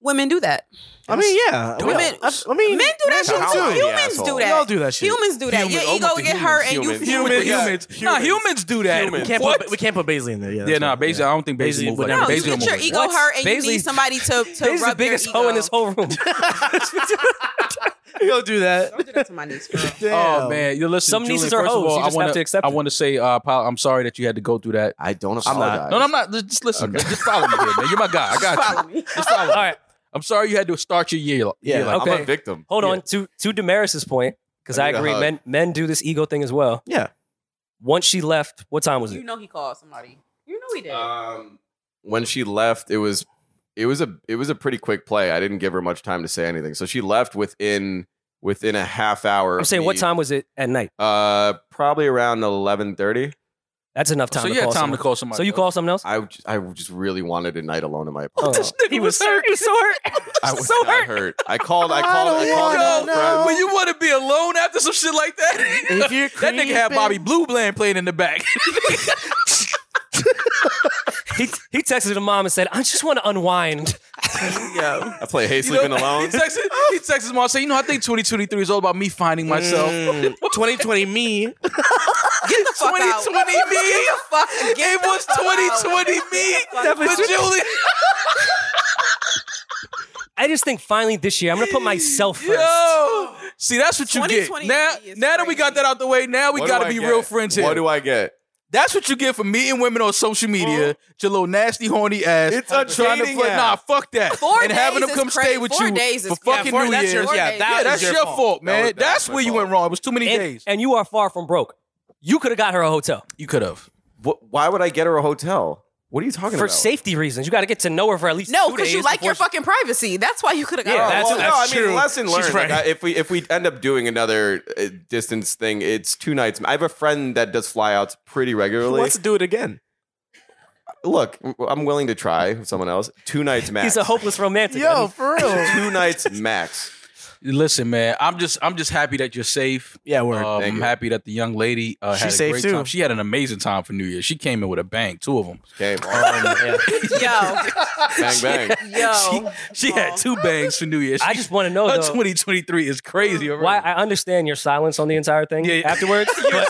[SPEAKER 5] Women do that.
[SPEAKER 4] I mean, yeah. I
[SPEAKER 5] Women,
[SPEAKER 4] I, I mean,
[SPEAKER 5] men do that
[SPEAKER 1] that's how
[SPEAKER 5] shit
[SPEAKER 1] I
[SPEAKER 5] too.
[SPEAKER 1] am,
[SPEAKER 5] Humans
[SPEAKER 1] asshole.
[SPEAKER 5] do
[SPEAKER 4] We
[SPEAKER 5] that.
[SPEAKER 4] all do that shit.
[SPEAKER 5] Humans do that.
[SPEAKER 3] Human-
[SPEAKER 5] Your
[SPEAKER 3] oh,
[SPEAKER 5] ego
[SPEAKER 3] with the
[SPEAKER 5] get hurt, and you
[SPEAKER 1] humans.
[SPEAKER 5] feel
[SPEAKER 1] Humans.
[SPEAKER 5] with
[SPEAKER 1] Yeah.
[SPEAKER 5] the-
[SPEAKER 3] humans. Nah, humans do that.
[SPEAKER 1] Humans.
[SPEAKER 4] We can't,
[SPEAKER 3] What?
[SPEAKER 4] put, we can't put Baisley in there. Yeah,
[SPEAKER 3] yeah,
[SPEAKER 4] that's
[SPEAKER 3] nah,
[SPEAKER 4] right.
[SPEAKER 3] Basil. I don't think Basil
[SPEAKER 4] Basil
[SPEAKER 3] move
[SPEAKER 4] would
[SPEAKER 3] like
[SPEAKER 5] No,
[SPEAKER 3] that.
[SPEAKER 4] never-
[SPEAKER 5] you
[SPEAKER 3] Basil
[SPEAKER 5] get
[SPEAKER 3] don't
[SPEAKER 5] your
[SPEAKER 3] move.
[SPEAKER 5] ego
[SPEAKER 2] What?
[SPEAKER 5] hurt, and you need
[SPEAKER 2] Baisley-
[SPEAKER 5] somebody to to
[SPEAKER 2] He's the
[SPEAKER 5] rub your
[SPEAKER 2] biggest
[SPEAKER 5] ego.
[SPEAKER 2] hoe in this whole room.
[SPEAKER 4] He'll do that.
[SPEAKER 5] Don't do that to my niece, girl.
[SPEAKER 4] Damn.
[SPEAKER 3] Oh man, you listen.
[SPEAKER 2] Some
[SPEAKER 3] Julian,
[SPEAKER 2] nieces are
[SPEAKER 3] first of
[SPEAKER 2] hoes.
[SPEAKER 3] all,
[SPEAKER 2] You just
[SPEAKER 3] I
[SPEAKER 2] have
[SPEAKER 3] wanna,
[SPEAKER 2] to accept
[SPEAKER 3] I
[SPEAKER 2] it.
[SPEAKER 3] want to say, uh, Paul, I'm sorry that you had to go through that.
[SPEAKER 1] I don't
[SPEAKER 4] I'm not.
[SPEAKER 1] apologize.
[SPEAKER 3] No, no, I'm not. Just listen.
[SPEAKER 1] Okay.
[SPEAKER 3] Just follow me here, man. You're my guy. I got you.
[SPEAKER 5] Follow me.
[SPEAKER 3] Just follow.
[SPEAKER 2] All
[SPEAKER 3] me.
[SPEAKER 2] right,
[SPEAKER 3] I'm sorry you had to start your year.
[SPEAKER 4] Yeah.
[SPEAKER 3] year like
[SPEAKER 1] I'm
[SPEAKER 2] Okay.
[SPEAKER 1] a victim.
[SPEAKER 2] hold
[SPEAKER 3] Yeah.
[SPEAKER 2] on to to Damaris's point because
[SPEAKER 1] I
[SPEAKER 2] I
[SPEAKER 1] need a
[SPEAKER 2] agree.
[SPEAKER 1] hug.
[SPEAKER 2] Men men do this ego thing as well.
[SPEAKER 4] Yeah.
[SPEAKER 2] Once she left, what time was
[SPEAKER 5] You
[SPEAKER 2] it?
[SPEAKER 5] know he called somebody. You know he did.
[SPEAKER 1] Um, when she left, it was it was a it was a pretty quick play. I didn't give her much time to say anything. So she left within within a half hour.
[SPEAKER 2] I'm
[SPEAKER 1] of
[SPEAKER 2] saying, what
[SPEAKER 1] me.
[SPEAKER 2] time was it at night?
[SPEAKER 1] Uh, probably around eleven thirty.
[SPEAKER 2] That's enough time.
[SPEAKER 3] so
[SPEAKER 2] to
[SPEAKER 3] you had
[SPEAKER 2] call
[SPEAKER 3] time
[SPEAKER 2] someone.
[SPEAKER 3] to call somebody.
[SPEAKER 2] So you call someone else?
[SPEAKER 1] I just, I just really wanted a night alone in my
[SPEAKER 2] Oh,
[SPEAKER 1] apartment.
[SPEAKER 2] he was hurt. He was so hurt.
[SPEAKER 1] I was so hurt. I called. I called. I
[SPEAKER 4] I don't
[SPEAKER 1] called.
[SPEAKER 4] wanna
[SPEAKER 1] an old
[SPEAKER 4] know.
[SPEAKER 1] friend.
[SPEAKER 3] When you want to be alone after some shit like that,
[SPEAKER 4] If you're
[SPEAKER 3] that nigga had
[SPEAKER 4] creeping-
[SPEAKER 3] Bobby Blue Bland playing in the back.
[SPEAKER 2] He, he texted the mom and said, I just want to unwind.
[SPEAKER 1] I play Hey
[SPEAKER 3] You
[SPEAKER 1] Sleeping
[SPEAKER 3] know,
[SPEAKER 1] Alone.
[SPEAKER 3] He texted, he texted his mom saying, "You know, I think 2023 is all about me finding myself."
[SPEAKER 4] Mm, 2020 me.
[SPEAKER 5] Get the fuck out.
[SPEAKER 3] 2020 me.
[SPEAKER 5] Fuck, get
[SPEAKER 3] It was
[SPEAKER 5] the fuck out.
[SPEAKER 3] 2020 me.
[SPEAKER 5] Get the fuck
[SPEAKER 3] But
[SPEAKER 5] out.
[SPEAKER 3] Julian,
[SPEAKER 2] I just think finally this year I'm gonna put myself first.
[SPEAKER 3] Yo, see that's what you get.
[SPEAKER 5] 2023
[SPEAKER 3] Now,
[SPEAKER 5] is
[SPEAKER 3] now that we got
[SPEAKER 5] crazy.
[SPEAKER 3] that out the way, now we
[SPEAKER 1] What do
[SPEAKER 3] got to
[SPEAKER 1] I
[SPEAKER 3] be
[SPEAKER 1] get?
[SPEAKER 3] real friends here.
[SPEAKER 1] What do I get?
[SPEAKER 3] that's what you get for meeting women on social media. Your little nasty, horny ass.
[SPEAKER 1] It's a
[SPEAKER 3] trying to
[SPEAKER 1] dating
[SPEAKER 3] put-
[SPEAKER 1] app.
[SPEAKER 3] nah, fuck that.
[SPEAKER 5] Four
[SPEAKER 3] and having
[SPEAKER 5] days
[SPEAKER 3] them come
[SPEAKER 5] is
[SPEAKER 3] stay
[SPEAKER 5] crazy.
[SPEAKER 3] with
[SPEAKER 5] Four
[SPEAKER 3] you
[SPEAKER 5] days is
[SPEAKER 3] for
[SPEAKER 5] crazy.
[SPEAKER 3] fucking
[SPEAKER 5] Yeah, four-
[SPEAKER 3] New
[SPEAKER 5] that's
[SPEAKER 3] Year's.
[SPEAKER 5] your- Four
[SPEAKER 3] yeah,
[SPEAKER 5] days.
[SPEAKER 3] that
[SPEAKER 5] Yeah,
[SPEAKER 3] that's
[SPEAKER 5] that's
[SPEAKER 3] your
[SPEAKER 1] your
[SPEAKER 3] fault,
[SPEAKER 1] fault.
[SPEAKER 3] man.
[SPEAKER 1] That was- that
[SPEAKER 3] that's
[SPEAKER 1] was my
[SPEAKER 3] where you went
[SPEAKER 1] fault.
[SPEAKER 3] wrong. It was too many
[SPEAKER 2] And,
[SPEAKER 3] days.
[SPEAKER 2] and you are far from broke. You could have got her a hotel
[SPEAKER 3] you could have.
[SPEAKER 1] Wh- why would I get her a hotel? What are you talking
[SPEAKER 2] for
[SPEAKER 1] about?
[SPEAKER 2] safety reasons. You got to get to know her for at least
[SPEAKER 5] No,
[SPEAKER 2] two
[SPEAKER 5] because you
[SPEAKER 2] days
[SPEAKER 5] like your
[SPEAKER 2] before
[SPEAKER 5] fucking privacy. That's why you could have got
[SPEAKER 2] Yeah,
[SPEAKER 5] all
[SPEAKER 1] Oh,
[SPEAKER 2] that's-
[SPEAKER 5] along.
[SPEAKER 1] well, no, I mean,
[SPEAKER 2] true.
[SPEAKER 1] lesson
[SPEAKER 2] She's
[SPEAKER 1] learned. Like,
[SPEAKER 2] right.
[SPEAKER 1] I- if we if we end up doing another uh, distance thing, it's two nights. I have a friend that does flyouts pretty
[SPEAKER 4] Who
[SPEAKER 1] regularly.
[SPEAKER 4] wants to do it again?
[SPEAKER 1] Look, I'm willing to try with someone else. Two nights
[SPEAKER 2] she-
[SPEAKER 1] max.
[SPEAKER 2] He's a hopeless romantic. I mean,
[SPEAKER 4] for real.
[SPEAKER 1] two nights max.
[SPEAKER 3] Listen, man, I'm just I'm just happy that you're safe.
[SPEAKER 4] yeah, word.
[SPEAKER 3] Um,
[SPEAKER 1] Thank
[SPEAKER 3] I'm
[SPEAKER 1] you.
[SPEAKER 3] happy that the young lady uh, had
[SPEAKER 4] She's
[SPEAKER 3] a
[SPEAKER 4] safe
[SPEAKER 3] great
[SPEAKER 4] too.
[SPEAKER 3] time. She had an amazing time for New Year. She came in with a bang, two of them.
[SPEAKER 1] Okay,
[SPEAKER 4] Um,
[SPEAKER 5] Yo,
[SPEAKER 1] bang bang.
[SPEAKER 5] yo.
[SPEAKER 3] She had two bangs for New Year. She,
[SPEAKER 2] I just want to know
[SPEAKER 3] her
[SPEAKER 2] though.
[SPEAKER 3] 2023 is crazy. Already.
[SPEAKER 2] Why I understand your silence on the entire thing
[SPEAKER 3] Yeah, yeah.
[SPEAKER 2] afterwards. but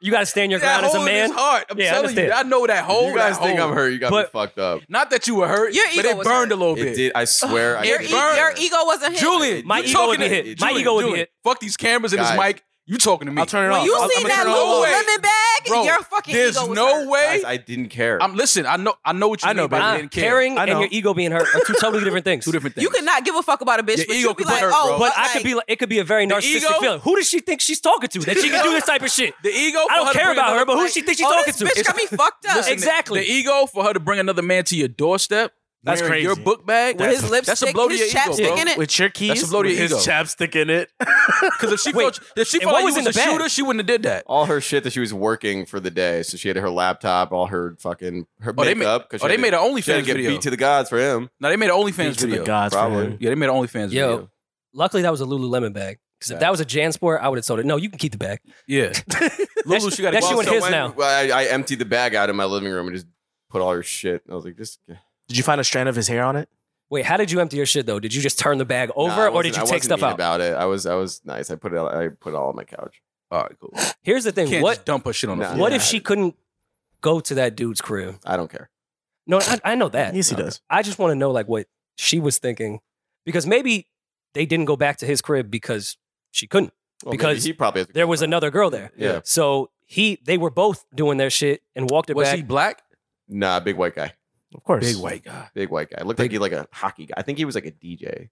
[SPEAKER 2] you got to stand your
[SPEAKER 3] that
[SPEAKER 2] ground as
[SPEAKER 3] hole
[SPEAKER 2] a
[SPEAKER 3] in
[SPEAKER 2] man.
[SPEAKER 3] his heart. I'm
[SPEAKER 2] Yeah, I
[SPEAKER 3] telling you,
[SPEAKER 2] understand.
[SPEAKER 3] I know that hole.
[SPEAKER 1] you guys
[SPEAKER 3] that
[SPEAKER 1] think
[SPEAKER 3] hole.
[SPEAKER 1] I'm hurt? You got
[SPEAKER 2] But-
[SPEAKER 1] me fucked up.
[SPEAKER 3] Not that you were hurt,
[SPEAKER 5] Your
[SPEAKER 3] but
[SPEAKER 5] ego
[SPEAKER 3] it
[SPEAKER 5] was
[SPEAKER 3] burned
[SPEAKER 5] hurt.
[SPEAKER 3] a little
[SPEAKER 1] It
[SPEAKER 3] bit.
[SPEAKER 1] did. I swear. I
[SPEAKER 5] Your,
[SPEAKER 1] did.
[SPEAKER 5] e- your ego wasn't hit.
[SPEAKER 3] Julian,
[SPEAKER 2] My
[SPEAKER 3] you
[SPEAKER 2] ego would
[SPEAKER 3] talking
[SPEAKER 2] be
[SPEAKER 3] to-
[SPEAKER 2] hit. My
[SPEAKER 3] Julian,
[SPEAKER 2] ego would be
[SPEAKER 3] Julian,
[SPEAKER 2] hit.
[SPEAKER 3] Fuck these cameras and this
[SPEAKER 1] Guys.
[SPEAKER 3] mic. You talking to me?
[SPEAKER 4] I'll turn it
[SPEAKER 5] When
[SPEAKER 4] off.
[SPEAKER 5] you
[SPEAKER 4] I'll-
[SPEAKER 5] seen
[SPEAKER 4] I'ma
[SPEAKER 5] that
[SPEAKER 4] turn it
[SPEAKER 3] no
[SPEAKER 5] little
[SPEAKER 4] off.
[SPEAKER 3] way.
[SPEAKER 5] lemon bag,
[SPEAKER 3] Bro,
[SPEAKER 5] your fucking
[SPEAKER 3] There's
[SPEAKER 5] ego was
[SPEAKER 3] no
[SPEAKER 5] hurt.
[SPEAKER 3] way.
[SPEAKER 2] e-,
[SPEAKER 1] Guys, I didn't care.
[SPEAKER 3] I'm listen. I know. I know what you
[SPEAKER 4] I know,
[SPEAKER 3] mean by
[SPEAKER 4] but
[SPEAKER 2] Ah,
[SPEAKER 3] didn't care.
[SPEAKER 2] caring
[SPEAKER 4] I
[SPEAKER 2] and your
[SPEAKER 4] know.
[SPEAKER 2] ego being hurt are two totally different things.
[SPEAKER 3] Two different things.
[SPEAKER 5] You could not give a fuck about a bitch,
[SPEAKER 3] Your
[SPEAKER 5] but
[SPEAKER 3] ego
[SPEAKER 5] you'd be
[SPEAKER 3] could be
[SPEAKER 5] like,
[SPEAKER 3] hurt,
[SPEAKER 5] oh,
[SPEAKER 3] bro.
[SPEAKER 2] But I could be like, it could be a very narcissistic
[SPEAKER 3] ego?
[SPEAKER 2] feeling. Who does she think she's talking to that she can do this type of shit?
[SPEAKER 3] the ego. For
[SPEAKER 2] I don't
[SPEAKER 3] her to
[SPEAKER 2] care
[SPEAKER 3] bring
[SPEAKER 2] about her,
[SPEAKER 3] another-
[SPEAKER 2] but who
[SPEAKER 5] like,
[SPEAKER 2] she thinks she's
[SPEAKER 5] oh,
[SPEAKER 2] talking
[SPEAKER 5] this
[SPEAKER 2] to?
[SPEAKER 5] Bitch got me fucked up.
[SPEAKER 2] Listen, Exactly.
[SPEAKER 3] The ego for her to bring another man to your doorstep.
[SPEAKER 4] That's
[SPEAKER 3] wearing Your
[SPEAKER 4] crazy.
[SPEAKER 3] book bag
[SPEAKER 5] With his
[SPEAKER 3] that's-
[SPEAKER 5] lipstick,
[SPEAKER 3] That's a blow to your
[SPEAKER 5] his
[SPEAKER 3] ego,
[SPEAKER 5] chapstick
[SPEAKER 3] bro.
[SPEAKER 5] in it.
[SPEAKER 4] With your keys,
[SPEAKER 3] That's a blow to
[SPEAKER 4] with
[SPEAKER 3] your
[SPEAKER 4] his
[SPEAKER 3] ego.
[SPEAKER 4] chapstick in it.
[SPEAKER 3] Because if she
[SPEAKER 2] Wait,
[SPEAKER 3] felt, if she
[SPEAKER 2] and
[SPEAKER 3] felt
[SPEAKER 2] what
[SPEAKER 3] like
[SPEAKER 2] was
[SPEAKER 3] you
[SPEAKER 2] in
[SPEAKER 3] was
[SPEAKER 2] the
[SPEAKER 3] a
[SPEAKER 2] bag?
[SPEAKER 3] shooter, she wouldn't have did that.
[SPEAKER 1] all her shit that she was working for the day, so she had her laptop, all her fucking her
[SPEAKER 3] Oh, they made-
[SPEAKER 1] makeup. 'cause she
[SPEAKER 3] oh,
[SPEAKER 1] had
[SPEAKER 3] they
[SPEAKER 1] to-
[SPEAKER 3] made an
[SPEAKER 1] she had
[SPEAKER 3] OnlyFans
[SPEAKER 1] to get
[SPEAKER 3] video.
[SPEAKER 1] beat to the gods for him.
[SPEAKER 3] No, they made an OnlyFans
[SPEAKER 4] Thanks to
[SPEAKER 3] video.
[SPEAKER 4] the gods,
[SPEAKER 1] Probably.
[SPEAKER 4] man.
[SPEAKER 3] Yeah, they made an OnlyFans
[SPEAKER 2] Yo,
[SPEAKER 3] video.
[SPEAKER 2] luckily that was a Lululemon bag. Because if
[SPEAKER 1] Yeah.
[SPEAKER 2] that was a Jansport, I would have sold it. No, you can keep the bag.
[SPEAKER 3] Yeah. Lulu, she got
[SPEAKER 2] That shit
[SPEAKER 1] Well,
[SPEAKER 2] went
[SPEAKER 1] so
[SPEAKER 2] his
[SPEAKER 1] when-
[SPEAKER 2] now.
[SPEAKER 1] well, I, I emptied the bag out in my living room and just put all her shit. I was like, this.
[SPEAKER 4] Did you find a strand of his hair on it?
[SPEAKER 2] Wait, how did you empty your shit though? Did you just turn the bag
[SPEAKER 1] Nah,
[SPEAKER 2] over,
[SPEAKER 1] I
[SPEAKER 2] or did
[SPEAKER 1] wasn't-
[SPEAKER 2] you
[SPEAKER 1] I
[SPEAKER 2] take
[SPEAKER 1] wasn't
[SPEAKER 2] stuff
[SPEAKER 1] mean
[SPEAKER 2] out?
[SPEAKER 1] About it, I was I was nice. I put it I put it all on my couch.
[SPEAKER 3] All right, cool.
[SPEAKER 2] Here's the thing.
[SPEAKER 3] Can't
[SPEAKER 2] What
[SPEAKER 3] just dump her shit on the
[SPEAKER 1] Nah.
[SPEAKER 3] floor.
[SPEAKER 2] What
[SPEAKER 1] Yeah.
[SPEAKER 2] if she couldn't go to that dude's crib?
[SPEAKER 1] I don't care.
[SPEAKER 2] No, I, I know that.
[SPEAKER 4] Yes, he does.
[SPEAKER 2] I just want to know like what she was thinking, because maybe they didn't go back to his crib because she couldn't.
[SPEAKER 1] Well, maybe
[SPEAKER 2] Because
[SPEAKER 1] he probably has a
[SPEAKER 2] There was another girl there,
[SPEAKER 1] yeah.
[SPEAKER 2] so he they were both doing their shit and walked it
[SPEAKER 3] Was
[SPEAKER 2] back.
[SPEAKER 3] he black?
[SPEAKER 1] Nah, big white guy.
[SPEAKER 4] Of course.
[SPEAKER 3] Big white guy.
[SPEAKER 1] Big white guy. Looked like he like a hockey guy. I think he was like a DJ.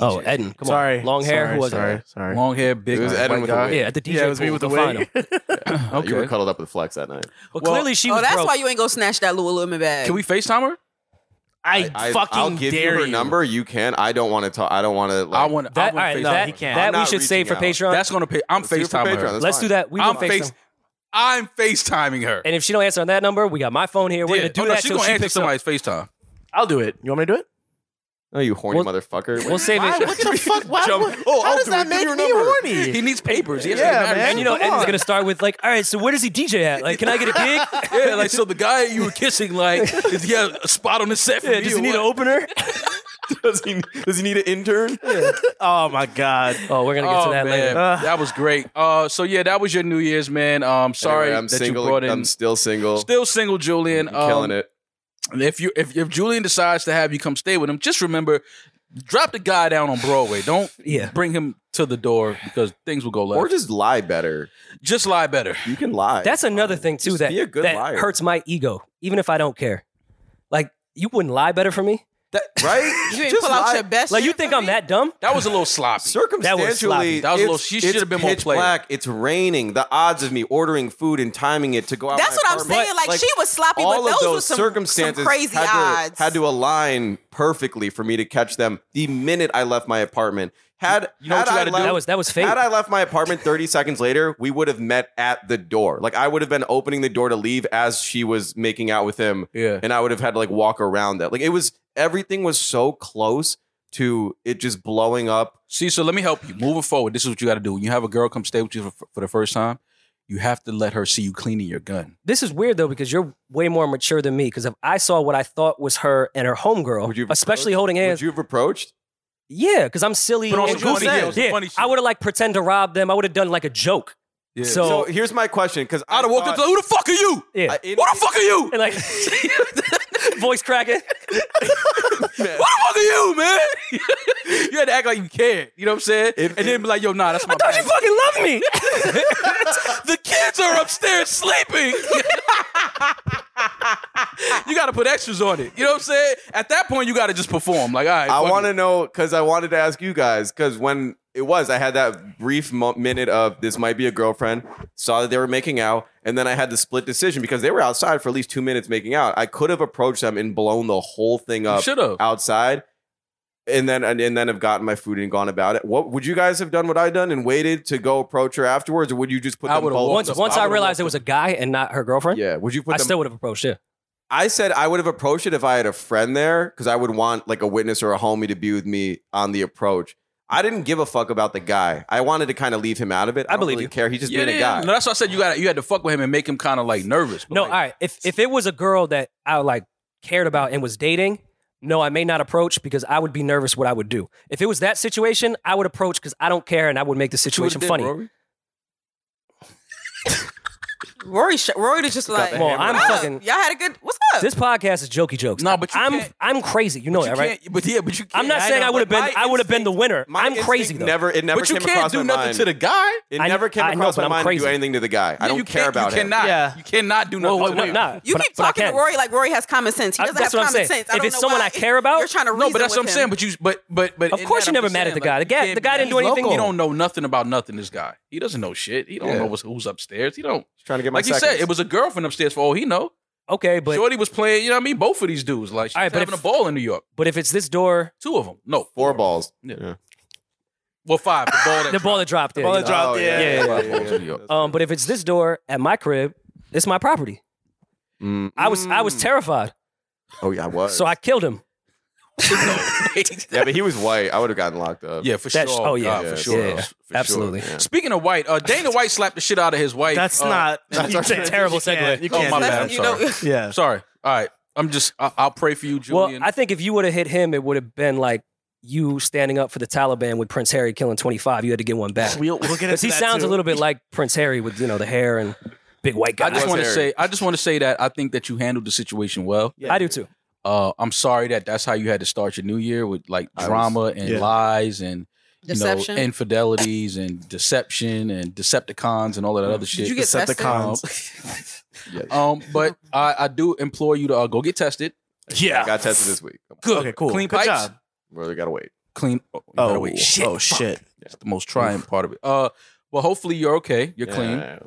[SPEAKER 2] oh, Eden, come
[SPEAKER 4] sorry.
[SPEAKER 2] on, long hair.
[SPEAKER 4] Sorry,
[SPEAKER 2] Who was
[SPEAKER 4] sorry, Sorry.
[SPEAKER 3] Long hair, big
[SPEAKER 1] It was
[SPEAKER 3] white
[SPEAKER 1] Adam with a
[SPEAKER 3] guy.
[SPEAKER 2] it?
[SPEAKER 1] wig.
[SPEAKER 2] Yeah, at the DJ.
[SPEAKER 4] yeah, it was me
[SPEAKER 2] pool,
[SPEAKER 4] with the
[SPEAKER 2] go find
[SPEAKER 4] wig.
[SPEAKER 2] him.
[SPEAKER 1] Uh, You were
[SPEAKER 3] Okay.
[SPEAKER 1] cuddled up with Flex that night.
[SPEAKER 2] But
[SPEAKER 3] Well,
[SPEAKER 2] clearly she
[SPEAKER 5] Oh,
[SPEAKER 2] was
[SPEAKER 5] that's
[SPEAKER 2] broke.
[SPEAKER 5] why you ain't go snatch that Lululemon bag.
[SPEAKER 3] Can we FaceTime her?
[SPEAKER 4] I, fucking
[SPEAKER 1] I'll give
[SPEAKER 4] dare
[SPEAKER 1] you her number. You can. I don't want to talk. I don't want to. Like,
[SPEAKER 3] I want.
[SPEAKER 2] that,
[SPEAKER 3] I want
[SPEAKER 2] all right,
[SPEAKER 3] FaceTime
[SPEAKER 2] that,
[SPEAKER 4] he
[SPEAKER 3] her.
[SPEAKER 4] can't.
[SPEAKER 2] that
[SPEAKER 1] I'm
[SPEAKER 2] we
[SPEAKER 1] not
[SPEAKER 2] should save for
[SPEAKER 1] reaching out.
[SPEAKER 2] Patreon.
[SPEAKER 3] That's gonna pay. I'm
[SPEAKER 1] Let's do it for
[SPEAKER 3] FaceTime
[SPEAKER 1] Patreon.
[SPEAKER 3] her.
[SPEAKER 1] That's
[SPEAKER 2] Let's
[SPEAKER 1] fine.
[SPEAKER 2] do that. We
[SPEAKER 3] I'm
[SPEAKER 2] will face
[SPEAKER 3] face. I'm FaceTiming her.
[SPEAKER 2] And if she don't answer on that number, we got my phone here. We're
[SPEAKER 3] Yeah.
[SPEAKER 2] gonna do
[SPEAKER 3] Oh, no,
[SPEAKER 2] that
[SPEAKER 3] She
[SPEAKER 2] till
[SPEAKER 3] gonna
[SPEAKER 2] she
[SPEAKER 3] answer
[SPEAKER 2] picks up.
[SPEAKER 3] somebody's FaceTime.
[SPEAKER 4] I'll do it. You want me to do it?
[SPEAKER 1] Oh, you horny
[SPEAKER 2] We'll-
[SPEAKER 1] motherfucker.
[SPEAKER 2] We'll save it.
[SPEAKER 4] the fuck? Why,
[SPEAKER 1] Jump. Oh, I'll do it. Give your number.
[SPEAKER 3] He needs papers. He has to
[SPEAKER 4] Yeah,
[SPEAKER 3] get married.
[SPEAKER 4] man.
[SPEAKER 2] And you know,
[SPEAKER 4] Come
[SPEAKER 2] Eden's
[SPEAKER 4] on.
[SPEAKER 2] gonna start with like, all right, so where does he DJ at? Like, can I get a gig?
[SPEAKER 3] Yeah, like so the guy you were kissing, like, is he got a spot on the set for
[SPEAKER 2] Yeah,
[SPEAKER 3] me
[SPEAKER 2] does
[SPEAKER 3] or
[SPEAKER 2] he need an
[SPEAKER 3] what?
[SPEAKER 2] opener?
[SPEAKER 1] does he? Does he need an intern?
[SPEAKER 4] Oh my god.
[SPEAKER 2] Oh, we're gonna get
[SPEAKER 3] Oh,
[SPEAKER 2] to that
[SPEAKER 3] man.
[SPEAKER 2] later.
[SPEAKER 4] Uh.
[SPEAKER 3] that was great. Uh, so yeah, that was your New Year's, man. Um, sorry
[SPEAKER 1] Anyway, I'm
[SPEAKER 3] that
[SPEAKER 1] single.
[SPEAKER 3] you brought in.
[SPEAKER 1] I'm still single.
[SPEAKER 3] still single, Julian.
[SPEAKER 1] I'm killing it.
[SPEAKER 3] Um, If you if, if Julian decides to have you come stay with him, just remember, drop the guy down on Broadway. Don't
[SPEAKER 2] Yeah.
[SPEAKER 3] bring him to the door because things will go left.
[SPEAKER 1] Or
[SPEAKER 3] just,
[SPEAKER 1] just lie better.
[SPEAKER 3] lie better.
[SPEAKER 1] You can lie.
[SPEAKER 2] That's another thing too
[SPEAKER 1] Just
[SPEAKER 2] that
[SPEAKER 1] be a good
[SPEAKER 2] that
[SPEAKER 1] liar.
[SPEAKER 2] hurts my ego, even if I don't care. Like, you wouldn't lie better for me.
[SPEAKER 1] right.
[SPEAKER 5] You didn't
[SPEAKER 1] Just
[SPEAKER 5] pull out
[SPEAKER 1] lie.
[SPEAKER 5] your best.
[SPEAKER 2] Like, you
[SPEAKER 5] shit
[SPEAKER 2] think
[SPEAKER 5] for
[SPEAKER 2] I'm
[SPEAKER 5] me?
[SPEAKER 2] that dumb?
[SPEAKER 3] That was a little sloppy.
[SPEAKER 1] Circumstantially,
[SPEAKER 3] That was a little-
[SPEAKER 1] it's-
[SPEAKER 3] she
[SPEAKER 1] it's
[SPEAKER 3] should've been more
[SPEAKER 1] pitch
[SPEAKER 3] player.
[SPEAKER 1] black. It's raining. The odds of me ordering food and timing it to go out.
[SPEAKER 5] That's
[SPEAKER 1] my
[SPEAKER 5] what I'm
[SPEAKER 1] apartment-
[SPEAKER 5] saying. Like, she was sloppy, but
[SPEAKER 1] all of
[SPEAKER 5] those
[SPEAKER 1] those
[SPEAKER 5] were some-
[SPEAKER 1] circumstances
[SPEAKER 5] some crazy
[SPEAKER 1] had, to,
[SPEAKER 5] odds.
[SPEAKER 1] had to align perfectly for me to catch them the minute I left my apartment. Had
[SPEAKER 3] know what
[SPEAKER 1] had
[SPEAKER 3] you
[SPEAKER 1] I
[SPEAKER 3] gotta do?
[SPEAKER 1] left-
[SPEAKER 2] That was that was fake.
[SPEAKER 1] Had I left my apartment 30 seconds later, we would have met at the door. Like I would have been opening the door to leave as she was making out with him,
[SPEAKER 3] Yeah.
[SPEAKER 1] and I would have had to like walk around that. Like it was everything was so close to it just blowing up.
[SPEAKER 3] See, so let me help you. Moving forward, this is what you got to do. When you have a girl come stay with you for, for the first time, you have to let her see you cleaning your gun.
[SPEAKER 2] This is weird though because you're way more mature than me. Because if I saw what I thought was her and her
[SPEAKER 1] Would you
[SPEAKER 2] homegirl,
[SPEAKER 1] have
[SPEAKER 2] especially
[SPEAKER 1] approached-
[SPEAKER 2] holding
[SPEAKER 1] Would
[SPEAKER 2] hands,
[SPEAKER 1] you have approached?
[SPEAKER 2] yeah, because I'm silly
[SPEAKER 3] Put on
[SPEAKER 2] and
[SPEAKER 3] some
[SPEAKER 2] goofy.
[SPEAKER 3] funny heels, some
[SPEAKER 2] Yeah,
[SPEAKER 3] funny shit.
[SPEAKER 2] I would have like pretend to rob them. I would have done like a joke.
[SPEAKER 3] Yeah.
[SPEAKER 2] So,
[SPEAKER 1] So here's my question, because
[SPEAKER 3] I'd have walked up to
[SPEAKER 1] thought-
[SPEAKER 3] who the fuck are you?
[SPEAKER 2] yeah,
[SPEAKER 1] I- in-
[SPEAKER 3] What the fuck are you?
[SPEAKER 2] and like voice cracking.
[SPEAKER 3] What the fuck are you, man? you had to act like you cared. You know what I'm saying?
[SPEAKER 1] It-
[SPEAKER 3] and then be like, yo, nah, that's my.
[SPEAKER 2] Don't you
[SPEAKER 3] bag.
[SPEAKER 2] fucking love me?
[SPEAKER 3] the kids are upstairs sleeping. you got to put extras on it. You know what I'm saying? At that point, you got to just perform. Like, all right,
[SPEAKER 1] I
[SPEAKER 3] fuck
[SPEAKER 1] want
[SPEAKER 3] it.
[SPEAKER 1] to know because I wanted to ask you guys because when it was, I had that brief mo- minute of this might be a girlfriend, saw that they were making out, and then I had the split decision because they were outside for at least two minutes making out. I could have approached them and blown the whole thing up
[SPEAKER 3] should've.
[SPEAKER 1] outside. And then and, and then have gotten my food and gone about it. What would you guys have done? What I done and waited to go approach her afterwards, or would you just put
[SPEAKER 3] I
[SPEAKER 1] them
[SPEAKER 3] would've
[SPEAKER 1] both?
[SPEAKER 3] walked
[SPEAKER 2] once
[SPEAKER 3] up-
[SPEAKER 2] once I
[SPEAKER 3] would've
[SPEAKER 2] realized it was
[SPEAKER 3] walked
[SPEAKER 2] a guy and not her girlfriend,
[SPEAKER 1] yeah, would you put
[SPEAKER 2] I
[SPEAKER 1] them
[SPEAKER 2] still would have approached it.
[SPEAKER 1] I said I would have approached it if I had a friend there because I would want like a witness or a homie to be with me on the approach. I didn't give a fuck about the guy. I wanted to kind of leave him out of it. I,
[SPEAKER 2] I
[SPEAKER 1] don't
[SPEAKER 2] believe
[SPEAKER 1] really
[SPEAKER 2] you.
[SPEAKER 1] care. He's just
[SPEAKER 3] Yeah,
[SPEAKER 1] being a guy.
[SPEAKER 3] yeah. No, that's why I said you got you had to fuck with him and make him kind of like nervous. But
[SPEAKER 2] No,
[SPEAKER 3] like,
[SPEAKER 2] all right. If if it was a girl that I like cared about and was dating, no, I may not approach because I would be nervous what I would do. If it was that situation, I would approach because I don't care and I would make the
[SPEAKER 3] you would've
[SPEAKER 2] situation
[SPEAKER 3] did,
[SPEAKER 2] funny.
[SPEAKER 3] Rory.
[SPEAKER 5] Rory, sh- Rory was just like,
[SPEAKER 2] Well, I'm
[SPEAKER 5] "What up?
[SPEAKER 2] fucking-
[SPEAKER 5] Y'all had a good. What's up?
[SPEAKER 2] This podcast is jokey jokes.
[SPEAKER 3] No, but you
[SPEAKER 2] I'm
[SPEAKER 3] can't-
[SPEAKER 2] I'm crazy. You know
[SPEAKER 3] You
[SPEAKER 2] that, right?
[SPEAKER 3] can't- But yeah, but you. Can't,
[SPEAKER 2] I'm not
[SPEAKER 3] I
[SPEAKER 2] saying
[SPEAKER 3] know,
[SPEAKER 2] I would have
[SPEAKER 3] but
[SPEAKER 2] been
[SPEAKER 3] my
[SPEAKER 2] I would have been the winner.
[SPEAKER 1] My
[SPEAKER 2] I'm
[SPEAKER 1] instinct
[SPEAKER 2] crazy though.
[SPEAKER 1] Never, it never
[SPEAKER 3] But you
[SPEAKER 1] came across
[SPEAKER 3] can't do
[SPEAKER 1] my
[SPEAKER 3] nothing
[SPEAKER 1] mind.
[SPEAKER 3] to the guy.
[SPEAKER 1] It
[SPEAKER 2] I-
[SPEAKER 1] never came
[SPEAKER 2] I know,
[SPEAKER 1] across
[SPEAKER 2] but
[SPEAKER 1] my
[SPEAKER 2] I'm
[SPEAKER 1] mind to do
[SPEAKER 2] crazy.
[SPEAKER 1] anything to the guy. I
[SPEAKER 3] Yeah,
[SPEAKER 1] don't
[SPEAKER 3] you
[SPEAKER 1] care
[SPEAKER 3] can't-
[SPEAKER 1] about
[SPEAKER 3] you
[SPEAKER 1] him.
[SPEAKER 3] Cannot,
[SPEAKER 4] Yeah.
[SPEAKER 3] You cannot do nothing.
[SPEAKER 2] Well,
[SPEAKER 3] to
[SPEAKER 2] well,
[SPEAKER 3] him.
[SPEAKER 2] nah,
[SPEAKER 5] You
[SPEAKER 2] but I-
[SPEAKER 5] keep
[SPEAKER 2] but I
[SPEAKER 5] talking to
[SPEAKER 2] can.
[SPEAKER 5] Rory like Rory has common sense. He
[SPEAKER 2] I-
[SPEAKER 5] doesn't
[SPEAKER 2] that's
[SPEAKER 5] have
[SPEAKER 2] what I'm
[SPEAKER 5] common
[SPEAKER 2] saying.
[SPEAKER 5] sense. I
[SPEAKER 2] If
[SPEAKER 5] don't
[SPEAKER 2] it's
[SPEAKER 5] know
[SPEAKER 2] someone
[SPEAKER 5] why.
[SPEAKER 2] I care about-
[SPEAKER 5] you're trying to reason
[SPEAKER 3] No, but that's
[SPEAKER 5] with
[SPEAKER 3] what I'm saying.
[SPEAKER 5] him.
[SPEAKER 3] But you, but, but, but.
[SPEAKER 2] Of
[SPEAKER 3] in
[SPEAKER 2] course
[SPEAKER 3] that,
[SPEAKER 2] you never
[SPEAKER 3] I'm
[SPEAKER 2] mad at
[SPEAKER 3] saying,
[SPEAKER 2] the guy. The
[SPEAKER 3] you
[SPEAKER 2] guy-
[SPEAKER 3] can't
[SPEAKER 2] the guy
[SPEAKER 3] be-
[SPEAKER 2] didn't do
[SPEAKER 3] he's
[SPEAKER 2] anything-
[SPEAKER 3] He don't know nothing about nothing. This guy. He doesn't know shit. He don't
[SPEAKER 1] Yeah.
[SPEAKER 3] know what's, who's upstairs. He don't.
[SPEAKER 1] Trying to get my
[SPEAKER 3] Like you said, it was a girlfriend upstairs for all he know.
[SPEAKER 2] Okay, but
[SPEAKER 3] Shorty was playing. You know what I mean? Both of these dudes. Like she
[SPEAKER 2] All right,
[SPEAKER 3] was
[SPEAKER 2] but
[SPEAKER 3] having
[SPEAKER 2] if-
[SPEAKER 3] a ball in New York.
[SPEAKER 2] but if it's this door,
[SPEAKER 3] Two of them. No,
[SPEAKER 1] four balls.
[SPEAKER 3] Yeah. Well, five. The ball. That
[SPEAKER 2] the ball that dropped in.
[SPEAKER 4] ball that dropped,
[SPEAKER 1] Oh,
[SPEAKER 4] yeah.
[SPEAKER 2] Yeah,
[SPEAKER 1] yeah,
[SPEAKER 3] yeah, yeah.
[SPEAKER 2] Um, but if it's this door at my crib, it's my property.
[SPEAKER 1] Mm.
[SPEAKER 2] I was I was terrified,
[SPEAKER 1] Oh yeah, I was.
[SPEAKER 2] so I killed him.
[SPEAKER 1] yeah, but he was white. I would have gotten locked up.
[SPEAKER 3] Yeah, for
[SPEAKER 2] That's-
[SPEAKER 3] sure.
[SPEAKER 2] oh, yeah.
[SPEAKER 3] God,
[SPEAKER 1] Yeah,
[SPEAKER 3] for sure.
[SPEAKER 2] yeah,
[SPEAKER 3] For sure.
[SPEAKER 2] absolutely.
[SPEAKER 1] Yeah.
[SPEAKER 3] Speaking of White, uh, Dana White slapped the shit out of his wife.
[SPEAKER 4] That's
[SPEAKER 3] uh,
[SPEAKER 4] not.
[SPEAKER 1] that's a
[SPEAKER 2] terrible
[SPEAKER 4] you can't-
[SPEAKER 2] segue.
[SPEAKER 4] You
[SPEAKER 3] Oh,
[SPEAKER 4] can't.
[SPEAKER 3] my
[SPEAKER 4] do
[SPEAKER 3] bad.
[SPEAKER 4] that.
[SPEAKER 3] I'm
[SPEAKER 5] You know-
[SPEAKER 3] sorry.
[SPEAKER 4] Yeah.
[SPEAKER 3] Sorry. All right. I'm just. I- I'll pray for you, Julian.
[SPEAKER 2] Well, I think if you would have hit him, it would have been like you standing up for the Taliban with Prince Harry killing 25. You had to get one back.
[SPEAKER 4] We'll, we'll get
[SPEAKER 2] Because
[SPEAKER 4] into
[SPEAKER 2] he
[SPEAKER 4] that
[SPEAKER 2] sounds
[SPEAKER 4] too.
[SPEAKER 2] a little bit like Prince Harry with, you know, the hair and big white guy.
[SPEAKER 3] I
[SPEAKER 2] I,
[SPEAKER 3] just
[SPEAKER 1] was
[SPEAKER 3] want to
[SPEAKER 1] Harry.
[SPEAKER 3] say. I just want to say that I think that you handled the situation well.
[SPEAKER 4] Yeah.
[SPEAKER 2] do too.
[SPEAKER 3] Uh, I'm sorry that that's how you had to start your new year with like
[SPEAKER 1] I was-
[SPEAKER 3] drama and
[SPEAKER 4] Yeah.
[SPEAKER 3] lies and
[SPEAKER 5] Deception.
[SPEAKER 3] you know infidelities and deception and Decepticons and all
[SPEAKER 4] Mm.
[SPEAKER 3] that other shit.
[SPEAKER 5] Did you get
[SPEAKER 4] Except the
[SPEAKER 5] tested?
[SPEAKER 4] cons. Oh.
[SPEAKER 3] um, but I, I do implore you to uh, go get tested.
[SPEAKER 1] I got tested this week.
[SPEAKER 3] Good.
[SPEAKER 4] Okay, cool.
[SPEAKER 3] Clean
[SPEAKER 4] Good
[SPEAKER 3] pipes.
[SPEAKER 4] job.
[SPEAKER 1] Brother, gotta wait.
[SPEAKER 3] Clean. Oh, you gotta
[SPEAKER 4] Oh,
[SPEAKER 3] wait.
[SPEAKER 4] shit. Oh, shit.
[SPEAKER 3] That's the most trying part of it. Uh, well, hopefully you're okay. You're
[SPEAKER 1] Yeah,
[SPEAKER 3] clean.
[SPEAKER 1] yeah,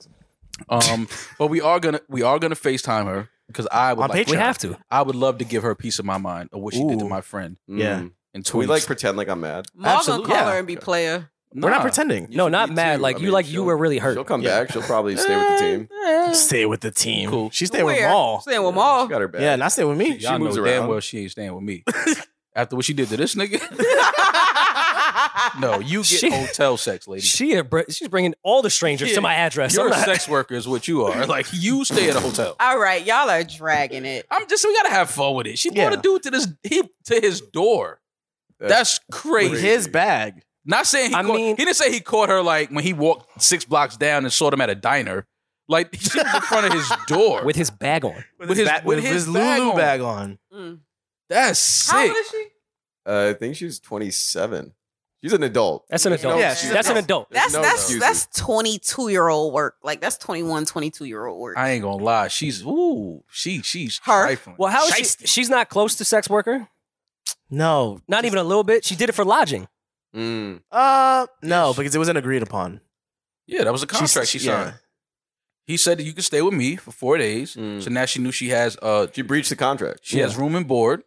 [SPEAKER 3] Um, but we are gonna we are gonna Facetime her because I would
[SPEAKER 4] On
[SPEAKER 3] like,
[SPEAKER 4] Patreon.
[SPEAKER 2] We have to.
[SPEAKER 3] I would love to give her peace of my mind of what she did to
[SPEAKER 4] Ooh.
[SPEAKER 3] my friend.
[SPEAKER 4] Yeah.
[SPEAKER 1] Mm.
[SPEAKER 3] And
[SPEAKER 1] Can we like pretend like I'm mad?
[SPEAKER 5] Maul gonna
[SPEAKER 3] Absolutely.
[SPEAKER 5] call
[SPEAKER 4] Yeah.
[SPEAKER 5] her and be player.
[SPEAKER 4] We're not pretending.
[SPEAKER 2] No, not
[SPEAKER 1] Me
[SPEAKER 2] mad.
[SPEAKER 1] too.
[SPEAKER 2] Like
[SPEAKER 1] I
[SPEAKER 2] you,
[SPEAKER 1] mean,
[SPEAKER 2] like you
[SPEAKER 1] she'll-
[SPEAKER 2] were really
[SPEAKER 1] She'll
[SPEAKER 2] hurt.
[SPEAKER 1] come back. She'll probably stay with the team.
[SPEAKER 4] Stay with the team.
[SPEAKER 3] Cool.
[SPEAKER 4] She stayed with
[SPEAKER 5] Where?
[SPEAKER 4] Maul.
[SPEAKER 5] Staying with
[SPEAKER 1] She
[SPEAKER 5] Maul.
[SPEAKER 1] got her back.
[SPEAKER 4] Yeah, not stay with me.
[SPEAKER 1] She
[SPEAKER 3] Y'all
[SPEAKER 1] moves
[SPEAKER 3] know
[SPEAKER 1] around.
[SPEAKER 3] damn well she ain't staying with me. After what she did to this nigga, no, you get
[SPEAKER 2] She-
[SPEAKER 3] hotel sex, lady.
[SPEAKER 2] She a br- she's bringing all the strangers
[SPEAKER 3] Yeah.
[SPEAKER 2] to my address.
[SPEAKER 3] You're
[SPEAKER 2] I'm
[SPEAKER 3] a
[SPEAKER 2] not-
[SPEAKER 3] sex worker, is what you are. Like you stay at a hotel.
[SPEAKER 5] All right, y'all are dragging it.
[SPEAKER 3] I'm just we gotta have fun with it. She brought
[SPEAKER 4] Yeah.
[SPEAKER 3] a dude to this he, to his door. That's, crazy.
[SPEAKER 4] With his bag.
[SPEAKER 3] Not saying he
[SPEAKER 2] I
[SPEAKER 3] caught,
[SPEAKER 2] mean-
[SPEAKER 3] he didn't say he caught her like when he walked six blocks down and saw them at a diner. Like she was in front of his door
[SPEAKER 2] with his bag on.
[SPEAKER 3] With his-
[SPEAKER 4] ba-
[SPEAKER 3] with
[SPEAKER 4] with
[SPEAKER 3] his
[SPEAKER 4] his
[SPEAKER 3] bag
[SPEAKER 4] Lulu
[SPEAKER 3] on.
[SPEAKER 4] bag on.
[SPEAKER 5] Mm.
[SPEAKER 3] That's
[SPEAKER 5] How
[SPEAKER 3] sick.
[SPEAKER 5] old is she?
[SPEAKER 1] Uh, I think she's 27. She's an adult.
[SPEAKER 2] That's an
[SPEAKER 5] Yeah,
[SPEAKER 2] adult.
[SPEAKER 4] no,
[SPEAKER 2] that's
[SPEAKER 4] she's
[SPEAKER 2] an
[SPEAKER 4] no.
[SPEAKER 2] adult.
[SPEAKER 1] There's
[SPEAKER 5] That's
[SPEAKER 1] no
[SPEAKER 5] that's
[SPEAKER 1] excuses.
[SPEAKER 5] that's 22 year old work. Like that's 21, 22 year old work.
[SPEAKER 3] I ain't gonna lie. She's ooh, she she's
[SPEAKER 5] Her?
[SPEAKER 3] trifling.
[SPEAKER 2] Well, how is
[SPEAKER 3] Shiesty.
[SPEAKER 2] she? She's not close to sex worker.
[SPEAKER 4] No.
[SPEAKER 2] Not even a little bit. She did it for lodging.
[SPEAKER 1] Mm.
[SPEAKER 4] Uh, no, because it wasn't agreed upon.
[SPEAKER 3] Yeah, that was a contract she,
[SPEAKER 4] She's-
[SPEAKER 3] signed. He said that you can stay with me for four days.
[SPEAKER 1] Mm.
[SPEAKER 3] So now she knew she has uh
[SPEAKER 1] She breached the contract.
[SPEAKER 3] she has room and board.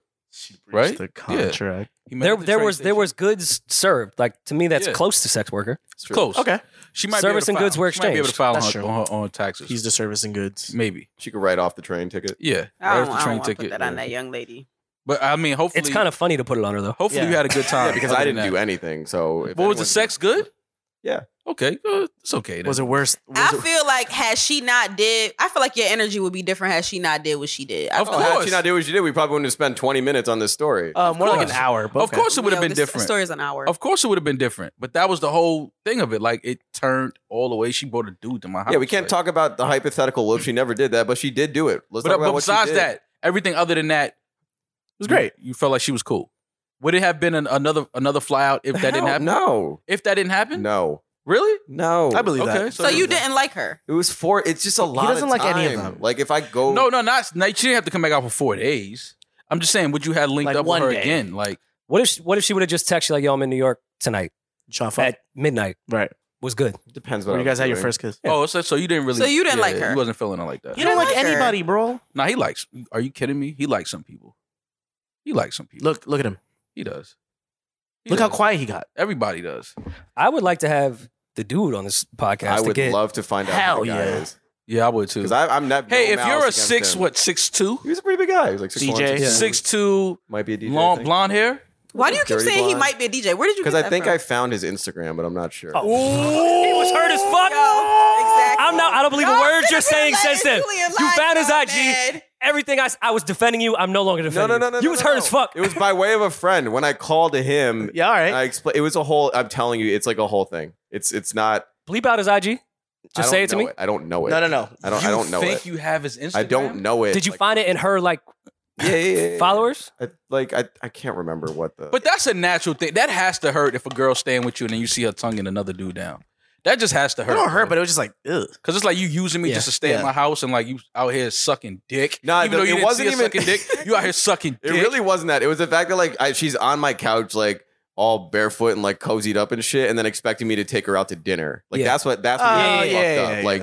[SPEAKER 3] Right?
[SPEAKER 4] The
[SPEAKER 3] Yeah.
[SPEAKER 4] contract.
[SPEAKER 3] He met
[SPEAKER 2] There,
[SPEAKER 3] at the
[SPEAKER 2] there
[SPEAKER 3] train
[SPEAKER 2] was there
[SPEAKER 3] station.
[SPEAKER 2] was goods served. Like to me, that's
[SPEAKER 3] Yeah.
[SPEAKER 2] close to sex worker.
[SPEAKER 1] It's true.
[SPEAKER 3] close.
[SPEAKER 4] Okay.
[SPEAKER 3] She might
[SPEAKER 2] Service
[SPEAKER 3] be
[SPEAKER 2] and
[SPEAKER 3] able to file.
[SPEAKER 2] goods were
[SPEAKER 3] She might be able to
[SPEAKER 2] exchanged.
[SPEAKER 3] file on,
[SPEAKER 4] That's
[SPEAKER 3] her-
[SPEAKER 4] true.
[SPEAKER 3] on her own taxes.
[SPEAKER 4] He's the service and goods.
[SPEAKER 3] Maybe.
[SPEAKER 1] She could write off the train ticket.
[SPEAKER 3] Yeah. Right
[SPEAKER 5] I don't,
[SPEAKER 3] off the
[SPEAKER 5] I
[SPEAKER 3] train
[SPEAKER 5] don't want to put
[SPEAKER 3] ticket,
[SPEAKER 5] that
[SPEAKER 3] yeah.
[SPEAKER 5] on that young lady.
[SPEAKER 3] But I mean, hopefully,
[SPEAKER 2] It's kind of funny to put it on her though.
[SPEAKER 3] Hopefully,
[SPEAKER 4] Yeah.
[SPEAKER 3] you had a good time.
[SPEAKER 1] Yeah, because I didn't do anything. So if
[SPEAKER 3] What was the
[SPEAKER 1] anyone-
[SPEAKER 3] sex good?
[SPEAKER 1] Yeah.
[SPEAKER 3] Okay, good. It's okay. Then.
[SPEAKER 4] Was it worse? Was
[SPEAKER 5] I
[SPEAKER 4] it-
[SPEAKER 5] feel like had she not did, I feel like your energy would be different had she not did what she did. I
[SPEAKER 3] Of
[SPEAKER 5] feel
[SPEAKER 1] Oh,
[SPEAKER 5] like-
[SPEAKER 1] had
[SPEAKER 3] course. Oh,
[SPEAKER 1] she not did what she did, we probably wouldn't have spent 20 minutes on this story.
[SPEAKER 4] uh, more like
[SPEAKER 3] course.
[SPEAKER 4] an hour. But
[SPEAKER 3] Of
[SPEAKER 4] okay.
[SPEAKER 3] course, it would have
[SPEAKER 5] Yo,
[SPEAKER 3] been
[SPEAKER 5] this
[SPEAKER 3] different.
[SPEAKER 5] Story is an hour.
[SPEAKER 3] Of course, it would have been different. But that was the whole thing of it. Like it turned all the way. She brought a dude to my house.
[SPEAKER 1] yeah, we can't
[SPEAKER 3] like-
[SPEAKER 1] talk about the hypothetical. Whoops, she never did that, but she did do it. Let's
[SPEAKER 3] But, uh,
[SPEAKER 1] talk about
[SPEAKER 3] but
[SPEAKER 1] what she
[SPEAKER 3] besides
[SPEAKER 1] did.
[SPEAKER 3] that, everything other than that
[SPEAKER 4] was great.
[SPEAKER 3] You felt like she was cool. Would it have been an, another another fly out if that didn't happen?
[SPEAKER 1] No,
[SPEAKER 3] If that didn't happen?
[SPEAKER 1] no,
[SPEAKER 3] Really?
[SPEAKER 1] no.
[SPEAKER 4] I believe
[SPEAKER 3] Okay.
[SPEAKER 4] that.
[SPEAKER 5] So you didn't like her.
[SPEAKER 1] it was four. It's just a lot.
[SPEAKER 4] doesn't like any of
[SPEAKER 1] time.
[SPEAKER 4] them.
[SPEAKER 1] Like if I go,
[SPEAKER 3] No, no, not. no, She didn't have to come back out for four days. I'm just saying, would you have linked
[SPEAKER 4] Like
[SPEAKER 3] up with
[SPEAKER 4] one
[SPEAKER 3] her
[SPEAKER 4] day.
[SPEAKER 3] again? Like,
[SPEAKER 2] What if she, what if she would have just texted you like, "Yo, I'm in New York tonight
[SPEAKER 4] Sean Fo-
[SPEAKER 2] at midnight."
[SPEAKER 4] Right.
[SPEAKER 2] Was good.
[SPEAKER 1] depends. What
[SPEAKER 4] Where you
[SPEAKER 1] I
[SPEAKER 4] guys
[SPEAKER 1] was
[SPEAKER 4] had your
[SPEAKER 1] doing.
[SPEAKER 4] first kiss.
[SPEAKER 3] oh, so, so you didn't really.
[SPEAKER 5] So you didn't
[SPEAKER 3] yeah,
[SPEAKER 5] like her.
[SPEAKER 3] You wasn't feeling her like that.
[SPEAKER 4] You don't like
[SPEAKER 5] like her.
[SPEAKER 4] anybody, bro.
[SPEAKER 3] No, he likes. Are you kidding me? He likes some people. He likes some people.
[SPEAKER 4] Look, look at him.
[SPEAKER 3] he does. He
[SPEAKER 4] Look how
[SPEAKER 3] does.
[SPEAKER 4] quiet he got.
[SPEAKER 3] everybody does.
[SPEAKER 2] I would like to have the dude on this podcast.
[SPEAKER 1] I
[SPEAKER 2] to
[SPEAKER 1] would
[SPEAKER 2] get-
[SPEAKER 1] love to find out.
[SPEAKER 4] Hell
[SPEAKER 1] who the guy
[SPEAKER 4] yeah.
[SPEAKER 1] is.
[SPEAKER 3] Yeah, I would too.
[SPEAKER 1] Because I'm not.
[SPEAKER 3] hey,
[SPEAKER 1] no
[SPEAKER 3] if
[SPEAKER 1] malice
[SPEAKER 3] you're a
[SPEAKER 1] against
[SPEAKER 3] six,
[SPEAKER 1] him.
[SPEAKER 3] what six two,
[SPEAKER 1] He was a pretty big guy. He was like six
[SPEAKER 4] DJ. Yeah.
[SPEAKER 3] six two,
[SPEAKER 1] might be a DJ.
[SPEAKER 3] long blonde hair.
[SPEAKER 5] Why do you keep
[SPEAKER 1] Dirty
[SPEAKER 5] saying he
[SPEAKER 1] blonde.
[SPEAKER 5] might be a DJ? Where did you?
[SPEAKER 1] Because
[SPEAKER 5] Because
[SPEAKER 1] I think I found his Instagram, but I'm not sure.
[SPEAKER 2] Oh, he was hurt as fuck.
[SPEAKER 5] exactly.
[SPEAKER 2] I'm not. I don't believe a
[SPEAKER 5] Y'all
[SPEAKER 2] word
[SPEAKER 5] sitting
[SPEAKER 2] you're saying
[SPEAKER 5] here
[SPEAKER 2] says
[SPEAKER 5] letting
[SPEAKER 2] them.
[SPEAKER 5] Julian
[SPEAKER 2] You
[SPEAKER 5] lie
[SPEAKER 2] found his
[SPEAKER 5] so
[SPEAKER 2] IG.
[SPEAKER 5] bad.
[SPEAKER 2] Everything I, s- I was defending you. I'm no longer
[SPEAKER 1] No,
[SPEAKER 2] defending.
[SPEAKER 1] no, no,
[SPEAKER 2] you.
[SPEAKER 1] no.
[SPEAKER 2] You
[SPEAKER 1] no,
[SPEAKER 2] was
[SPEAKER 1] no,
[SPEAKER 2] hurt
[SPEAKER 1] no.
[SPEAKER 2] as fuck.
[SPEAKER 1] It was by way of a friend. When I called to him,
[SPEAKER 4] Yeah, all right.
[SPEAKER 1] I explain. It was a whole. I'm telling you, it's like a whole thing. It's it's not.
[SPEAKER 2] Bleep out his IG.
[SPEAKER 1] I
[SPEAKER 2] Just
[SPEAKER 1] don't
[SPEAKER 2] say it to
[SPEAKER 1] know
[SPEAKER 2] me.
[SPEAKER 1] I don't know it.
[SPEAKER 4] no, no, no.
[SPEAKER 1] I don't.
[SPEAKER 3] You
[SPEAKER 1] I don't know
[SPEAKER 3] Think
[SPEAKER 1] it.
[SPEAKER 3] you have his Instagram?
[SPEAKER 1] I don't know it.
[SPEAKER 2] Did you
[SPEAKER 1] Like,
[SPEAKER 2] find it in her like
[SPEAKER 1] yeah, yeah, yeah, yeah.
[SPEAKER 2] followers?
[SPEAKER 1] I, like I, I can't remember what the.
[SPEAKER 3] But that's a natural thing. That has to hurt if a girl's staying with you and then you see her tongue in another dude down. That just has to
[SPEAKER 4] It
[SPEAKER 3] hurt.
[SPEAKER 4] don't hurt, but it was just like, ugh.
[SPEAKER 3] because it's like you using me
[SPEAKER 4] Yeah,
[SPEAKER 3] just to stay
[SPEAKER 4] yeah.
[SPEAKER 3] at my house and like you out here sucking dick.
[SPEAKER 1] Nah,
[SPEAKER 3] even though
[SPEAKER 1] the-
[SPEAKER 3] you
[SPEAKER 1] it
[SPEAKER 3] didn't
[SPEAKER 1] wasn't
[SPEAKER 3] see her
[SPEAKER 1] even-
[SPEAKER 3] sucking dick. You out here sucking
[SPEAKER 1] it
[SPEAKER 3] dick.
[SPEAKER 1] really wasn't that. It was the fact that like I, she's on my couch like all barefoot and like cozied up and shit, and then expecting me to take her out to dinner. Like
[SPEAKER 2] Yeah.
[SPEAKER 1] that's what that's what
[SPEAKER 4] Oh,
[SPEAKER 1] got me
[SPEAKER 4] yeah,
[SPEAKER 1] fucked
[SPEAKER 4] yeah,
[SPEAKER 1] up.
[SPEAKER 4] yeah,
[SPEAKER 1] like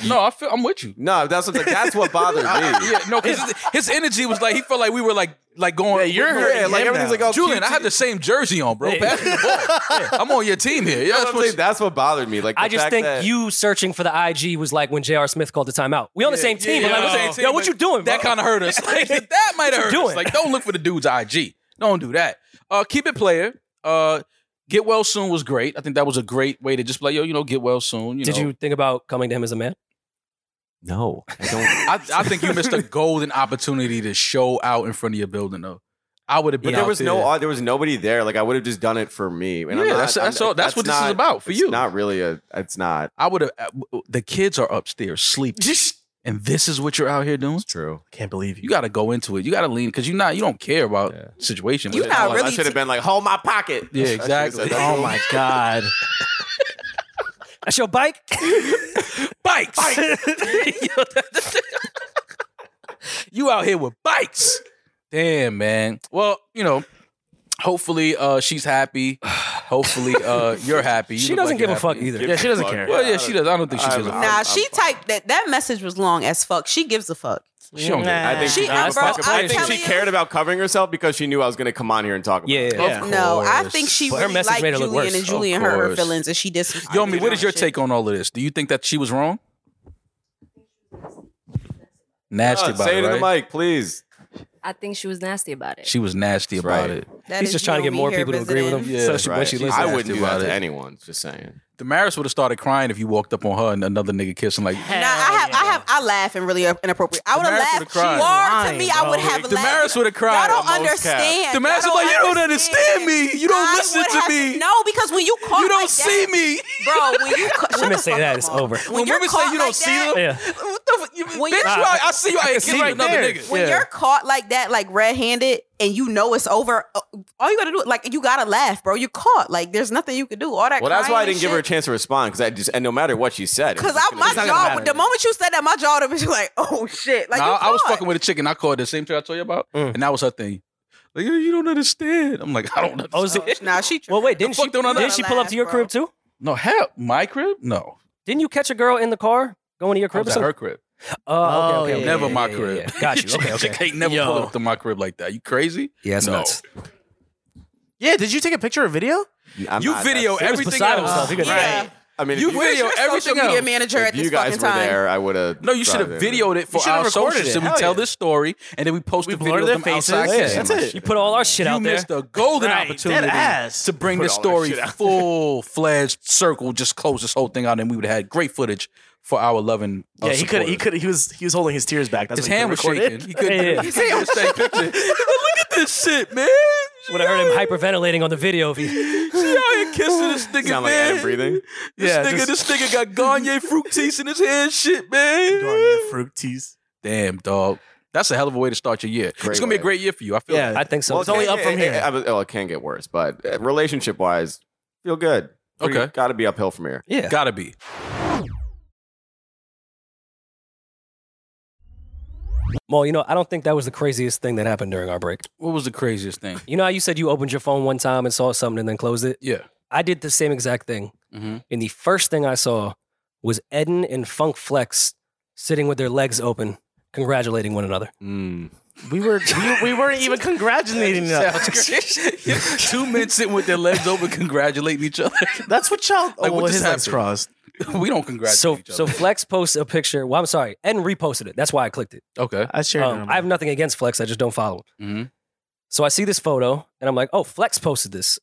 [SPEAKER 4] yeah.
[SPEAKER 3] no, I feel, I'm with you.
[SPEAKER 1] no, that's what like, that's what bothered me.
[SPEAKER 3] Yeah, no, because his energy was like he felt like we were like like going.
[SPEAKER 4] Yeah, you're
[SPEAKER 3] we-
[SPEAKER 4] hurting
[SPEAKER 1] Yeah, like
[SPEAKER 4] him
[SPEAKER 1] everything's
[SPEAKER 4] now.
[SPEAKER 1] like oh,
[SPEAKER 3] Julian,
[SPEAKER 1] cute.
[SPEAKER 3] I had the same jersey on, bro. Pass me the ball. I'm on your team here. Yeah,
[SPEAKER 1] That's,
[SPEAKER 3] that's
[SPEAKER 1] what,
[SPEAKER 3] what
[SPEAKER 1] that's what bothered me. Like the
[SPEAKER 2] I just
[SPEAKER 1] fact
[SPEAKER 2] think
[SPEAKER 1] that-
[SPEAKER 2] you searching for the IG was like when J.R. Smith called the timeout. We on the
[SPEAKER 3] Yeah,
[SPEAKER 2] same
[SPEAKER 3] yeah,
[SPEAKER 2] team.
[SPEAKER 3] yeah,
[SPEAKER 2] but
[SPEAKER 3] we're on the
[SPEAKER 2] like,
[SPEAKER 3] same team,
[SPEAKER 2] yo, what
[SPEAKER 3] but
[SPEAKER 2] you doing?
[SPEAKER 3] that
[SPEAKER 2] bro?
[SPEAKER 3] kind of hurt us. Like, that might
[SPEAKER 2] What
[SPEAKER 3] have hurt
[SPEAKER 2] you
[SPEAKER 3] us.
[SPEAKER 2] doing?
[SPEAKER 3] Like, don't look for the dude's IG. Don't do that. Uh, keep it player. Uh, get well soon was great. I think that was a great way to just be like, yo, you know, get well soon. You
[SPEAKER 2] Did
[SPEAKER 3] know.
[SPEAKER 2] you think about coming to him as a man?
[SPEAKER 1] no, I don't.
[SPEAKER 3] I, I think you missed a golden opportunity to show out in front of your building though. I would have
[SPEAKER 1] But
[SPEAKER 3] been.
[SPEAKER 1] there
[SPEAKER 3] out
[SPEAKER 1] was no, au- there was nobody there. Like I would have just done it for me. And I'm
[SPEAKER 3] Yeah,
[SPEAKER 1] not-
[SPEAKER 3] that's-
[SPEAKER 1] I'm-
[SPEAKER 3] that's all- that's what this is
[SPEAKER 1] not-
[SPEAKER 3] about for
[SPEAKER 1] it's
[SPEAKER 3] you.
[SPEAKER 1] Not really a. It's not.
[SPEAKER 3] I would have. uh, The kids are upstairs sleeping, and this is what you're out here doing.
[SPEAKER 1] true.
[SPEAKER 4] Can't believe
[SPEAKER 3] You got to go into it. You got to lean because you're not. You don't care about
[SPEAKER 1] Yeah.
[SPEAKER 3] the situation.
[SPEAKER 5] You
[SPEAKER 3] But
[SPEAKER 5] not
[SPEAKER 3] it's
[SPEAKER 1] I
[SPEAKER 5] really-
[SPEAKER 1] should have been like, hold my pocket.
[SPEAKER 3] Yeah,
[SPEAKER 1] I should've
[SPEAKER 3] exactly.
[SPEAKER 1] said that.
[SPEAKER 4] Oh my god.
[SPEAKER 2] That's your bike.
[SPEAKER 3] bikes. you out here with bikes. Damn, man. Well, you know, hopefully uh she's happy. Hopefully uh you're happy. You
[SPEAKER 2] she
[SPEAKER 3] look
[SPEAKER 2] doesn't
[SPEAKER 3] like
[SPEAKER 2] give
[SPEAKER 3] you're
[SPEAKER 2] a fuck
[SPEAKER 3] happy.
[SPEAKER 2] either.
[SPEAKER 4] Yeah, she doesn't care.
[SPEAKER 3] Well, yeah, she does. I don't think she
[SPEAKER 1] I'm-
[SPEAKER 3] gives a fuck.
[SPEAKER 1] I'm-
[SPEAKER 5] Nah,
[SPEAKER 1] I'm
[SPEAKER 5] she
[SPEAKER 1] fine.
[SPEAKER 5] typed that. That message was long as fuck. She gives a fuck.
[SPEAKER 3] She don't give a
[SPEAKER 1] I think
[SPEAKER 5] She-
[SPEAKER 1] she,
[SPEAKER 5] I'm
[SPEAKER 1] I
[SPEAKER 5] bro-
[SPEAKER 1] fucking- I
[SPEAKER 5] I'm
[SPEAKER 1] think she
[SPEAKER 5] telling you-
[SPEAKER 1] cared about covering herself because she knew I was going to come on here and talk about.
[SPEAKER 2] Yeah.
[SPEAKER 1] it.
[SPEAKER 3] Of
[SPEAKER 4] Yeah.
[SPEAKER 5] No, I
[SPEAKER 3] course.
[SPEAKER 5] think she
[SPEAKER 2] But her
[SPEAKER 5] really
[SPEAKER 2] message
[SPEAKER 5] liked
[SPEAKER 2] made her look
[SPEAKER 5] Julian,
[SPEAKER 2] worse.
[SPEAKER 5] and
[SPEAKER 3] Of
[SPEAKER 5] Julian hurt her
[SPEAKER 3] course.
[SPEAKER 5] feelings, and she did. some-
[SPEAKER 3] Yomi, what is your
[SPEAKER 5] shit.
[SPEAKER 3] take on all of this? Do you think that she was wrong? Nasty
[SPEAKER 1] Uh,
[SPEAKER 3] about
[SPEAKER 1] say it
[SPEAKER 3] it,
[SPEAKER 1] in the
[SPEAKER 3] right?
[SPEAKER 1] mic, please.
[SPEAKER 7] I think she was nasty about it.
[SPEAKER 3] She was nasty
[SPEAKER 1] That's
[SPEAKER 3] about
[SPEAKER 1] right.
[SPEAKER 3] it.
[SPEAKER 5] That
[SPEAKER 2] He's
[SPEAKER 5] is
[SPEAKER 2] just trying to get
[SPEAKER 5] Yomi
[SPEAKER 2] more
[SPEAKER 5] here
[SPEAKER 2] people to agree with him.
[SPEAKER 5] visiting.
[SPEAKER 3] Yeah.
[SPEAKER 2] so she, when she
[SPEAKER 1] Right.
[SPEAKER 2] listens,
[SPEAKER 1] I
[SPEAKER 3] to
[SPEAKER 1] wouldn't
[SPEAKER 3] us
[SPEAKER 1] do
[SPEAKER 3] about
[SPEAKER 1] that to
[SPEAKER 3] it.
[SPEAKER 1] anyone. Just saying.
[SPEAKER 3] Damaris would have started crying if you walked up on her and another nigga kissing like
[SPEAKER 5] Nah, I have, I have, I laugh and really inappropriate. I would have
[SPEAKER 3] Damaris
[SPEAKER 5] laughed.
[SPEAKER 3] would've cried.
[SPEAKER 5] War to me,
[SPEAKER 4] Lying,
[SPEAKER 5] I would
[SPEAKER 4] bro.
[SPEAKER 5] have laughed.
[SPEAKER 3] Damaris would have
[SPEAKER 5] Y'all
[SPEAKER 3] cried.
[SPEAKER 5] don't
[SPEAKER 1] almost capped.
[SPEAKER 5] understand.
[SPEAKER 3] The man's
[SPEAKER 5] Y'all
[SPEAKER 3] like, you don't understand me. You don't
[SPEAKER 5] I
[SPEAKER 3] listen
[SPEAKER 5] would
[SPEAKER 3] to
[SPEAKER 5] have-
[SPEAKER 3] me.
[SPEAKER 5] No, because when you caught
[SPEAKER 3] you don't
[SPEAKER 5] like
[SPEAKER 3] see
[SPEAKER 5] that,
[SPEAKER 3] me.
[SPEAKER 5] bro. When you ca-
[SPEAKER 2] Women
[SPEAKER 5] shut the
[SPEAKER 2] say
[SPEAKER 5] fuck
[SPEAKER 2] that,
[SPEAKER 5] up,
[SPEAKER 2] it's
[SPEAKER 5] Mom.
[SPEAKER 2] over.
[SPEAKER 5] When,
[SPEAKER 3] When
[SPEAKER 5] you're
[SPEAKER 3] women say
[SPEAKER 5] caught
[SPEAKER 3] you don't
[SPEAKER 5] like
[SPEAKER 3] see
[SPEAKER 5] that,
[SPEAKER 3] them,
[SPEAKER 2] yeah.
[SPEAKER 5] What the fuck? You- When
[SPEAKER 3] Bitch,
[SPEAKER 5] you're-
[SPEAKER 3] you out- I see you out here
[SPEAKER 4] see
[SPEAKER 3] kissing
[SPEAKER 4] you
[SPEAKER 3] another
[SPEAKER 4] there.
[SPEAKER 3] nigga.
[SPEAKER 5] when
[SPEAKER 4] Yeah.
[SPEAKER 5] you're caught like that, like red-handed, and you know it's over, uh, all you gotta do, like, you gotta laugh, bro. You caught. Like, there's nothing you can do. All that.
[SPEAKER 1] Well, that's why I
[SPEAKER 5] crying
[SPEAKER 1] didn't give her a
[SPEAKER 5] and shit.
[SPEAKER 1] chance to respond because I just and no matter what she said, it was
[SPEAKER 5] Cause
[SPEAKER 1] just
[SPEAKER 5] I,
[SPEAKER 1] gonna
[SPEAKER 5] my
[SPEAKER 1] be-
[SPEAKER 4] not gonna
[SPEAKER 5] jaw,
[SPEAKER 4] matter.
[SPEAKER 5] the moment you said that, my jaw would be like, oh shit. Like,
[SPEAKER 3] Nah,
[SPEAKER 5] you
[SPEAKER 3] I was
[SPEAKER 5] caught.
[SPEAKER 3] fucking with a chick and I called the same chick I told you about,
[SPEAKER 4] Mm.
[SPEAKER 3] and that was her thing. Like, "Yeah, you don't understand. I'm like, I don't
[SPEAKER 2] Oh, is
[SPEAKER 3] understand.
[SPEAKER 2] it- with-
[SPEAKER 5] Nah, she.
[SPEAKER 2] Well, wait, didn't
[SPEAKER 3] fuck
[SPEAKER 2] she?
[SPEAKER 3] don't I
[SPEAKER 2] Didn't
[SPEAKER 5] know?
[SPEAKER 2] she pull up to your
[SPEAKER 5] Laugh,
[SPEAKER 2] crib too?
[SPEAKER 3] no, hell, my crib? No,
[SPEAKER 2] Didn't you catch a girl in the car going to your
[SPEAKER 3] I
[SPEAKER 2] crib?
[SPEAKER 3] was
[SPEAKER 2] or
[SPEAKER 3] at
[SPEAKER 2] something?
[SPEAKER 3] her crib.
[SPEAKER 2] Oh,
[SPEAKER 4] Oh,
[SPEAKER 2] okay, okay,
[SPEAKER 4] yeah,
[SPEAKER 3] never
[SPEAKER 2] yeah,
[SPEAKER 3] my
[SPEAKER 2] yeah,
[SPEAKER 3] crib.
[SPEAKER 2] yeah, yeah. Got you. Okay, okay.
[SPEAKER 3] She can't never
[SPEAKER 4] Yo.
[SPEAKER 3] pull up to my crib like that. You crazy?
[SPEAKER 2] Yeah, that's
[SPEAKER 3] No.
[SPEAKER 2] nuts.
[SPEAKER 4] Yeah, did you take a picture or video?
[SPEAKER 1] I'm
[SPEAKER 3] you
[SPEAKER 1] not-
[SPEAKER 3] video
[SPEAKER 1] that's-
[SPEAKER 2] was
[SPEAKER 3] everything
[SPEAKER 2] beside
[SPEAKER 3] else.
[SPEAKER 2] himself. He could-
[SPEAKER 5] Yeah.
[SPEAKER 4] Right.
[SPEAKER 1] I mean, if
[SPEAKER 3] You
[SPEAKER 1] you
[SPEAKER 5] Where's
[SPEAKER 3] video
[SPEAKER 5] your
[SPEAKER 3] everything
[SPEAKER 5] social media
[SPEAKER 3] else.
[SPEAKER 5] manager at
[SPEAKER 1] If
[SPEAKER 5] this
[SPEAKER 1] you guys
[SPEAKER 5] fucking
[SPEAKER 1] were
[SPEAKER 5] time.
[SPEAKER 1] there, I would have.
[SPEAKER 3] No, you should have videoed it for
[SPEAKER 4] should have
[SPEAKER 3] our
[SPEAKER 4] recorded
[SPEAKER 3] socials.
[SPEAKER 4] it.
[SPEAKER 3] And we
[SPEAKER 4] Hell
[SPEAKER 3] tell
[SPEAKER 4] yeah.
[SPEAKER 3] this story, and then we post
[SPEAKER 4] We
[SPEAKER 3] the video
[SPEAKER 4] blurred
[SPEAKER 3] of
[SPEAKER 4] their
[SPEAKER 3] them
[SPEAKER 4] faces.
[SPEAKER 3] outside
[SPEAKER 4] Yeah,
[SPEAKER 3] kissing.
[SPEAKER 4] that's it.
[SPEAKER 2] You put all our shit
[SPEAKER 3] you
[SPEAKER 2] out there.
[SPEAKER 3] missed a golden
[SPEAKER 4] Right,
[SPEAKER 3] opportunity
[SPEAKER 4] dead ass.
[SPEAKER 3] to bring
[SPEAKER 1] Put
[SPEAKER 3] the
[SPEAKER 1] all that
[SPEAKER 3] story
[SPEAKER 1] shit out.
[SPEAKER 3] full fledged circle. Just close this whole thing out, and we would have had great footage for our loving. Uh,
[SPEAKER 4] yeah, he could. He
[SPEAKER 3] supporters.
[SPEAKER 4] could. He was. He was holding his tears back. That's
[SPEAKER 3] His
[SPEAKER 4] why he
[SPEAKER 3] hand was
[SPEAKER 4] couldn't record
[SPEAKER 3] shaking.
[SPEAKER 4] it.
[SPEAKER 3] He couldn't.
[SPEAKER 2] Yeah, yeah.
[SPEAKER 3] He couldn't get the same picture. Look at this shit, man. She
[SPEAKER 2] Would have heard him hyperventilating on the video. If he,
[SPEAKER 3] out here kissing this nigga,
[SPEAKER 1] Sound like I
[SPEAKER 3] man.
[SPEAKER 1] am breathing.
[SPEAKER 3] This
[SPEAKER 4] Yeah,
[SPEAKER 3] nigga,
[SPEAKER 4] just-
[SPEAKER 3] this nigga got Gagne fruit teas in his hand, shit, man.
[SPEAKER 4] Garnier fruit teas.
[SPEAKER 3] Damn, dog. That's a hell of a way to start your year.
[SPEAKER 1] Great
[SPEAKER 3] it's gonna be
[SPEAKER 1] way.
[SPEAKER 3] a great year for you. I feel.
[SPEAKER 4] Yeah.
[SPEAKER 3] it.
[SPEAKER 2] I think so.
[SPEAKER 4] Well, it's only
[SPEAKER 1] it-
[SPEAKER 4] up from
[SPEAKER 1] it-
[SPEAKER 4] here.
[SPEAKER 1] It, I was- oh, it can get worse, but relationship wise, feel good. Pretty-
[SPEAKER 3] Okay.
[SPEAKER 1] Gotta be uphill from here.
[SPEAKER 4] Yeah.
[SPEAKER 3] Gotta be.
[SPEAKER 2] Mo, you know, I don't think that was the craziest thing that happened during our break.
[SPEAKER 3] What was the craziest thing?
[SPEAKER 2] You know how you said you opened your phone one time and saw something and then closed it?
[SPEAKER 3] Yeah.
[SPEAKER 2] I did the same exact thing.
[SPEAKER 3] Mm-hmm.
[SPEAKER 2] And the first thing I saw was Eden and Funk Flex sitting with their legs open, congratulating one another.
[SPEAKER 3] Mm.
[SPEAKER 4] We were we, we weren't even congratulating us.
[SPEAKER 3] Two men sitting with their legs open, congratulating each other.
[SPEAKER 4] That's what y'all. Oh,
[SPEAKER 3] Like, what
[SPEAKER 4] well,
[SPEAKER 3] just
[SPEAKER 4] his legs
[SPEAKER 3] happened?
[SPEAKER 4] crossed.
[SPEAKER 3] we don't congratulate
[SPEAKER 2] So,
[SPEAKER 3] each
[SPEAKER 2] so
[SPEAKER 3] other.
[SPEAKER 2] Flex posted a picture. Well, I'm sorry, Eden reposted it. That's why I clicked it.
[SPEAKER 3] okay.
[SPEAKER 4] I shared
[SPEAKER 2] Um,
[SPEAKER 4] them.
[SPEAKER 2] I have nothing against Flex. I just don't follow him.
[SPEAKER 3] Mm-hmm.
[SPEAKER 2] So I see this photo and I'm like, oh, Flex posted this.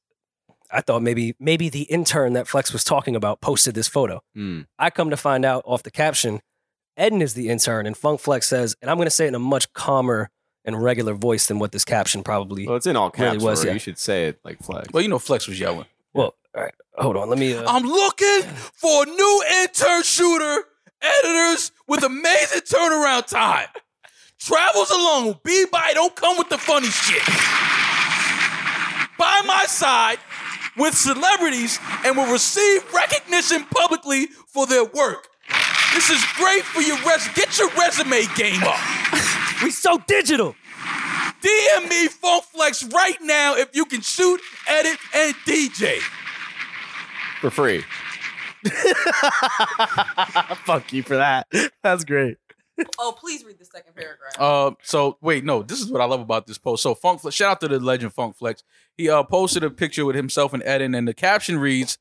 [SPEAKER 2] I thought maybe maybe the intern that Flex was talking about posted this photo.
[SPEAKER 1] Mm.
[SPEAKER 2] I come to find out off the caption, Eden is the intern, and Funk Flex says, and I'm going to say it in a much calmer and regular voice than what this caption
[SPEAKER 3] Oh,
[SPEAKER 2] probably.
[SPEAKER 1] Well, it's in all caps.
[SPEAKER 2] Really was,
[SPEAKER 1] Rory.
[SPEAKER 2] yeah.
[SPEAKER 1] You should say it like flag.
[SPEAKER 3] Well, you know, Flex was yelling.
[SPEAKER 2] Well, all right, hold on, let me. Uh,
[SPEAKER 3] I'm looking for a new intern shooter editors with amazing turnaround time. Travels alone, be by, don't come with the funny shit. By my side with celebrities and will receive recognition publicly for their work. This is great for your res. Get your resume game up.
[SPEAKER 2] we so digital.
[SPEAKER 3] DM me Funk Flex right now if you can shoot, edit, and DJ.
[SPEAKER 1] For free.
[SPEAKER 4] Fuck you for that. That's great.
[SPEAKER 5] Oh, please read the second paragraph.
[SPEAKER 3] Uh, so wait, no, this is what I love about this post. So Funk, Flex, shout out to the legend Funk Flex. He uh, posted a picture with himself and Eden, and the caption reads,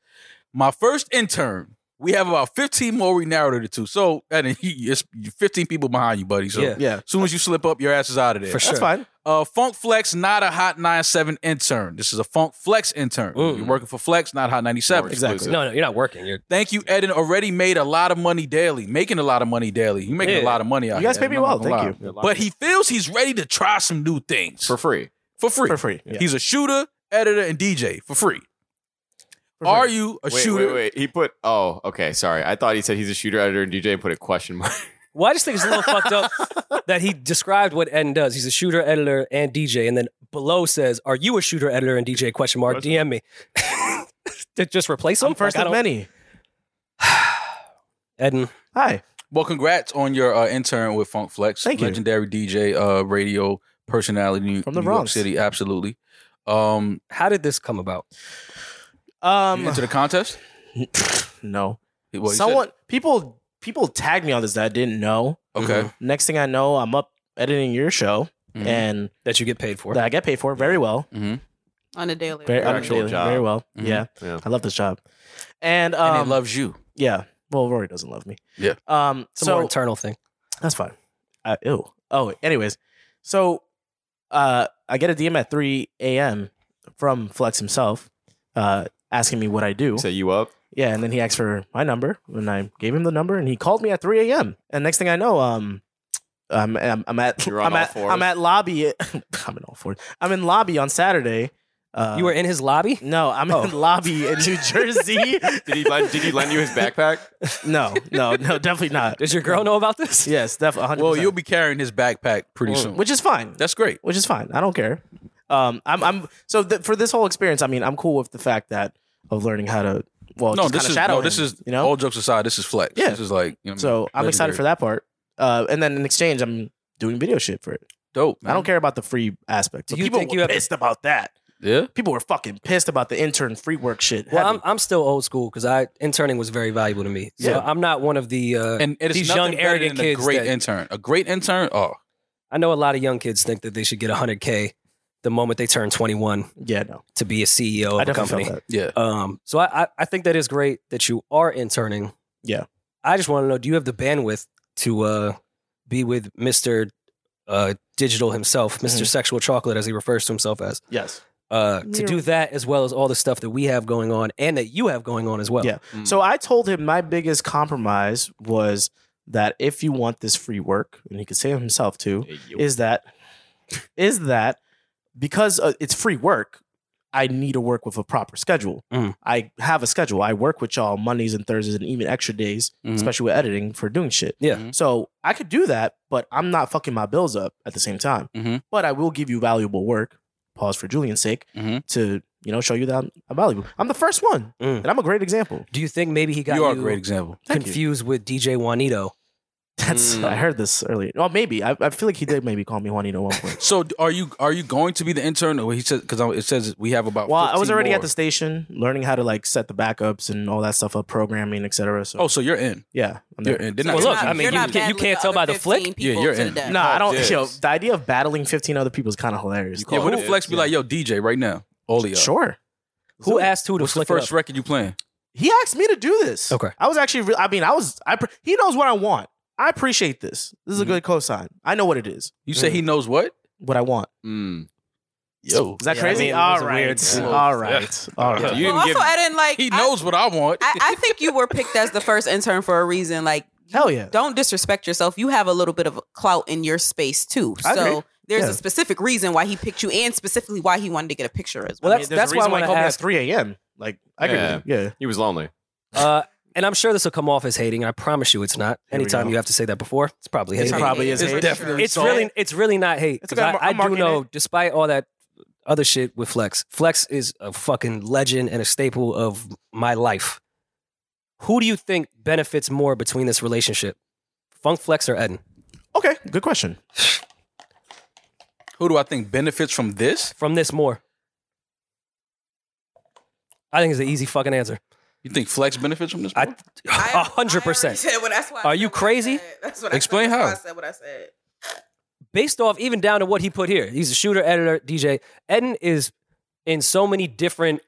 [SPEAKER 3] "My first intern." We have about 15 more we narrowed it to. So, Eden, he, it's 15 people behind you, buddy. So,
[SPEAKER 2] Yeah.
[SPEAKER 4] Yeah,
[SPEAKER 3] as soon as you slip up, your ass is out of there.
[SPEAKER 2] For
[SPEAKER 4] that's
[SPEAKER 2] Sure.
[SPEAKER 4] fine.
[SPEAKER 3] Uh, Funk Flex, not a Hot 97 intern. This is a Funk Flex intern.
[SPEAKER 2] Mm.
[SPEAKER 3] You're working for Flex, not Hot 97.
[SPEAKER 4] Exactly.
[SPEAKER 2] No, no, you're not working. You're
[SPEAKER 3] Thank you, Eden. Already made a lot of money daily. Making a lot of money daily. You're making
[SPEAKER 2] Yeah.
[SPEAKER 3] a lot of money out
[SPEAKER 4] You guys
[SPEAKER 3] here,
[SPEAKER 4] pay me
[SPEAKER 3] Eden. I'm
[SPEAKER 4] well.
[SPEAKER 3] not gonna lie.
[SPEAKER 4] Thank you
[SPEAKER 3] But he feels he's ready to try some new things
[SPEAKER 1] for free.
[SPEAKER 3] for free.
[SPEAKER 4] for free. Yeah.
[SPEAKER 3] He's a shooter, editor, and DJ for free.
[SPEAKER 4] For free.
[SPEAKER 3] Are you a
[SPEAKER 1] wait,
[SPEAKER 3] shooter?
[SPEAKER 1] Wait, wait. He put. Oh, okay. Sorry. I thought he said he's a shooter editor and DJ and put a question mark.
[SPEAKER 2] Well, I just think it's a little fucked up that he described what Eden does. He's a shooter, editor, and DJ, and then below says, "Are you a shooter, editor, and DJ?" Question mark. DM me. to just replace him.
[SPEAKER 4] I'm first
[SPEAKER 2] Like, I
[SPEAKER 4] of
[SPEAKER 2] don't-
[SPEAKER 4] many.
[SPEAKER 2] Eden.
[SPEAKER 4] Hi.
[SPEAKER 3] Well, congrats on your uh, intern with Funk Flex.
[SPEAKER 4] Thank you.
[SPEAKER 3] Legendary DJ, uh, radio personality
[SPEAKER 4] From the
[SPEAKER 3] New York
[SPEAKER 4] Bronx.
[SPEAKER 3] City. Absolutely. Um,
[SPEAKER 2] How did this come about?
[SPEAKER 4] Um,
[SPEAKER 3] into the contest.
[SPEAKER 4] no.
[SPEAKER 3] Well, you said-
[SPEAKER 4] Someone, people, people tagged me on this that I didn't know.
[SPEAKER 3] Okay.
[SPEAKER 4] Next thing I know, I'm up editing your show,
[SPEAKER 3] Mhm.
[SPEAKER 4] Mm-hmm. and
[SPEAKER 2] That you get paid for?
[SPEAKER 4] that I get paid for it very well.
[SPEAKER 3] Mhm.
[SPEAKER 5] On a daily.
[SPEAKER 4] Very,
[SPEAKER 1] Your
[SPEAKER 4] on a
[SPEAKER 1] actual
[SPEAKER 4] daily-
[SPEAKER 1] job.
[SPEAKER 4] very well.
[SPEAKER 3] Mhm.
[SPEAKER 4] Yeah.
[SPEAKER 1] Yeah.
[SPEAKER 4] I love this job. And um,
[SPEAKER 3] and he loves you.
[SPEAKER 4] yeah. Well, Rory doesn't love me.
[SPEAKER 3] Yeah.
[SPEAKER 4] Um.
[SPEAKER 2] It's a
[SPEAKER 4] so
[SPEAKER 2] more internal thing.
[SPEAKER 4] That's fine. Uh, ew. Oh, anyways. So uh, I get a DM at 3 a.m. from Flex himself uh, asking me what I do.
[SPEAKER 1] Set you up.
[SPEAKER 4] yeah, and then he asked for my number, and I gave him the number, and he called me at 3 a.m. And next thing I know, um, I'm, I'm, I'm at
[SPEAKER 1] You're on
[SPEAKER 4] I'm
[SPEAKER 1] all
[SPEAKER 4] at
[SPEAKER 1] fours.
[SPEAKER 4] I'm at lobby. I'm in all fours. I'm in lobby on Saturday. Uh,
[SPEAKER 2] you were in his lobby.
[SPEAKER 4] no, I'm in
[SPEAKER 3] Oh.
[SPEAKER 4] lobby in New Jersey.
[SPEAKER 1] Did he? lend, did he lend you his backpack?
[SPEAKER 4] no, no, no, definitely not.
[SPEAKER 2] Does your girl know about this?
[SPEAKER 4] Yes, definitely. 100%.
[SPEAKER 3] Well, you'll be carrying his backpack pretty
[SPEAKER 4] Well,
[SPEAKER 3] soon.
[SPEAKER 4] which is fine.
[SPEAKER 3] Mm. That's great.
[SPEAKER 4] which is fine. I don't care. Um, I'm, I'm so th- for this whole experience. I mean, I'm cool with the fact that of learning how to well,
[SPEAKER 3] no,
[SPEAKER 4] Oh, just
[SPEAKER 3] this
[SPEAKER 4] kinda
[SPEAKER 3] is
[SPEAKER 4] shadow
[SPEAKER 3] no,
[SPEAKER 4] him,
[SPEAKER 3] this is
[SPEAKER 4] you know.
[SPEAKER 3] all jokes aside. This is Flex.
[SPEAKER 4] Yeah.
[SPEAKER 3] This is like you know,
[SPEAKER 4] so I'm excited for that part. Uh, and then in exchange, I'm doing video shit for it.
[SPEAKER 3] Dope. Man.
[SPEAKER 4] I don't care about the free aspect.
[SPEAKER 2] Do
[SPEAKER 4] But
[SPEAKER 2] you
[SPEAKER 4] people
[SPEAKER 2] think
[SPEAKER 4] were
[SPEAKER 2] you have-
[SPEAKER 4] pissed about that?
[SPEAKER 3] Yeah.
[SPEAKER 4] People were fucking pissed about the intern free work shit.
[SPEAKER 2] Well,
[SPEAKER 4] Heavy.
[SPEAKER 2] I'm, I'm still old school because I interning was very valuable to me. So
[SPEAKER 4] Yeah.
[SPEAKER 2] I'm not one of the. Uh,
[SPEAKER 3] And it is
[SPEAKER 2] These
[SPEAKER 3] nothing
[SPEAKER 2] young,
[SPEAKER 3] better
[SPEAKER 2] arrogant
[SPEAKER 3] than
[SPEAKER 2] kids
[SPEAKER 3] A great
[SPEAKER 2] that-
[SPEAKER 3] intern. A great intern. Oh,
[SPEAKER 2] I know a lot of young kids think that they should get 100k the moment they turn 21
[SPEAKER 4] yeah, no,
[SPEAKER 2] to be a CEO of
[SPEAKER 4] I
[SPEAKER 2] a
[SPEAKER 4] definitely
[SPEAKER 2] company.
[SPEAKER 4] felt that.
[SPEAKER 3] yeah.
[SPEAKER 2] Um, so I, I, I think that is great that you are interning.
[SPEAKER 4] Yeah.
[SPEAKER 2] I just want to know, do you have the bandwidth to uh, be with Mr. Uh, Digital himself, mister
[SPEAKER 4] Mhm.
[SPEAKER 2] Sexual Chocolate, as he refers to himself as,
[SPEAKER 4] Yes.
[SPEAKER 2] uh, to
[SPEAKER 5] Yeah.
[SPEAKER 2] do that as well as all the stuff that we have going on and that you have going on as well.
[SPEAKER 4] Yeah.
[SPEAKER 3] Mm.
[SPEAKER 4] So I told him my biggest compromise was that if you want this free work, and he could say it himself too, is that is that because uh, it's free work I need to work with a proper schedule.
[SPEAKER 2] Mhm.
[SPEAKER 4] I have a schedule. I work with y'all Mondays and Thursdays and even extra days,
[SPEAKER 2] Mhm.
[SPEAKER 4] especially with editing for doing shit.
[SPEAKER 2] Yeah.
[SPEAKER 3] Mhm.
[SPEAKER 4] So I could do that, but I'm not fucking my bills up at the same time.
[SPEAKER 3] Mhm.
[SPEAKER 4] But I will give you valuable work. Pause for Julian's sake
[SPEAKER 3] Mhm.
[SPEAKER 4] to you know show you that I'm, I'm valuable. I'm the first one,
[SPEAKER 2] Mm.
[SPEAKER 4] and I'm a great example.
[SPEAKER 2] Do you think maybe he got
[SPEAKER 3] you are a great example.
[SPEAKER 4] Thank you.
[SPEAKER 2] confused with DJ Juanito?
[SPEAKER 4] That's
[SPEAKER 1] Mm.
[SPEAKER 4] I heard this earlier. Oh, maybe I, I feel like he did maybe call me Juanito at one point.
[SPEAKER 3] So d- are you are you going to be the intern? Or he says because it says we have about.
[SPEAKER 4] Well, I was
[SPEAKER 3] 15
[SPEAKER 4] already at
[SPEAKER 3] Oh, more.
[SPEAKER 4] the station learning how to like set the backups and all that stuff up, programming, etc. So
[SPEAKER 3] Oh, so you're in.
[SPEAKER 4] yeah, I'm
[SPEAKER 3] You're
[SPEAKER 4] there.
[SPEAKER 3] in. They're
[SPEAKER 5] So
[SPEAKER 3] not
[SPEAKER 2] Well,
[SPEAKER 5] it's
[SPEAKER 2] look,
[SPEAKER 3] touching
[SPEAKER 2] I mean,
[SPEAKER 5] you're
[SPEAKER 2] you
[SPEAKER 5] not
[SPEAKER 2] can't- you
[SPEAKER 5] battling
[SPEAKER 2] can't tell
[SPEAKER 5] the
[SPEAKER 2] by the
[SPEAKER 5] other
[SPEAKER 2] flick.
[SPEAKER 5] 15
[SPEAKER 3] Yeah,
[SPEAKER 5] people
[SPEAKER 3] you're
[SPEAKER 5] to the
[SPEAKER 3] in.
[SPEAKER 5] death.
[SPEAKER 4] No, I don't.
[SPEAKER 1] yes.
[SPEAKER 4] Yo, the idea of battling 15 other people is kind of hilarious.
[SPEAKER 3] Yeah, would
[SPEAKER 1] Who-
[SPEAKER 3] the flex be like, yo, DJ, right now, Ollie up.
[SPEAKER 4] Sure.
[SPEAKER 2] Who asked who to
[SPEAKER 3] What's the
[SPEAKER 2] flick
[SPEAKER 3] first
[SPEAKER 2] first?
[SPEAKER 3] record you playing?
[SPEAKER 4] He asked me to do this.
[SPEAKER 2] Okay.
[SPEAKER 4] I was actually. Re- I mean, I was. I. Pre- he knows what I want. I appreciate this. This is a
[SPEAKER 2] Mm-hmm.
[SPEAKER 3] Mhm.
[SPEAKER 4] good cosign. I know what it is.
[SPEAKER 3] You say he knows what?
[SPEAKER 4] what I want.
[SPEAKER 1] Mm.
[SPEAKER 3] Yo,
[SPEAKER 4] Is that
[SPEAKER 2] Yeah, I
[SPEAKER 4] crazy?
[SPEAKER 2] mean, it was
[SPEAKER 4] all,
[SPEAKER 2] a
[SPEAKER 4] right.
[SPEAKER 2] weird
[SPEAKER 1] slope.
[SPEAKER 4] all right. All right.
[SPEAKER 1] You
[SPEAKER 5] Well,
[SPEAKER 1] didn't
[SPEAKER 5] also,
[SPEAKER 1] give.
[SPEAKER 5] I didn't like.
[SPEAKER 3] he
[SPEAKER 5] I-
[SPEAKER 3] knows what I want.
[SPEAKER 5] I, I think you were picked as the first intern for a reason. Like,
[SPEAKER 4] Hell yeah.
[SPEAKER 5] don't disrespect yourself. You have a little bit of clout in your space too.
[SPEAKER 4] I agree.
[SPEAKER 5] So there's
[SPEAKER 4] Yeah.
[SPEAKER 5] a specific reason why he picked you, and specifically why he wanted to get a picture as well.
[SPEAKER 2] Well,
[SPEAKER 4] I
[SPEAKER 2] that's
[SPEAKER 4] mean, there's
[SPEAKER 2] that's
[SPEAKER 4] a
[SPEAKER 2] why I
[SPEAKER 4] reason
[SPEAKER 2] want
[SPEAKER 4] he
[SPEAKER 2] to
[SPEAKER 4] called me at
[SPEAKER 2] ask.
[SPEAKER 4] 3 a.m. Like I agree.
[SPEAKER 1] Yeah.
[SPEAKER 4] with you. Yeah.
[SPEAKER 1] He was lonely.
[SPEAKER 2] Uh, and I'm sure this will come off as hating. and I promise you, it's not.
[SPEAKER 4] Here we
[SPEAKER 2] Anytime
[SPEAKER 4] go.
[SPEAKER 2] you have to say that before, it's probably
[SPEAKER 4] It's
[SPEAKER 2] hating.
[SPEAKER 4] probably is
[SPEAKER 5] for
[SPEAKER 4] hate.
[SPEAKER 3] Definitely
[SPEAKER 2] it's
[SPEAKER 3] So-
[SPEAKER 2] really it's really not hate
[SPEAKER 4] It's
[SPEAKER 2] because
[SPEAKER 4] okay,
[SPEAKER 2] I,
[SPEAKER 4] I'm-
[SPEAKER 2] I
[SPEAKER 4] I'm
[SPEAKER 2] do
[SPEAKER 4] marking
[SPEAKER 2] know despite all that other shit with flex flex is a fucking legend and a staple of my life who do you think benefits more between this relationship funk flex or eden
[SPEAKER 4] Okay. Good question.
[SPEAKER 3] Who do I think benefits from this?
[SPEAKER 2] from this more i think it's an easy fucking answer
[SPEAKER 3] You think Flex benefits from this?
[SPEAKER 2] I-
[SPEAKER 3] more?
[SPEAKER 2] a hundred percent I Are said you what I crazy? said.
[SPEAKER 5] That's
[SPEAKER 3] I said. Explain That's why I how.
[SPEAKER 5] said what I said.
[SPEAKER 2] based off even down to what he put here he's a shooter editor dj eden is in so many different